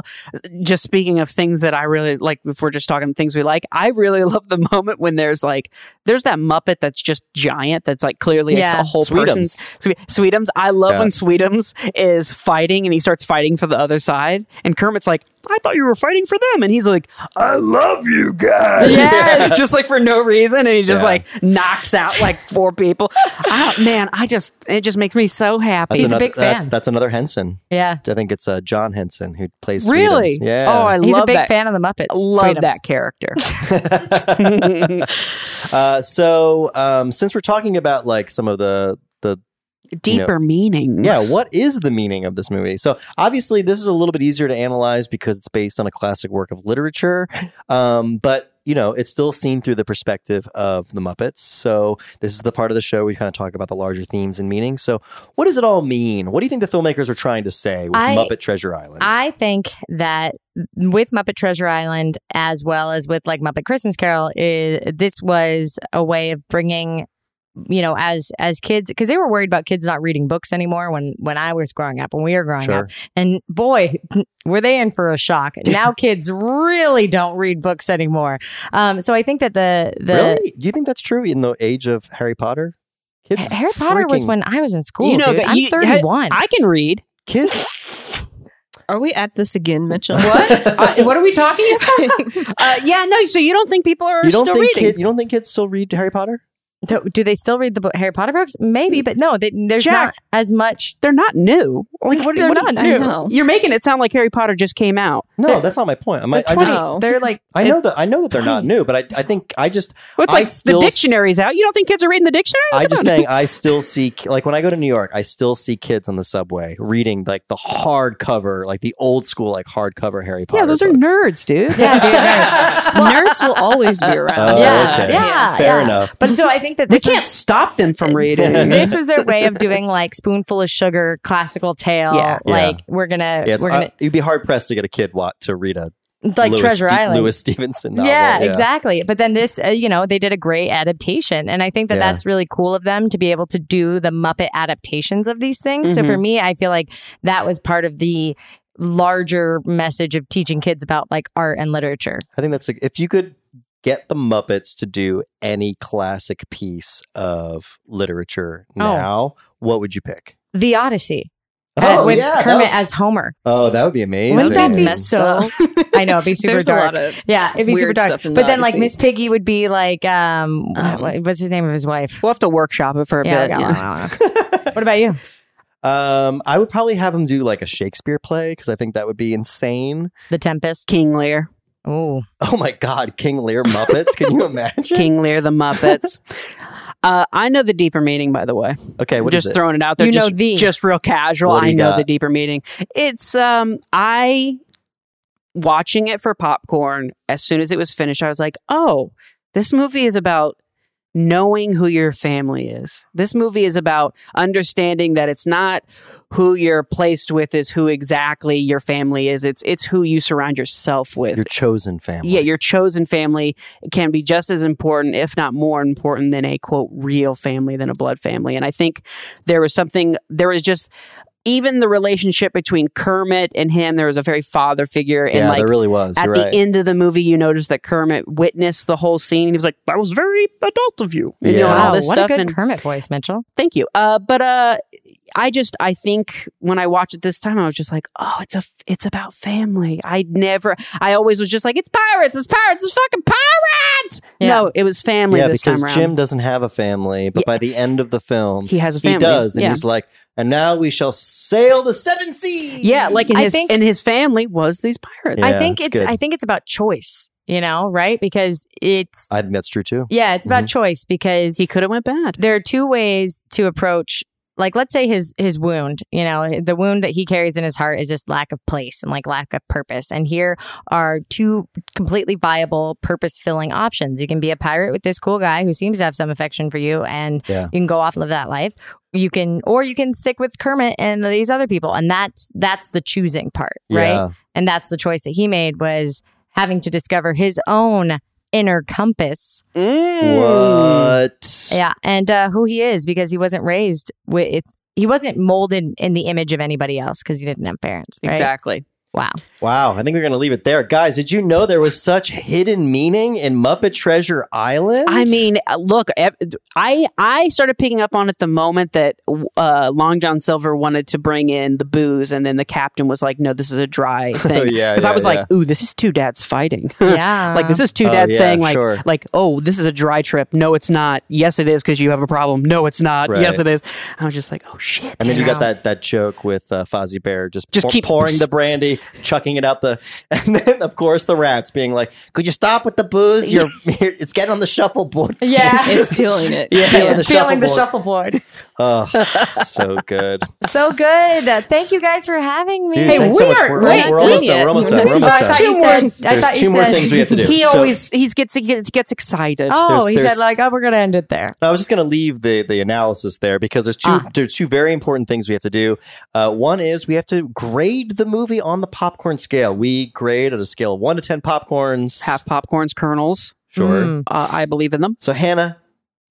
Speaker 1: just speaking of things that I really like if we're just talking things we like, I really love the moment when there's like there's that Muppet that's just giant that's like clearly
Speaker 3: Yeah.
Speaker 1: a whole person's Sweet, Sweetums. I love
Speaker 2: Yeah.
Speaker 1: when Sweetums is fighting and he starts fighting for the other side. And Kermit's like, I thought you were fighting for them. And he's like,
Speaker 2: I love you guys.
Speaker 1: Yes, just like for no reason, and he just
Speaker 2: Yeah.
Speaker 1: like knocks out like four people. I don't- man, I just it just makes me so happy.
Speaker 2: That's another,
Speaker 3: big fan.
Speaker 2: That's, that's another Henson.
Speaker 3: Yeah,
Speaker 2: I think it's uh, John Henson who plays.
Speaker 1: really,
Speaker 2: Sweetums. Yeah.
Speaker 1: Oh, I
Speaker 3: he's
Speaker 1: love
Speaker 3: a big
Speaker 1: that.
Speaker 3: fan of the Muppets.
Speaker 1: Love
Speaker 3: Sweetums.
Speaker 1: that character.
Speaker 2: Uh, so um, since we're talking about like some of the the
Speaker 1: deeper meanings.
Speaker 2: Yeah, what is the meaning of this movie? So obviously, this is a little bit easier to analyze because it's based on a classic work of literature, um, but you know it's still seen through the perspective of the Muppets. So this is the part of the show where we kind of talk about the larger themes and meanings. So what does it all mean? What do you think the filmmakers were trying to say with
Speaker 3: I-
Speaker 2: Muppet Treasure Island?
Speaker 3: I think that with Muppet Treasure Island, as well as with like Muppet Christmas Carol, is, this was a way of bringing, you know, as as kids, because they were worried about kids not reading books anymore when when I was growing up, when we were growing up,
Speaker 2: sure.
Speaker 3: and boy, were they in for a shock. Now kids really don't read books anymore. Um, so I think that the the
Speaker 2: really? Do you think that's true in the age of Harry Potter? Kids,
Speaker 3: Harry Potter was
Speaker 2: freaking-
Speaker 3: when I was in school.
Speaker 1: You know
Speaker 3: dude.
Speaker 1: that
Speaker 3: I'm
Speaker 1: you-
Speaker 3: 31.
Speaker 1: I can read.
Speaker 2: kids.
Speaker 4: Are we at this again, Mitchell?
Speaker 1: Uh, what are we talking about? uh, yeah, no. So you don't think people are
Speaker 2: You don't
Speaker 1: still
Speaker 2: think
Speaker 1: reading?
Speaker 2: kid, you don't think kids still read Harry Potter?
Speaker 3: do, do they still read the book, Harry Potter books? Maybe, but no, they, there's
Speaker 1: Jack.
Speaker 3: not as much.
Speaker 1: They're not new. Like what,
Speaker 3: They're
Speaker 1: what
Speaker 3: not
Speaker 1: are you-
Speaker 4: new. I know.
Speaker 1: You're making it sound like Harry Potter just came out.
Speaker 2: No, that's not my point. I'm, I, I
Speaker 4: They're
Speaker 2: just
Speaker 4: 20. Oh.
Speaker 3: They're like
Speaker 2: I know that I know that they're not new, but I, I think I just
Speaker 1: Well, it's
Speaker 2: I
Speaker 1: like
Speaker 2: still
Speaker 1: the dictionary's out. You don't think kids are reading the dictionary?
Speaker 2: I
Speaker 1: Come
Speaker 2: just
Speaker 1: on.
Speaker 2: saying I still see like when I go to New York, I still see kids on the subway reading like the hardcover, like the old school like hardcover Harry Potter.
Speaker 1: Yeah, those are
Speaker 2: books.
Speaker 1: nerds, dude.
Speaker 3: yeah, dude, nerds.
Speaker 4: Nerds will always be around.
Speaker 2: Oh,
Speaker 3: yeah,
Speaker 2: okay.
Speaker 3: yeah,
Speaker 2: fair
Speaker 3: yeah.
Speaker 2: enough.
Speaker 3: But so I think that
Speaker 1: we
Speaker 3: this
Speaker 1: can't
Speaker 3: was,
Speaker 1: stop them from reading.
Speaker 3: this was their way of doing like spoonful of sugar, classical tale.
Speaker 1: Yeah.
Speaker 2: Yeah.
Speaker 3: like we're gonna
Speaker 2: Yeah, it's,
Speaker 3: we're gonna
Speaker 2: uh, you'd be hard pressed to get a kid what to read a
Speaker 3: like
Speaker 2: Lewis
Speaker 3: Treasure
Speaker 2: Ste-
Speaker 3: Island.
Speaker 2: Lewis Stevenson novel.
Speaker 3: yeah, exactly. But then this, uh, you know, they did a great adaptation, and I think that
Speaker 2: Yeah.
Speaker 3: that's really cool of them to be able to do the Muppet adaptations of these things. So for me, I feel like that was part of the larger message of teaching kids about like art and literature.
Speaker 2: I think that's a, if you could get the Muppets to do any classic piece of literature
Speaker 3: Oh.
Speaker 2: now, what would you pick?
Speaker 3: The Odyssey uh, with Kermit
Speaker 2: Oh, that,
Speaker 3: as Homer.
Speaker 2: oh, that would be amazing.
Speaker 3: Wouldn't that be
Speaker 4: Messed
Speaker 3: so?
Speaker 4: up.
Speaker 3: I know it'd be super
Speaker 4: There's
Speaker 3: dark.
Speaker 4: a lot of
Speaker 3: Yeah, it'd be
Speaker 4: weird
Speaker 3: super dark.
Speaker 4: stuff in
Speaker 3: but
Speaker 4: the
Speaker 3: then, like
Speaker 4: Odyssey.
Speaker 3: Miss Piggy would be like, um,
Speaker 4: Um,
Speaker 3: what- what's the name of his wife?
Speaker 1: we'll have to workshop it for a
Speaker 3: Yeah,
Speaker 1: bit.
Speaker 3: I
Speaker 1: yeah.
Speaker 3: don't know, I don't know. what about you?
Speaker 2: Um, I would probably have him do like a Shakespeare play because I think that would be insane.
Speaker 3: The Tempest.
Speaker 1: King Lear,
Speaker 3: Oh,
Speaker 2: Oh my God, King Lear Muppets! Can you imagine?
Speaker 1: King Lear, the Muppets. Uh, I know the deeper meaning, by the way.
Speaker 2: Okay, what is
Speaker 1: just
Speaker 2: it?
Speaker 1: throwing it out there.
Speaker 3: You know
Speaker 1: just,
Speaker 3: the-
Speaker 1: just real casual.
Speaker 2: What do you
Speaker 1: I know
Speaker 2: got?
Speaker 1: the deeper meaning. It's um I watching it for popcorn. As soon as it was finished, I was like, oh, this movie is about knowing who your family is. This movie is about understanding that it's not who you're placed with is who exactly your family is. It's it's who you surround yourself with.
Speaker 2: Your chosen family.
Speaker 1: Yeah, your chosen family can be just as important, if not more important, than a quote real family than a blood family. And I think there was something. There was just even the relationship between Kermit and him. There was a very father figure, and
Speaker 2: yeah,
Speaker 1: like.
Speaker 2: there really was.
Speaker 1: at
Speaker 2: You're
Speaker 1: the
Speaker 2: right.
Speaker 1: end of the movie, you notice that Kermit witnessed the whole scene. He was like, "That was very adult of you," you know, and
Speaker 2: Yeah.
Speaker 1: all
Speaker 3: wow,
Speaker 1: this
Speaker 3: what
Speaker 1: stuff.
Speaker 3: a good
Speaker 1: and
Speaker 3: Kermit voice, Mitchell.
Speaker 1: thank you. Uh, but uh, I just I think when I watched it this time, I was just like, oh, it's a it's about family. I never, I always was just like, it's pirates, it's pirates, it's fucking pirates.
Speaker 3: Yeah.
Speaker 1: No, it was family
Speaker 2: yeah,
Speaker 1: this
Speaker 2: because
Speaker 1: time around.
Speaker 2: Jim doesn't have a family, but by the end of the film,
Speaker 1: he has a
Speaker 2: he
Speaker 1: family.
Speaker 2: does, and
Speaker 1: yeah.
Speaker 2: he's like, "And now we shall sail the seven seas."
Speaker 1: yeah, like in
Speaker 3: I
Speaker 1: his
Speaker 3: think-
Speaker 1: in his family was these pirates.
Speaker 2: Yeah,
Speaker 3: I think
Speaker 2: that's
Speaker 3: it's
Speaker 2: good.
Speaker 3: I think it's about choice, you know, right? Because it's
Speaker 2: I think that's true too.
Speaker 3: yeah, it's about
Speaker 2: Mm-hmm.
Speaker 3: choice because
Speaker 1: He could have went bad.
Speaker 3: there are two ways to approach like let's say his his wound you know the wound that he carries in his heart is this lack of place and like lack of purpose and here are two completely viable purpose filling options you can be a pirate with this cool guy who seems to have some affection for you and
Speaker 2: Yeah.
Speaker 3: you can go off and live that life you can or you can stick with kermit and these other people and that's that's the choosing part right
Speaker 2: Yeah.
Speaker 3: and that's the choice that he made was having to discover his own inner compass Mm.
Speaker 2: What?
Speaker 3: yeah, and uh, who he is because he wasn't raised with. He wasn't molded in the image of anybody else because he didn't have parents. right?
Speaker 1: Exactly.
Speaker 3: Wow.
Speaker 2: Wow, I think we're going to leave it there. Guys, did you know there was such hidden meaning in Muppet Treasure Island?
Speaker 1: I mean, uh, look, ev- I I started picking up on it the moment that uh, Long John Silver wanted to bring in the booze, and then the captain was like, "No, this is a dry thing."
Speaker 2: Oh, yeah,
Speaker 1: because
Speaker 2: yeah,
Speaker 1: I was
Speaker 2: yeah.
Speaker 1: like, "Ooh, this is two dads fighting."
Speaker 3: Yeah.
Speaker 1: like this is two
Speaker 2: Oh,
Speaker 1: dads
Speaker 2: yeah,
Speaker 1: saying like,
Speaker 2: sure.
Speaker 1: like, "Oh, this is a dry trip." No, it's not. Yes, it is because you have a problem. No, it's not.
Speaker 2: Right.
Speaker 1: Yes, it is. I was just like, "Oh shit!"
Speaker 2: and then
Speaker 1: these
Speaker 2: you
Speaker 1: are-
Speaker 2: got that that joke with uh, Fozzie Bear just
Speaker 1: Just
Speaker 2: pour-
Speaker 1: keep-
Speaker 2: pouring the brandy Nancy chucking it out the, and then of course the rats being like, "Could you stop with the booze? You're, you're it's getting on the shuffleboard.
Speaker 7: Yeah.
Speaker 4: It's peeling it.
Speaker 2: yeah,
Speaker 7: It's feeling the shuffleboard.
Speaker 2: Oh, so good.
Speaker 3: So good. Uh, Thank you guys for having me.
Speaker 2: Dude,
Speaker 7: Hey,
Speaker 2: thanks so
Speaker 7: we
Speaker 2: much.
Speaker 7: are-
Speaker 2: We're,
Speaker 7: wait,
Speaker 2: we're almost
Speaker 4: wait.
Speaker 2: done. We're almost done. We're almost
Speaker 7: So I thought
Speaker 2: done.
Speaker 7: you said. I
Speaker 2: There's
Speaker 7: thought you
Speaker 2: two
Speaker 7: said,
Speaker 2: more things we have to do.
Speaker 1: He
Speaker 2: So-
Speaker 1: always he gets he gets, gets excited.
Speaker 3: Oh,
Speaker 2: There's-
Speaker 3: he
Speaker 2: there's-
Speaker 3: said like, oh, we're gonna end it there.
Speaker 2: I was just going to leave the the analysis there because there's two
Speaker 3: Ah.
Speaker 2: there's two very important things we have to do. Uh, one is we have to grade the movie on the popcorn scale. We grade at a scale of one to ten popcorns.
Speaker 1: Half popcorns, kernels.
Speaker 2: sure.
Speaker 3: Mm.
Speaker 1: Uh, I believe in them.
Speaker 2: So Hannah,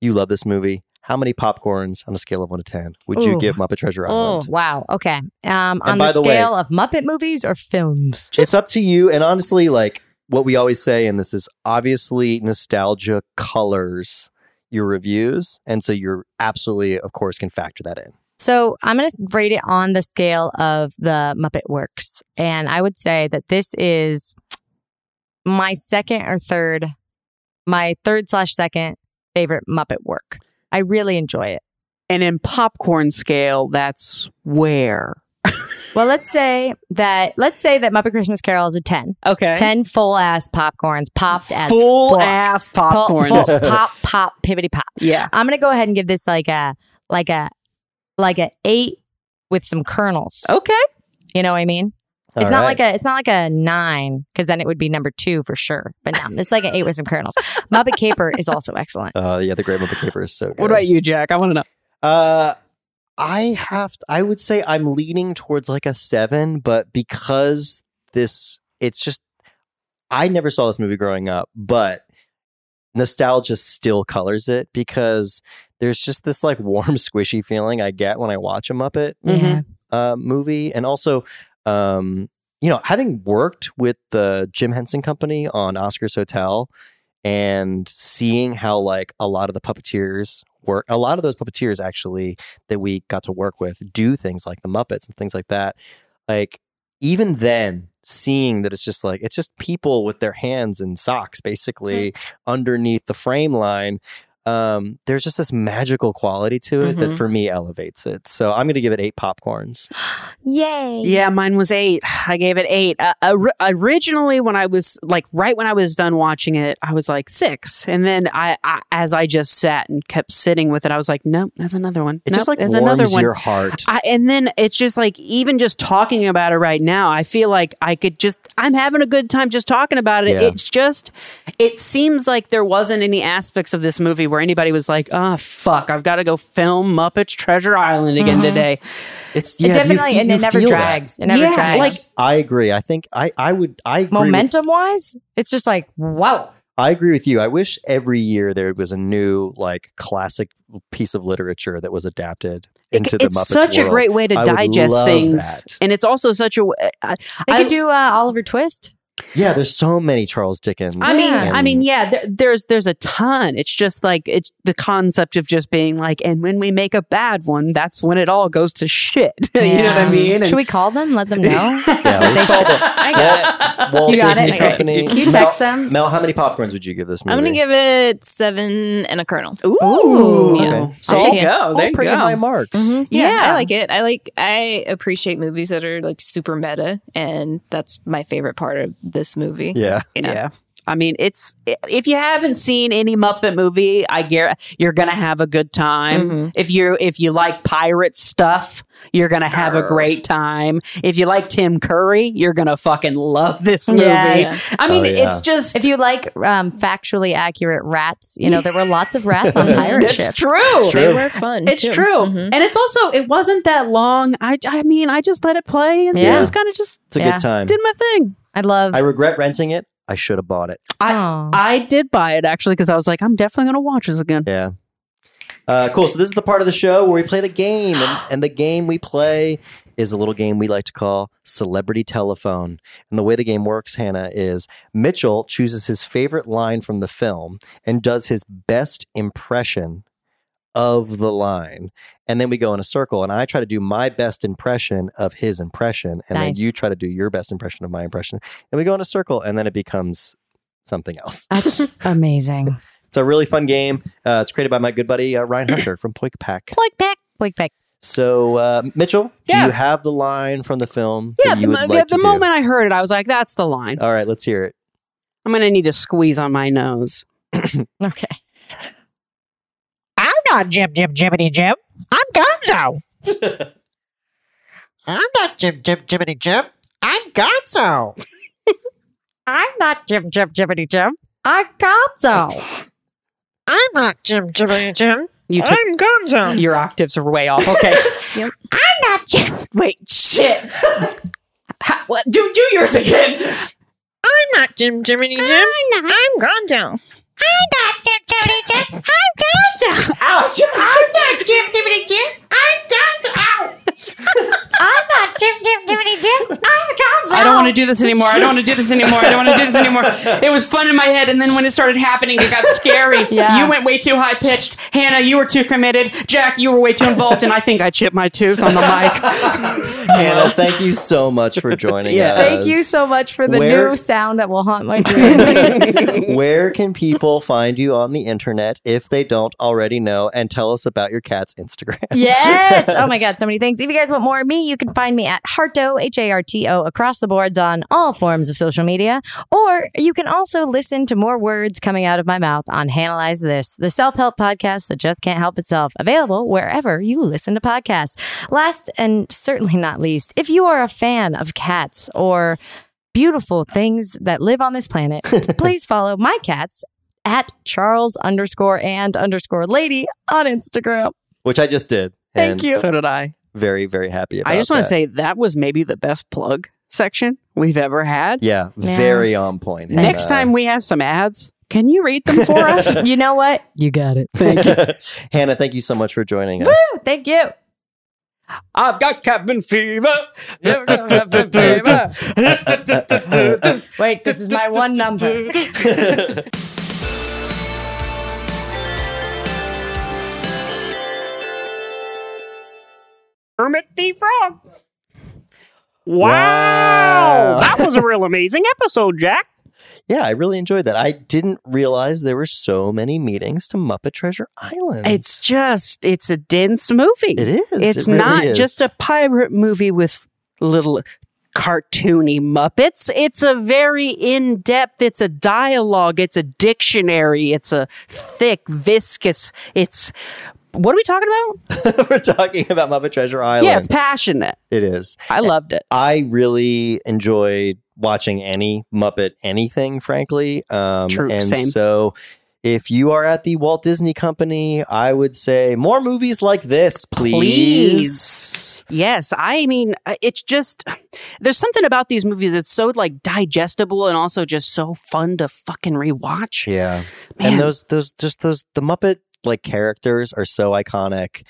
Speaker 2: you love this movie. How many popcorns on a scale of one to ten would you
Speaker 3: Ooh.
Speaker 2: give Muppet Treasure
Speaker 3: Oh,
Speaker 2: Island?
Speaker 3: wow. Okay. Um, on
Speaker 2: by
Speaker 3: the,
Speaker 2: the way-
Speaker 3: scale of Muppet movies or films?
Speaker 2: it's up to you. And honestly, like what we always say, and this is obviously nostalgia colors your reviews, and so you're absolutely, of course, can factor that in.
Speaker 3: So I'm going to rate it on the scale of the Muppet Works. And I would say that this is my second or third, my third slash second favorite Muppet work. I really enjoy it.
Speaker 1: And in popcorn scale, that's where.
Speaker 3: Well, let's say that, let's say that Muppet Christmas Carol is a 10.
Speaker 1: Okay.
Speaker 3: 10 full ass popcorns popped as
Speaker 1: full
Speaker 3: fuck.
Speaker 1: ass
Speaker 3: Full- full-
Speaker 1: popcorns.
Speaker 3: pop, pop, pippity pop.
Speaker 1: yeah.
Speaker 3: I'm gonna go ahead and give this like a like a like a eight with some kernels.
Speaker 1: Okay.
Speaker 3: You know what I mean?
Speaker 2: All
Speaker 3: it's not
Speaker 2: right.
Speaker 3: like a it's not like a nine because then it would be number two for sure. But no, it's like an eight with some kernels. Muppet Caper is also excellent.
Speaker 2: Uh, yeah, the Great Muppet Caper is so good.
Speaker 1: What about you, Jack? I want to know.
Speaker 2: Uh, I have. To, I would say I'm leaning towards like a seven, but because this, it's just I never saw this movie growing up, but nostalgia still colors it because there's just this like warm, squishy feeling I get when I watch a Muppet
Speaker 1: Mm-hmm.
Speaker 3: Yeah.
Speaker 2: uh, movie, and also. Um, you know, having worked with the Jim Henson Company on Oscar's Hotel and seeing how like a lot of the puppeteers work, a lot of those puppeteers actually that we got to work with do things like the Muppets and things like that. Like even then, seeing that it's just like it's just people with their hands in socks basically underneath the frame line. Um, there's just this magical quality to it that
Speaker 4: Mhm.
Speaker 2: for me elevates it. So I'm going to give it eight popcorns.
Speaker 3: Yay.
Speaker 1: Yeah, mine was eight. I gave it eight. Uh, or- originally, when I was like, right when I was done watching it, I was like six, and then I, I as I just sat and kept sitting with it, I was like, nope, that's another one.
Speaker 2: It just
Speaker 1: Nope,
Speaker 2: like warms
Speaker 1: that's another one.
Speaker 2: your heart.
Speaker 1: I, and then it's just like even just talking about it right now, I feel like I could just I'm having a good time just talking about it.
Speaker 2: Yeah.
Speaker 1: It's just it seems like there wasn't any aspects of this movie where anybody was like, "Ah, fuck, I've got to go film Muppets Treasure Island again
Speaker 2: Mm-hmm.
Speaker 1: today."
Speaker 2: it's
Speaker 3: It
Speaker 2: yeah, you
Speaker 3: definitely
Speaker 2: fe-
Speaker 3: and
Speaker 2: you
Speaker 3: it never
Speaker 2: feel that.
Speaker 3: drags. It never
Speaker 1: Yeah,
Speaker 3: drags.
Speaker 1: like-
Speaker 2: I agree. I think I I would I agree with
Speaker 3: momentum wise, it's just like wow.
Speaker 2: I agree with you. I wish every year there was a new like classic piece of literature that was adapted into the
Speaker 1: it's
Speaker 2: Muppets
Speaker 1: such a
Speaker 2: world.
Speaker 1: great way to
Speaker 2: I would
Speaker 1: digest
Speaker 2: love
Speaker 1: things,
Speaker 2: that.
Speaker 1: and it's also such a. w- I,
Speaker 3: They
Speaker 1: I-
Speaker 3: could do uh, Oliver Twist.
Speaker 2: Yeah, there's so many Charles Dickens.
Speaker 1: I mean,
Speaker 3: Yeah.
Speaker 1: I
Speaker 2: Mm.
Speaker 1: mean, yeah. There, there's there's a ton. It's just like it's the concept of just being like, and when we make a bad one, that's when it all goes to shit. you know what I
Speaker 3: Yeah.
Speaker 1: mean? And-
Speaker 3: Should we call them? Let them know.
Speaker 2: yeah,
Speaker 3: They
Speaker 2: let's call
Speaker 3: should-
Speaker 2: the
Speaker 4: I got it.
Speaker 2: Walt
Speaker 3: You got
Speaker 2: Disney
Speaker 3: it? Okay.
Speaker 2: Company.
Speaker 3: Can you text them?
Speaker 2: Mel, how many popcorns would you give this movie?
Speaker 4: I'm gonna give it seven and a kernel.
Speaker 1: Ooh.
Speaker 2: Okay.
Speaker 1: So
Speaker 4: I'll
Speaker 1: there
Speaker 4: take
Speaker 1: you
Speaker 4: it.
Speaker 1: go. oh, There
Speaker 2: I'll
Speaker 1: you
Speaker 2: bring in
Speaker 1: go.
Speaker 2: my marks.
Speaker 4: Yeah,
Speaker 1: Yeah.
Speaker 4: I like it. I like. I appreciate movies that are like super meta, and that's my favorite part of this movie.
Speaker 2: Yeah.
Speaker 1: yeah. I mean, it's if you haven't seen any Muppet movie, I guarantee you're gonna have a good time. If you if you like pirate stuff, you're gonna have a great time. If you like Tim Curry, you're gonna fucking love this movie.
Speaker 3: Yes.
Speaker 1: I mean,
Speaker 2: Oh, yeah.
Speaker 1: it's just
Speaker 3: If you like um, factually accurate rats, you know there were lots of rats on pirate
Speaker 1: that's
Speaker 3: ships.
Speaker 1: true.
Speaker 4: They were fun.
Speaker 1: It's
Speaker 4: too.
Speaker 1: true.
Speaker 4: Mhm.
Speaker 1: And it's also it wasn't that long. I I mean, I just let it play and
Speaker 3: Yeah.
Speaker 1: it was kind of just
Speaker 2: It's a
Speaker 3: Yeah.
Speaker 2: good time.
Speaker 1: did my thing.
Speaker 3: I love. oh,
Speaker 2: I regret renting it. I should have bought it.
Speaker 3: Aw.
Speaker 1: I did buy it actually because I was like, I'm definitely gonna watch this again.
Speaker 2: Yeah. Uh, cool. So this is the part of the show where we play the game, and, and the game we play is a little game we like to call Celebrity Telephone. And the way the game works, Hannah, is Mitchell chooses his favorite line from the film and does his best impression of the line. And then we go in a circle, and I try to do my best impression of his impression, and then
Speaker 3: Nice.
Speaker 2: you try to do your best impression of my impression, and we go in a circle, and then it becomes something else.
Speaker 3: That's amazing.
Speaker 2: It's a really fun game. Uh, it's created by my good buddy uh, Ryan Hunter from Poik Pack.
Speaker 3: Boink back, boink back.
Speaker 2: So, uh, Mitchell, do
Speaker 1: Yeah.
Speaker 2: you have the line from the film
Speaker 1: Yeah,
Speaker 2: that
Speaker 1: the,
Speaker 2: you would
Speaker 1: mo-
Speaker 2: like
Speaker 1: the,
Speaker 2: to
Speaker 1: the
Speaker 2: do? Oh.
Speaker 1: moment I heard it, I was like, that's the line.
Speaker 2: All right, let's hear it.
Speaker 1: I'm going to need to squeeze on my nose.
Speaker 3: Okay.
Speaker 8: I'm not Jim Jim Jiminy Jim. I'm Gonzo. I'm not Jim Jim Jiminy Jim. I'm Gonzo.
Speaker 3: I'm not Jim Jim Jiminy Jim. I got so.
Speaker 8: I'm not Jim Jiminy Jim.
Speaker 1: You took
Speaker 8: I'm Gonzo.
Speaker 1: your octaves are way off. Okay.
Speaker 8: I'm not Jim.
Speaker 1: Wait, shit. Ha- what? Do, do yours again.
Speaker 8: I'm not Jim Jiminy Jim. I'm, Gonzo. I'm not Jim Jiminy Jim. I'm Gonzo.
Speaker 1: Ouch.
Speaker 8: I'm not Jim Jim Jiminy Jim. I'm Gonzo.
Speaker 1: I don't want to do this anymore. I don't want to do this anymore. I don't want to do this anymore. It was fun in my head, and then when it started happening, it got scary.
Speaker 3: Yeah.
Speaker 1: You went way too high pitched. Hannah, you were too committed. Jack, you were way too involved, and I think I chipped my tooth on the mic.
Speaker 2: Hannah, thank you so much for joining
Speaker 1: Yeah.
Speaker 2: us.
Speaker 3: Thank you so much for the
Speaker 2: Where-
Speaker 3: new sound that will haunt my dreams.
Speaker 2: Where can people find you on the internet if they don't already know? And tell us about your cat's Instagram.
Speaker 3: yes. Oh my God, so many things. If you guys want more of me, you can find me at Harto, H A R T O, across the boards on all forms of social media. Or you can also listen to more words coming out of my mouth on Analyze This, the self help podcast that just can't help itself, available wherever you listen to podcasts. Last and certainly not least, if you are a fan of cats or beautiful things that live on this planet, please follow my cats at Charles underscore and underscore lady on Instagram.
Speaker 2: Which I just did.
Speaker 3: Thank
Speaker 2: and
Speaker 3: you.
Speaker 1: So did I.
Speaker 2: Very, very happy about
Speaker 1: I just want to
Speaker 2: that.
Speaker 1: say that was maybe the best plug section we've ever had.
Speaker 2: Yeah,
Speaker 3: Yeah.
Speaker 2: very on point. Uh,
Speaker 1: Next
Speaker 2: Hannah.
Speaker 1: time we have some ads, can you read them for us?
Speaker 3: you know what? You got it. Thank
Speaker 2: Hannah, thank you so much for joining us.
Speaker 3: you. Thank you.
Speaker 1: I've got cabin fever.
Speaker 3: Wait, this is my one number.
Speaker 8: Kermit the Frog.
Speaker 2: Wow.
Speaker 8: That was a real amazing episode, Jack.
Speaker 2: Yeah, I really enjoyed that. I didn't realize there were so many meetings to Muppet Treasure Island.
Speaker 1: It's just, it's a dense movie.
Speaker 2: it is.
Speaker 1: It's
Speaker 2: It really
Speaker 1: not
Speaker 2: is.
Speaker 1: just a pirate movie with little cartoony Muppets. It's a very in depth, it's a dialogue, it's a dictionary, it's a thick, viscous, it's. What are we talking about?
Speaker 2: we're talking about Muppet Treasure Island.
Speaker 1: Yeah, it's passionate.
Speaker 2: it is.
Speaker 1: I loved it.
Speaker 2: I really enjoyed watching any Muppet anything, frankly. Um,
Speaker 1: True,
Speaker 2: and
Speaker 1: same.
Speaker 2: so if you are at the Walt Disney Company, I would say more movies like this, please.
Speaker 1: Yes, I mean uh, it's just there's something about these movies that's so like digestible and also just so fun to fucking rewatch.
Speaker 2: Yeah.
Speaker 1: Man.
Speaker 2: And those those just those the Muppet like characters are so iconic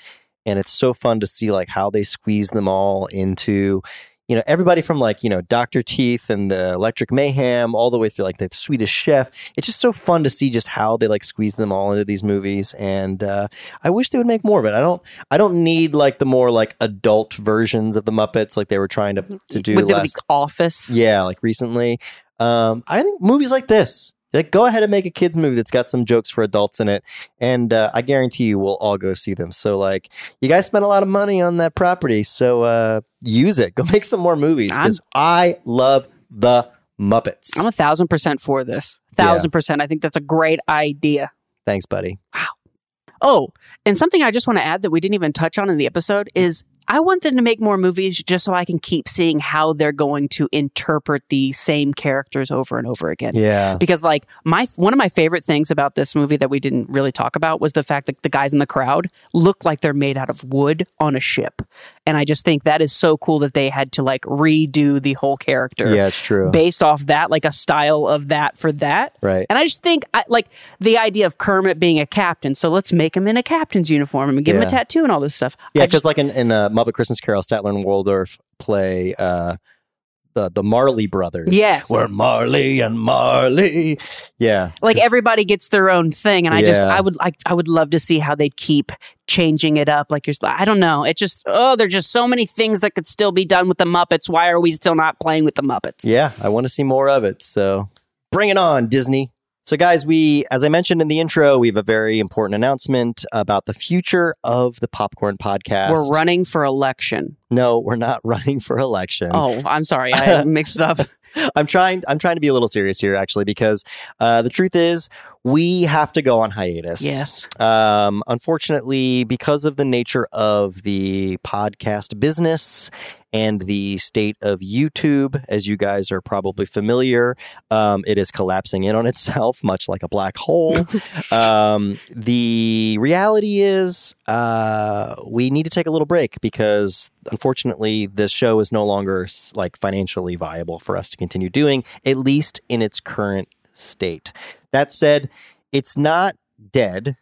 Speaker 2: and it's so fun to see like how they squeeze them all into you know everybody from like you know Dr. Teeth and the Electric Mayhem all the way through like the Swedish Chef. It's just so fun to see just how they like squeeze them all into these movies and uh, I wish they would make more of it. I don't I don't need like the more like adult versions of the Muppets like they were trying to to do
Speaker 1: with the-
Speaker 2: last
Speaker 1: the office.
Speaker 2: yeah, like recently. Um, I think movies like this, like go ahead and make a kids movie that's got some jokes for adults in it, and uh, I guarantee you we'll all go see them. So like, you guys spent a lot of money on that property, so uh, use it. Go make some more movies because I love the Muppets.
Speaker 1: I'm a thousand percent for this.
Speaker 2: Yeah.
Speaker 1: Thousand percent. I think that's a great idea.
Speaker 2: Thanks, buddy.
Speaker 1: Oh, and something I just want to add that we didn't even touch on in the episode is I want them to make more movies just so I can keep seeing how they're going to interpret the same characters over and over again.
Speaker 2: Yeah,
Speaker 1: Because like my one of my favorite things about this movie that we didn't really talk about was the fact that the guys in the crowd look like they're made out of wood on a ship. And I just think that is so cool that they had to like redo the whole character
Speaker 2: yeah, it's true.
Speaker 1: based off that, like a style of that for that.
Speaker 2: Right.
Speaker 1: And I just think, I, like, the idea of Kermit being a captain. So let's make him in a captain's uniform and give him
Speaker 2: Yeah.
Speaker 1: a tattoo and all this stuff.
Speaker 2: Yeah,
Speaker 1: I
Speaker 2: just like in, in uh, Muppet Christmas Carol, Statler and Waldorf play uh, the the Marley brothers.
Speaker 1: Yes.
Speaker 2: we're Marley and Marley. Yeah,
Speaker 1: like
Speaker 2: just-
Speaker 1: everybody gets their own thing, and I just
Speaker 2: Yeah.
Speaker 1: I would like I would love to see how they'd keep changing it up. Like you're, I don't know. It just oh, there's just so many things that could still be done with the Muppets. Why are we still not playing with the Muppets?
Speaker 2: Yeah, I want to see more of it. So bring it on, Disney. So, guys, we, as I mentioned in the intro, we have a very important announcement about the future of the Popcorn Podcast.
Speaker 1: We're running for election.
Speaker 2: No, we're not running for election.
Speaker 1: Oh, I'm sorry. I mixed it up.
Speaker 2: I'm trying. I'm trying to be a little serious here, actually, because uh, the truth is, we have to go on hiatus.
Speaker 1: Yes.
Speaker 2: Um, unfortunately, because of the nature of the podcast business and the state of YouTube, as you guys are probably familiar, um, it is collapsing in on itself, much like a black hole. um, the reality is, uh, we need to take a little break because, unfortunately, this show is no longer s- like financially viable for us to continue doing, at least in its current state. That said, it's not dead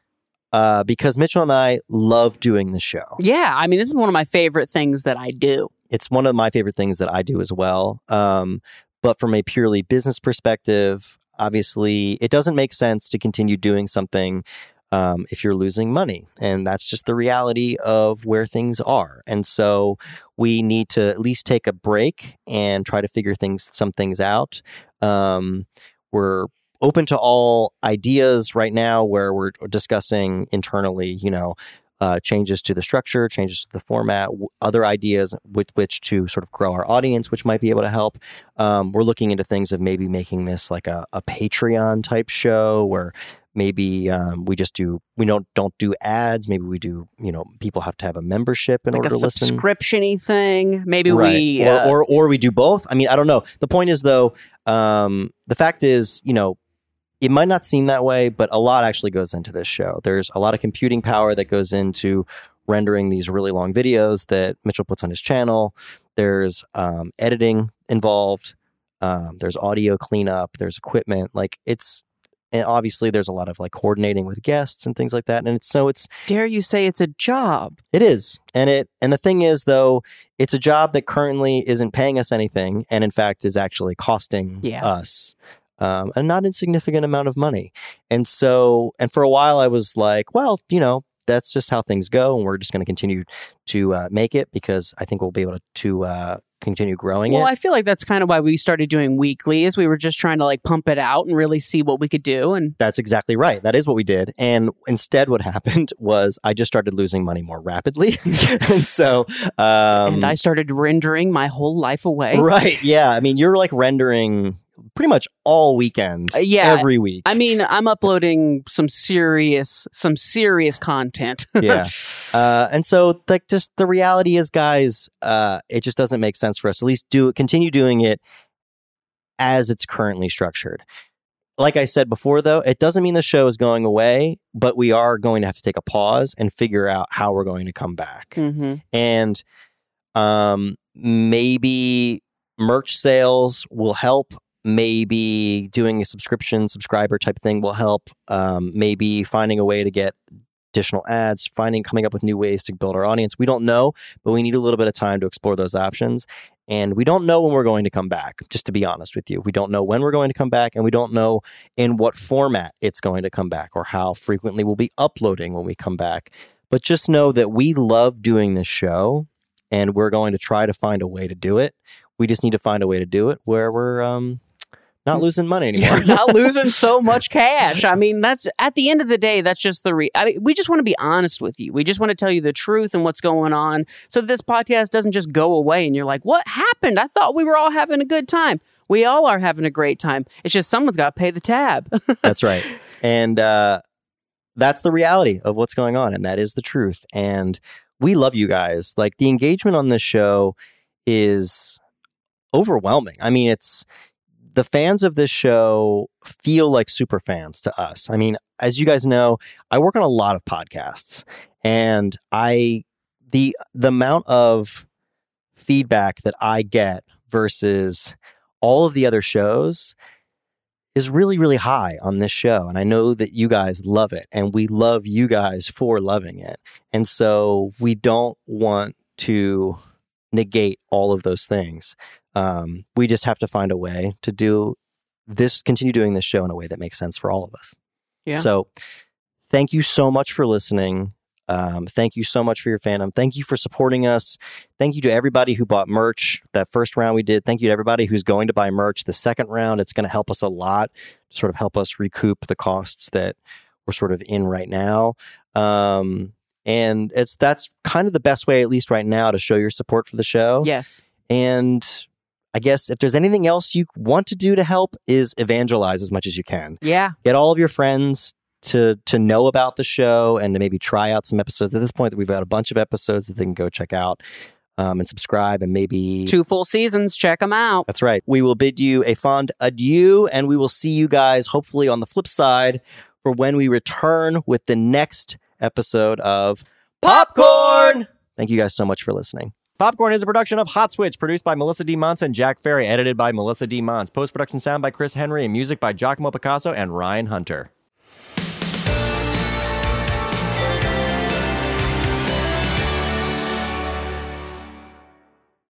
Speaker 2: uh, because Mitchell and I love doing the show.
Speaker 1: Yeah. I mean, this is one of my favorite things that I do.
Speaker 2: It's one of my favorite things that I do as well. Um, but from a purely business perspective, obviously, it doesn't make sense to continue doing something um, if you're losing money. And that's just the reality of where things are. And so we need to at least take a break and try to figure things, some things out. Um, we're open to all ideas right now where we're discussing internally, you know, uh, changes to the structure, changes to the format, w- other ideas with which to sort of grow our audience, which might be able to help. Um, we're looking into things of maybe making this like a, a Patreon type show where maybe um, we just do we don't don't do ads. Maybe we do you know people have to have a membership in
Speaker 1: Like a
Speaker 2: order to listen
Speaker 1: subscription thing. Maybe we.
Speaker 2: or,
Speaker 1: uh,
Speaker 2: or or we do both. I mean, I don't know. The point is though, um, the fact is, you know, it might not seem that way, but a lot actually goes into this show. There's a lot of computing power that goes into rendering these really long videos that Mitchell puts on his channel. There's um, editing involved. Um, there's audio cleanup. There's equipment. Like it's. And obviously, there's a lot of like coordinating with guests and things like that. And it's so it's
Speaker 1: dare you say it's a job?
Speaker 2: it is. And it and the thing is though, it's a job that currently isn't paying us anything and in fact is actually costing
Speaker 1: Yeah.
Speaker 2: us um, a not insignificant amount of money. And so and for a while I was like, well, you know, that's just how things go and we're just going to continue to uh, make it because I think we'll be able to, to uh, continue growing
Speaker 1: Well,
Speaker 2: it.
Speaker 1: I feel like that's kind of why we started doing weekly, is we were just trying to like pump it out and really see what we could do. And
Speaker 2: That's exactly right. That is what we did. And instead, what happened was I just started losing money more rapidly. and so, um,
Speaker 1: and I started rendering my whole life away.
Speaker 2: Right. Yeah. I mean, you're like rendering pretty much all weekend.
Speaker 1: Uh, yeah.
Speaker 2: Every week.
Speaker 1: I mean, I'm uploading some serious, some serious content.
Speaker 2: yeah. Uh, and so, like, just the reality is, guys, uh, it just doesn't make sense for us. At least do continue doing it as it's currently structured. Like I said before, though, it doesn't mean the show is going away, but we are going to have to take a pause and figure out how we're going to come back.
Speaker 1: Mhm.
Speaker 2: and um, maybe merch sales will help. Maybe doing a subscription subscriber type thing will help. Um, maybe finding a way to get additional ads, finding coming up with new ways to build our audience. We don't know, but we need a little bit of time to explore those options. And we don't know when we're going to come back, just to be honest with you. We don't know when we're going to come back, and we don't know in what format it's going to come back or how frequently we'll be uploading when we come back. But just know that we love doing this show and we're going to try to find a way to do it. We just need to find a way to do it where we're um, not losing money anymore.
Speaker 1: You're not losing so much cash. I mean, that's at the end of the day, that's just the re. I mean, we just want to be honest with you. We just want to tell you the truth and what's going on, so this podcast doesn't just go away and you're like, "What happened? I thought we were all having a good time. We all are having a great time. It's just someone's got to pay the tab."
Speaker 2: That's right. And uh, that's the reality of what's going on. And that is the truth. And we love you guys. Like the engagement on this show is overwhelming. I mean, it's the fans of this show feel like super fans to us. I mean, as you guys know, I work on a lot of podcasts and I the the amount of feedback that I get versus all of the other shows is really, really high on this show. And I know that you guys love it and we love you guys for loving it. And so we don't want to negate all of those things. Um, we just have to find a way to do this, continue doing this show in a way that makes sense for all of us.
Speaker 1: Yeah.
Speaker 2: So thank you so much for listening. Um, thank you so much for your fandom. Thank you for supporting us. Thank you to everybody who bought merch that first round we did. Thank you to everybody who's going to buy merch the second round. It's going to help us a lot to sort of help us recoup the costs that we're sort of in right now. Um, and it's that's kind of the best way, at least right now, to show your support for the show.
Speaker 1: Yes.
Speaker 2: And I guess if there's anything else you want to do to help, is evangelize as much as you can.
Speaker 1: Yeah.
Speaker 2: Get all of your friends to to know about the show and to maybe try out some episodes. At this point, we've got a bunch of episodes that they can go check out um, and subscribe and maybe.
Speaker 1: Two full seasons. Check them out.
Speaker 2: That's right. We will bid you a fond adieu, and we will see you guys hopefully on the flip side for when we return with the next episode of Popcorn. Thank you guys so much for listening. Popcorn is a production of Hot Switch, produced by Melissa D. Mons and Jack Ferry, edited by Melissa D. Mons. Post production sound by Chris Henry, and music by Giacomo Picasso and Ryan Hunter.